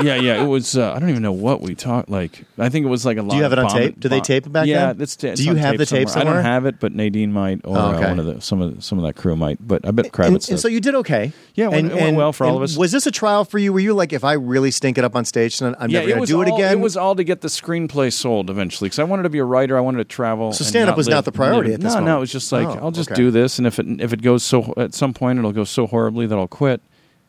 Speaker 4: yeah, yeah. It was. Uh, I don't even know what we talked. Like, I think it was like a lot.
Speaker 1: you have
Speaker 4: of
Speaker 1: it on
Speaker 4: vomit-
Speaker 1: tape? Do they
Speaker 4: vom-
Speaker 1: tape it back
Speaker 4: Yeah,
Speaker 1: then?
Speaker 4: it's ta-
Speaker 1: Do
Speaker 4: it's
Speaker 1: you
Speaker 4: on
Speaker 1: have the tape
Speaker 4: I don't
Speaker 1: somewhere?
Speaker 4: have it, but Nadine might, or
Speaker 1: Oh, okay.
Speaker 4: uh, one of the some of the, some of that crew might. But I bet Kravitz.
Speaker 1: and, and
Speaker 4: does.
Speaker 1: so you did okay.
Speaker 4: Yeah, it went- it went well for all of us.
Speaker 1: Was this a trial for you? Were you like, if I really stink it up on stage, then I'm
Speaker 4: yeah,
Speaker 1: never going to
Speaker 4: was
Speaker 1: do it
Speaker 4: all-
Speaker 1: again?
Speaker 4: It was all to get the screenplay sold eventually because I wanted to be a writer. I wanted to travel.
Speaker 1: So
Speaker 4: and
Speaker 1: stand-up was
Speaker 4: live-
Speaker 1: not the priority
Speaker 4: live-
Speaker 1: at this
Speaker 4: No,
Speaker 1: moment.
Speaker 4: no, it was just like
Speaker 1: Oh,
Speaker 4: I'll just
Speaker 1: okay.
Speaker 4: do this, and if it if it goes so at some point it'll go so horribly that I'll quit,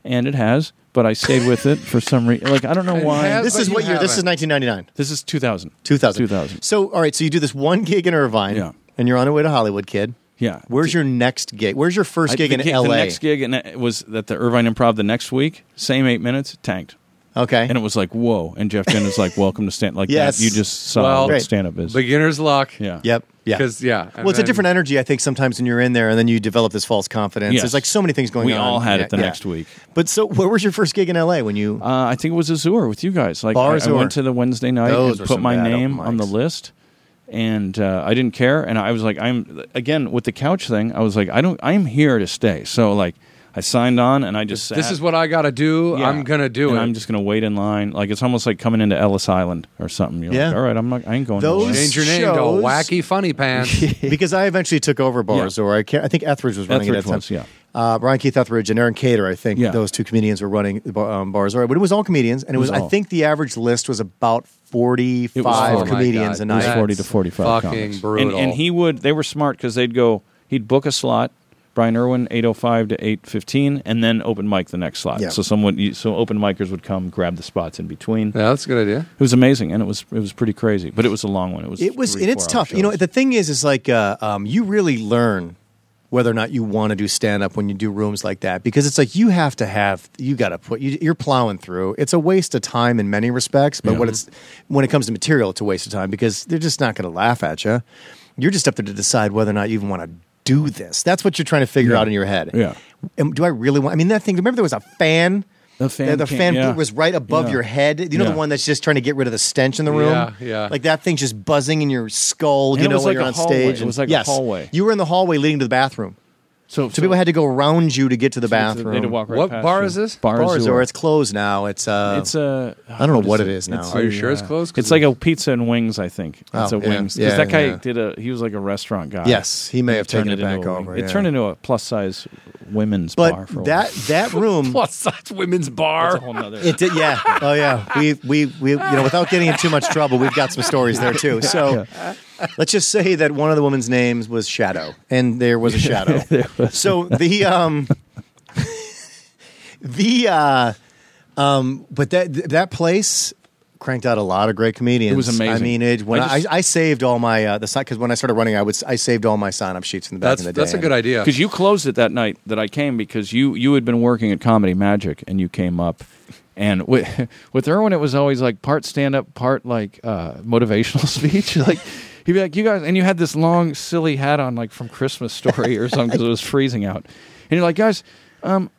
Speaker 4: and it has. But I stayed with it for some reason. Like I don't know
Speaker 2: It
Speaker 4: why.
Speaker 2: has-
Speaker 1: this
Speaker 2: But
Speaker 1: is
Speaker 2: you
Speaker 1: what year? This
Speaker 2: haven't.
Speaker 1: is 1999.
Speaker 4: this is 2000.
Speaker 1: 2000.
Speaker 4: 2000.
Speaker 1: So, all right, so you do this one gig in Irvine,
Speaker 4: Yeah.
Speaker 1: and you're on your way to Hollywood, kid.
Speaker 4: Yeah.
Speaker 1: Where's your next gig? Where's your first
Speaker 4: I-
Speaker 1: gig
Speaker 4: the
Speaker 1: in LA?
Speaker 4: The next gig and it was at the Irvine Improv the next week. Same eight minutes, tanked,
Speaker 1: okay.
Speaker 4: and it was like whoa. And Jeff Dennis like, "Welcome to stand like
Speaker 1: Yes.
Speaker 4: that." You just saw
Speaker 2: Well,
Speaker 4: what
Speaker 1: Great.
Speaker 4: stand up is.
Speaker 2: beginner's luck.
Speaker 4: yeah.
Speaker 1: yep. Yeah.
Speaker 2: Because yeah.
Speaker 1: well, it's a different energy, I think, sometimes when you're in there and then you develop this false confidence.
Speaker 4: Yes.
Speaker 1: There's like so many things going
Speaker 4: We
Speaker 1: on.
Speaker 4: all had
Speaker 1: Yeah,
Speaker 4: it the
Speaker 1: yeah.
Speaker 4: next week.
Speaker 1: But so, where was your first gig in LA when you.
Speaker 4: Uh, I think it was Azure with you guys. Like
Speaker 1: Bar
Speaker 4: I, I
Speaker 1: Azure.
Speaker 4: went to the Wednesday night
Speaker 1: Those were
Speaker 4: and put
Speaker 1: some
Speaker 4: my
Speaker 1: bad
Speaker 4: name
Speaker 1: open
Speaker 4: on the
Speaker 1: mics.
Speaker 4: list, and uh, I didn't care. And I was like, I'm again with the couch thing. I was like, I don't. I'm here to stay. So like, I signed on and I just sat.
Speaker 2: This is what I gotta do.
Speaker 4: Yeah.
Speaker 2: I'm gonna do
Speaker 4: and
Speaker 2: it.
Speaker 4: I'm just gonna wait in line. Like it's almost like coming into Ellis Island or something. You're
Speaker 1: Yeah.
Speaker 4: like, all right, I'm not. I ain't going.
Speaker 1: Those-
Speaker 4: nowhere."
Speaker 2: change your name to
Speaker 1: shows-
Speaker 2: Wacky Funny
Speaker 4: [LAUGHS]
Speaker 2: Pants.
Speaker 1: [LAUGHS] because I eventually took over bars,
Speaker 4: Yeah.
Speaker 1: or I, can't, I think Etheridge was running
Speaker 4: Etheridge
Speaker 1: it at
Speaker 4: was,
Speaker 1: that time. Uh, Brian Keith Etheridge and Aaron Cater, I think
Speaker 4: Yeah.
Speaker 1: those two comedians were running the bar- um, bars. All right, but it was all comedians, and it
Speaker 4: was
Speaker 1: was,
Speaker 4: all.
Speaker 1: I think the average list was about
Speaker 4: It was
Speaker 1: forty-five
Speaker 4: four. Oh my
Speaker 1: comedians
Speaker 2: God.
Speaker 1: a
Speaker 4: It
Speaker 1: night.
Speaker 4: was
Speaker 2: That's
Speaker 4: forty to forty-five.
Speaker 2: fucking
Speaker 4: comics.
Speaker 2: brutal.
Speaker 4: And, and he would. They were smart because they'd go. He'd book a slot. Brian Irwin, eight oh five to eight fifteen, and then open mic the next slot.
Speaker 1: Yeah.
Speaker 4: So someone, you- so open micers would come grab the spots in between.
Speaker 2: yeah, that's a good idea.
Speaker 4: It was amazing, and it was it was pretty crazy, but it was a long one. It was
Speaker 1: It was,
Speaker 4: three,
Speaker 1: and it's
Speaker 4: four-hour
Speaker 1: tough. You know,
Speaker 4: shows.
Speaker 1: the thing is, is like uh, um, you really learn whether or not you want to do stand up when you do rooms like that because it's like you have to have you got to put you, you're plowing through. It's a waste of time in many respects, but
Speaker 4: Yeah.
Speaker 1: when it's when it comes to material, it's a waste of time because they're just not going to laugh at you. You're just up there to decide whether or not you even want to do this. That's what you're trying to figure
Speaker 4: Yeah.
Speaker 1: out in your head.
Speaker 4: Yeah.
Speaker 1: And do I really want? I mean, that thing. Remember, there was a fan.
Speaker 4: The fan
Speaker 1: the, the
Speaker 4: came-
Speaker 1: fan
Speaker 4: yeah.
Speaker 1: was right above
Speaker 4: Yeah.
Speaker 1: your head. You know
Speaker 4: Yeah.
Speaker 1: the one that's just trying to get rid of the stench in the room.
Speaker 2: Yeah, yeah.
Speaker 1: Like that thing's just buzzing in your skull.
Speaker 4: And
Speaker 1: you
Speaker 4: it
Speaker 1: know
Speaker 4: was
Speaker 1: when
Speaker 4: like
Speaker 1: you're
Speaker 4: a
Speaker 1: on
Speaker 4: hallway.
Speaker 1: stage.
Speaker 4: It
Speaker 1: and-
Speaker 4: was like a
Speaker 1: yes.
Speaker 4: hallway.
Speaker 1: You were in the hallway leading to the bathroom,
Speaker 4: so,
Speaker 1: so people had to go around you to get to the bathroom.
Speaker 4: They had to walk right
Speaker 2: What
Speaker 4: past
Speaker 2: bar
Speaker 4: you.
Speaker 2: is this?
Speaker 4: Bar
Speaker 1: Bars,
Speaker 4: Azure.
Speaker 1: or it's closed now. It's uh,
Speaker 4: It's a.
Speaker 1: I don't know what it is now.
Speaker 4: It's
Speaker 1: Are
Speaker 2: you
Speaker 4: a,
Speaker 2: sure it's closed? 'Cause
Speaker 4: It's like a pizza and wings. I think it's
Speaker 1: Oh,
Speaker 4: a
Speaker 1: yeah.
Speaker 4: wings because
Speaker 1: Yeah,
Speaker 4: that guy
Speaker 1: yeah.
Speaker 4: did a. He was like a restaurant guy.
Speaker 1: Yes, he may have
Speaker 4: turned
Speaker 1: taken it
Speaker 4: into
Speaker 1: back
Speaker 4: a wing.
Speaker 1: over,
Speaker 4: It
Speaker 1: yeah.
Speaker 4: turned into a plus size women's bar.
Speaker 1: but
Speaker 4: For a
Speaker 1: that [LAUGHS] that
Speaker 4: [LAUGHS]
Speaker 1: room.
Speaker 2: Plus size women's
Speaker 4: while.
Speaker 2: bar.
Speaker 4: That's a whole nother.
Speaker 1: It did, yeah. Oh, yeah. We, we, we, you know, without getting in too much trouble, we've got some stories there too. So, let's just say that one of the women's names was Shadow, and there was a shadow. So the um, [LAUGHS] the uh, um, but that that place cranked out a lot of great comedians.
Speaker 4: It was amazing.
Speaker 1: I mean, it when
Speaker 4: I
Speaker 1: I,
Speaker 4: just-
Speaker 1: I, saved all my uh, the because when I started running, I would I saved all my sign up sheets in the back
Speaker 2: That's
Speaker 1: in the day.
Speaker 2: that's a good idea.
Speaker 4: Because you closed it that night that I came because you you had been working at Comedy Magic and you came up, and with [LAUGHS] with Irwin it was always like part stand up, part like uh, motivational [LAUGHS] speech. Like he'd be like, "You guys," and you had this long silly hat on like from Christmas Story or something because it was freezing out, and you're like, "Guys, um,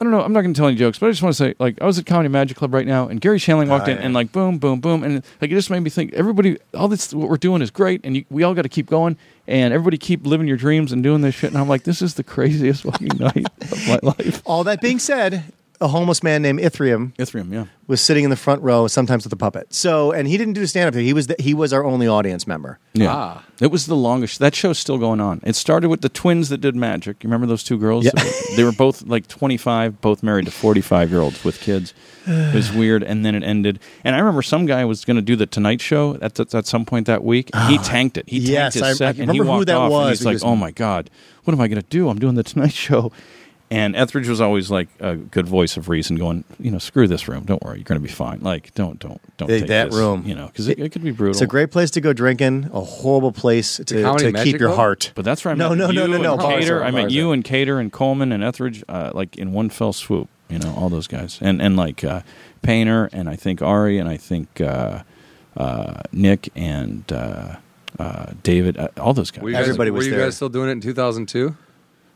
Speaker 4: I don't know. I'm not going to tell any jokes, but I just want to say, like, I was at Comedy Magic Club right now, and Gary Shanling walked in,
Speaker 1: yeah.
Speaker 4: and like, boom, boom, boom, and like, it just made me think. Everybody, all this, what we're doing is great, and you, we all got to keep going, and everybody keep living your dreams and doing this shit. And I'm like, this is the [LAUGHS] craziest fucking night of my life.
Speaker 1: All that being said, a homeless man named Ithrium
Speaker 4: Ithrium, yeah,
Speaker 1: was sitting in the front row, sometimes with a puppet. So, and he didn't do stand up there. He was the, he was our only audience member.
Speaker 4: yeah.
Speaker 2: Ah.
Speaker 4: It was the longest. That show's still going on. It started with the twins that did magic. You remember those two girls?
Speaker 1: Yeah.
Speaker 4: That were- [LAUGHS] they were both like 25, both married to 45 year olds with kids. It was weird. And then it ended. And I remember some guy was going to do the Tonight Show at, at, at some point that week. He tanked it. He
Speaker 1: Ah, Yes,
Speaker 4: tanked his
Speaker 1: I- I
Speaker 4: set. and he
Speaker 1: remember who
Speaker 4: walked
Speaker 1: that
Speaker 4: off, And
Speaker 1: was.
Speaker 4: he's
Speaker 1: He
Speaker 4: like,
Speaker 1: was-
Speaker 4: "Oh my god, what am I going to do? I'm doing the Tonight [LAUGHS] Show." And Etheridge was always like a good voice of reason, going, "You know, screw this room. Don't worry, you're going to be fine. Like, don't, don't, don't
Speaker 1: Hey,
Speaker 4: take
Speaker 1: that
Speaker 4: this,
Speaker 1: room.
Speaker 4: You know, because it, it could be brutal.
Speaker 1: It's a great place to go drinking, a horrible place to,
Speaker 2: Comedy
Speaker 1: to
Speaker 2: Magic
Speaker 1: keep your
Speaker 2: Club?
Speaker 1: heart.
Speaker 4: But that's where I
Speaker 1: No,
Speaker 4: met
Speaker 1: no,
Speaker 4: you
Speaker 1: no, no, no,
Speaker 4: and
Speaker 1: bars
Speaker 4: Cater.
Speaker 1: are-
Speaker 4: I met
Speaker 1: bars
Speaker 4: you
Speaker 1: are.
Speaker 4: and Cater and Coleman and Etheridge uh, like in one fell swoop. you know, all those guys, and and like uh, Painter, and I think Ari, and I think uh, uh, Nick and uh, uh, David, uh, all those guys.
Speaker 2: Were you
Speaker 1: Everybody
Speaker 2: guys,
Speaker 1: was
Speaker 2: Were you
Speaker 1: there.
Speaker 2: guys still doing it in 2002?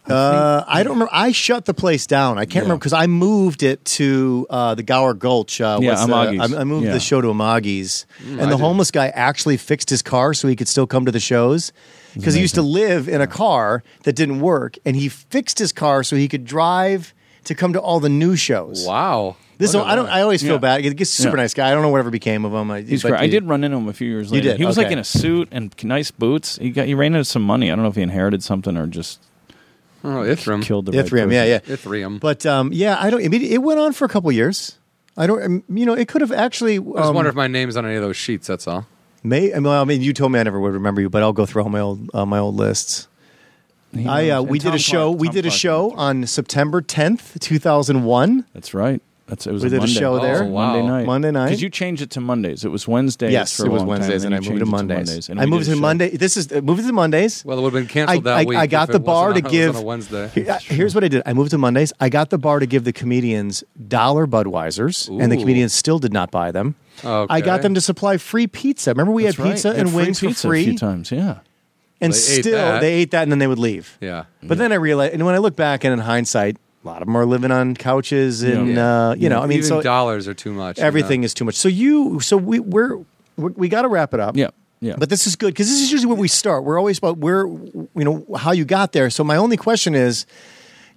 Speaker 1: Uh, I don't remember. I shut the place down. I can't remember because I moved it to uh, the Gower Gulch. Uh,
Speaker 4: Yeah,
Speaker 1: what's the-
Speaker 4: Amagi's.
Speaker 1: I, I moved
Speaker 4: Yeah.
Speaker 1: the show to Amagi's, and
Speaker 2: Mm. I
Speaker 1: the
Speaker 2: did.
Speaker 1: homeless guy actually fixed his car so he could still come to the shows because he used to live in a car that didn't work, and he fixed his car so he could drive to come to all the new shows.
Speaker 2: Wow.
Speaker 1: This
Speaker 2: Look at
Speaker 1: I don't.
Speaker 2: that.
Speaker 1: I always feel
Speaker 4: Yeah.
Speaker 1: bad. He's a super
Speaker 4: Yeah.
Speaker 1: nice guy. I don't know whatever became of him. I,
Speaker 4: He's
Speaker 1: but
Speaker 4: great. I
Speaker 1: he-
Speaker 4: did run into him a few years
Speaker 1: You
Speaker 4: later.
Speaker 1: did?
Speaker 4: He was like
Speaker 1: Okay.
Speaker 4: in a suit and nice boots. He got he ran into some money. I don't know if he inherited something or just
Speaker 2: oh, Ithram.
Speaker 4: killed the right
Speaker 1: Ithram. Mm-hmm. Yeah,
Speaker 4: person.
Speaker 1: yeah.
Speaker 2: Ithram.
Speaker 1: But um, yeah, I don't. I mean, it went on for a couple years. I don't. um, You know, it could have actually.
Speaker 2: I just
Speaker 1: um,
Speaker 2: wonder if my name's on any of those sheets. That's all.
Speaker 1: May I mean, I mean, you told me I never would remember you, but I'll go through all my old uh, my old lists.
Speaker 4: He
Speaker 1: I uh,
Speaker 4: knows.
Speaker 1: we
Speaker 4: And
Speaker 1: did
Speaker 4: Tom
Speaker 1: a show.
Speaker 4: Clark-
Speaker 1: we
Speaker 4: Tom
Speaker 1: did a
Speaker 4: Clark.
Speaker 1: show on September tenth, two thousand one.
Speaker 4: That's right. That's it was
Speaker 1: We
Speaker 4: a
Speaker 1: did a
Speaker 4: Monday.
Speaker 1: show
Speaker 4: It was
Speaker 1: there. Oh,
Speaker 4: a Monday
Speaker 2: Wow.
Speaker 4: night.
Speaker 1: Monday night.
Speaker 4: Because you changed it to Mondays. It was Wednesdays.
Speaker 1: Yes,
Speaker 4: for a
Speaker 1: it was
Speaker 4: long time,
Speaker 1: Wednesdays,
Speaker 4: then
Speaker 1: and I
Speaker 4: you
Speaker 1: moved
Speaker 4: changed
Speaker 1: to
Speaker 4: it
Speaker 1: Mondays.
Speaker 4: and
Speaker 1: I
Speaker 4: we
Speaker 1: moved
Speaker 4: did
Speaker 1: to
Speaker 4: a show.
Speaker 1: Monday. This is uh, moved to the Mondays.
Speaker 2: Well, it would have
Speaker 1: I,
Speaker 2: been canceled that
Speaker 1: I,
Speaker 2: week.
Speaker 1: I
Speaker 2: if
Speaker 1: got
Speaker 2: it
Speaker 1: the
Speaker 2: wasn't
Speaker 1: bar
Speaker 2: on-
Speaker 1: to
Speaker 2: [LAUGHS] it was
Speaker 1: give.
Speaker 2: on a Wednesday.
Speaker 1: Here- uh, Here's what I did. I moved to Mondays. I got the bar to give the comedians dollar Budweisers, and the
Speaker 2: Ooh.
Speaker 1: comedians still did not buy them. I got
Speaker 2: Okay.
Speaker 1: them to supply free pizza. Remember, we
Speaker 4: That's
Speaker 1: had
Speaker 4: right.
Speaker 1: pizza
Speaker 4: They had
Speaker 1: and
Speaker 4: free
Speaker 1: wings
Speaker 4: pizza
Speaker 1: for
Speaker 4: a few
Speaker 1: free,
Speaker 4: times. Yeah.
Speaker 1: and
Speaker 2: They ate
Speaker 1: still
Speaker 2: that.
Speaker 1: they ate that, and then they would leave.
Speaker 2: Yeah.
Speaker 1: But then I realized, and when I look back and in hindsight, a lot of them are living on couches and
Speaker 2: Yeah.
Speaker 1: uh, you know, I mean,
Speaker 2: Even
Speaker 1: so
Speaker 2: dollars are too much.
Speaker 4: uh,
Speaker 2: you
Speaker 1: everything
Speaker 2: [LAUGHS]
Speaker 1: is too much. So you, so we we're we, we got to wrap it up.
Speaker 4: Yeah. Yeah.
Speaker 1: But this is good because this is usually where we start. We're always about where you know how you got there. So my only question is,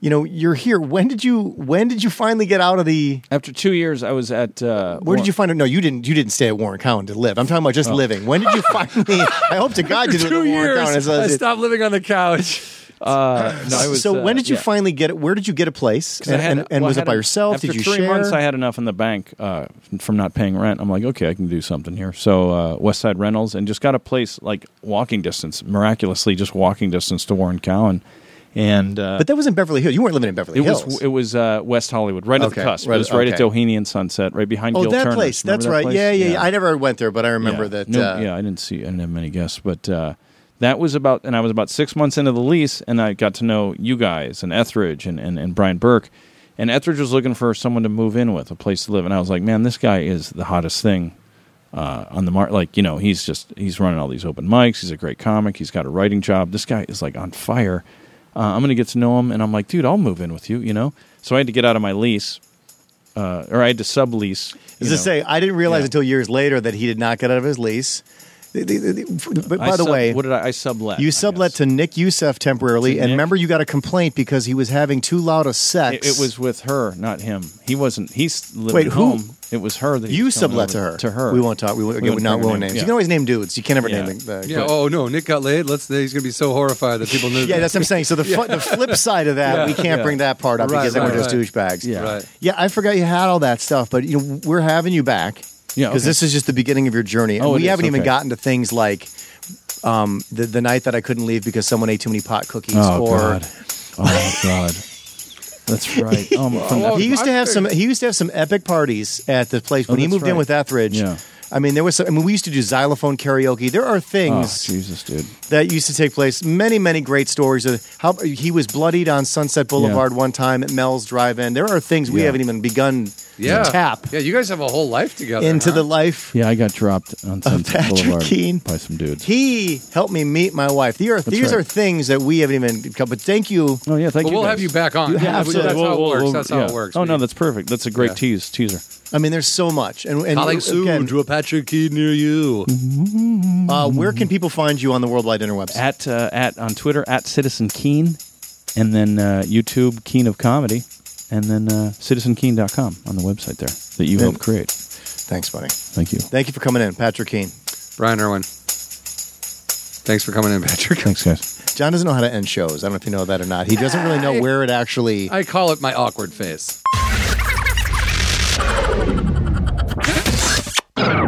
Speaker 1: you know, you're here. When did you when did you finally get out of the?
Speaker 4: after two years, I was at. Uh,
Speaker 1: Where did you find it? No, you didn't. You didn't stay at Warren County to live. I'm talking about
Speaker 4: Oh.
Speaker 1: just living. When did you
Speaker 4: [LAUGHS]
Speaker 1: finally? I hope to God you
Speaker 2: know.
Speaker 1: didn't
Speaker 2: Two
Speaker 1: live at Warren
Speaker 2: years.
Speaker 1: County. That's-
Speaker 2: I
Speaker 1: that's it.
Speaker 2: stopped living on the couch.
Speaker 1: [LAUGHS]
Speaker 4: Uh, no, I was,
Speaker 1: so
Speaker 4: uh,
Speaker 1: when did you
Speaker 4: yeah.
Speaker 1: finally get? Where did you get a place?
Speaker 4: 'Cause I
Speaker 1: And,
Speaker 4: had-
Speaker 1: and, and
Speaker 4: well,
Speaker 1: was it
Speaker 4: I had
Speaker 1: by
Speaker 4: a-
Speaker 1: yourself?
Speaker 4: After
Speaker 1: did you
Speaker 4: three
Speaker 1: share?
Speaker 4: months, I had enough in the bank uh, from not paying rent. I'm like, okay, I can do something here. So uh, West Side Rentals, and just got a place like walking distance, miraculously just walking distance to Warren Cowan, and uh,
Speaker 1: But that was in Beverly Hills. You weren't living in Beverly
Speaker 4: it
Speaker 1: Hills.
Speaker 4: was it was uh, West Hollywood, right at
Speaker 1: Okay,
Speaker 4: the cusp.
Speaker 1: right-
Speaker 4: it was right at
Speaker 1: okay.
Speaker 4: Doheny and Sunset, right behind.
Speaker 1: oh,
Speaker 4: Gil
Speaker 1: that
Speaker 4: Turner's.
Speaker 1: place.
Speaker 4: Remember
Speaker 1: That's
Speaker 4: that
Speaker 1: right.
Speaker 4: place?
Speaker 1: Yeah, yeah, yeah, I never went there, but I remember
Speaker 4: Yeah.
Speaker 1: that.
Speaker 4: No,
Speaker 1: uh,
Speaker 4: yeah, I didn't see. I didn't have many guests, but uh, that was about. And I was about six months into the lease, and I got to know you guys and Etheridge and and, and Brian Burke. And Etheridge was looking for someone to move in with, a place to live, and I was like, man, this guy is the hottest thing uh, on the market. Like, you know, he's just he's running all these open mics. He's a great comic. He's got a writing job. This guy is like on fire. Uh, I'm gonna get to know him, and I'm like, dude, I'll move in with you. You know, so I had to get out of my lease, uh, or I had to sublease.
Speaker 1: As
Speaker 4: you
Speaker 1: I
Speaker 4: know.
Speaker 1: say, I didn't realize
Speaker 4: Yeah.
Speaker 1: until years later that he did not get out of his lease. The- the- the- the- But
Speaker 4: I
Speaker 1: by the
Speaker 4: sub-
Speaker 1: way,
Speaker 4: what did I, I sublet?
Speaker 1: you
Speaker 4: I
Speaker 1: sublet
Speaker 4: guess.
Speaker 1: to Nick Youssef temporarily,
Speaker 4: To
Speaker 1: and
Speaker 4: Nick.
Speaker 1: remember you got a complaint because he was having too loud a
Speaker 4: It,
Speaker 1: sex.
Speaker 4: it was with her, not him. He wasn't. He's living
Speaker 1: Wait,
Speaker 4: at
Speaker 1: who?
Speaker 4: home. It was her that he
Speaker 1: you
Speaker 4: was coming
Speaker 1: sublet to
Speaker 4: over
Speaker 1: her.
Speaker 4: To her.
Speaker 1: We won't talk. We won't.
Speaker 4: We
Speaker 1: We
Speaker 4: won't
Speaker 1: not
Speaker 4: name
Speaker 1: ruin
Speaker 4: names.
Speaker 1: names.
Speaker 4: Yeah.
Speaker 1: You can always name dudes. You can never
Speaker 4: Yeah.
Speaker 1: name the. the
Speaker 2: Yeah. Oh no, Nick got laid. Let's. He's gonna be so horrified that people knew.
Speaker 1: Yeah,
Speaker 2: that.
Speaker 1: that's what I'm saying.
Speaker 4: [LAUGHS]
Speaker 1: So the, fl- the flip side of that, we can't
Speaker 4: yeah.
Speaker 1: bring that part up
Speaker 2: Right,
Speaker 1: because then
Speaker 2: right,
Speaker 1: we're just
Speaker 2: right.
Speaker 1: douchebags.
Speaker 4: Yeah.
Speaker 2: right.
Speaker 1: Yeah, I forgot you had all that stuff, but you know we're having you back.
Speaker 4: Yeah,
Speaker 1: because
Speaker 4: okay.
Speaker 1: this is just the beginning of your journey, and
Speaker 4: Oh, it
Speaker 1: we
Speaker 4: is,
Speaker 1: haven't even
Speaker 4: okay.
Speaker 1: gotten to things like um, the the night that I couldn't leave because someone ate too many pot cookies,
Speaker 4: Oh
Speaker 1: or
Speaker 4: god. Oh god. [LAUGHS] That's right. Oh
Speaker 1: [LAUGHS]
Speaker 4: my. from-
Speaker 2: Well,
Speaker 1: he used to
Speaker 2: I
Speaker 1: have some
Speaker 2: think-
Speaker 1: he used to have some epic parties at the place when he
Speaker 4: Oh, that's
Speaker 1: moved in
Speaker 4: right.
Speaker 1: with Etheridge.
Speaker 4: Yeah.
Speaker 1: I mean, there was. Some, I mean, we used to do xylophone karaoke. There are
Speaker 4: oh,
Speaker 1: things
Speaker 4: Jesus, dude.
Speaker 1: that used to take place. Many, many great stories of how he was bloodied on Sunset Boulevard one time at Mel's Drive-In. There are things we
Speaker 4: Yeah.
Speaker 1: haven't even begun
Speaker 2: Yeah.
Speaker 1: to tap
Speaker 2: Yeah, you guys have a whole life together.
Speaker 1: into
Speaker 2: huh?
Speaker 1: the life.
Speaker 4: Yeah, I got dropped on Sunset
Speaker 1: Patrick
Speaker 4: Boulevard
Speaker 1: Keane.
Speaker 4: by some dudes.
Speaker 1: He helped me meet my wife. These are these
Speaker 4: right.
Speaker 1: are things that we haven't even. But thank you.
Speaker 4: oh yeah, thank
Speaker 2: But
Speaker 4: you.
Speaker 2: we'll
Speaker 4: guys.
Speaker 2: have you back on.
Speaker 1: You
Speaker 2: Yeah,
Speaker 1: have
Speaker 2: we-
Speaker 1: to.
Speaker 2: That's how it
Speaker 4: We'll-
Speaker 2: works.
Speaker 4: we'll-
Speaker 2: that's how it
Speaker 4: yeah.
Speaker 2: works.
Speaker 4: Oh
Speaker 2: man.
Speaker 4: no, that's perfect. That's a great
Speaker 2: Yeah.
Speaker 4: tease teaser.
Speaker 1: I mean, there's so much. And, and
Speaker 2: Colleague Sue
Speaker 1: again, Mm-hmm.
Speaker 2: drew a Patrick Key near you.
Speaker 1: uh, where can people find you on the Worldwide Dinner website?
Speaker 4: At uh, at on Twitter at Citizen Keen, and then uh, YouTube Keen of Comedy, and then uh, citizenkeen.com on the website there that you helped create.
Speaker 1: Thanks, buddy.
Speaker 4: Thank you.
Speaker 1: Thank you for coming in, Patrick Keane.
Speaker 2: Brian Irwin. Thanks for coming in, Patrick. [LAUGHS]
Speaker 4: Thanks, guys.
Speaker 1: John doesn't know how to end shows. I don't know if you know that or not. He doesn't really
Speaker 4: [LAUGHS]
Speaker 1: know where it actually.
Speaker 2: I call it my awkward face.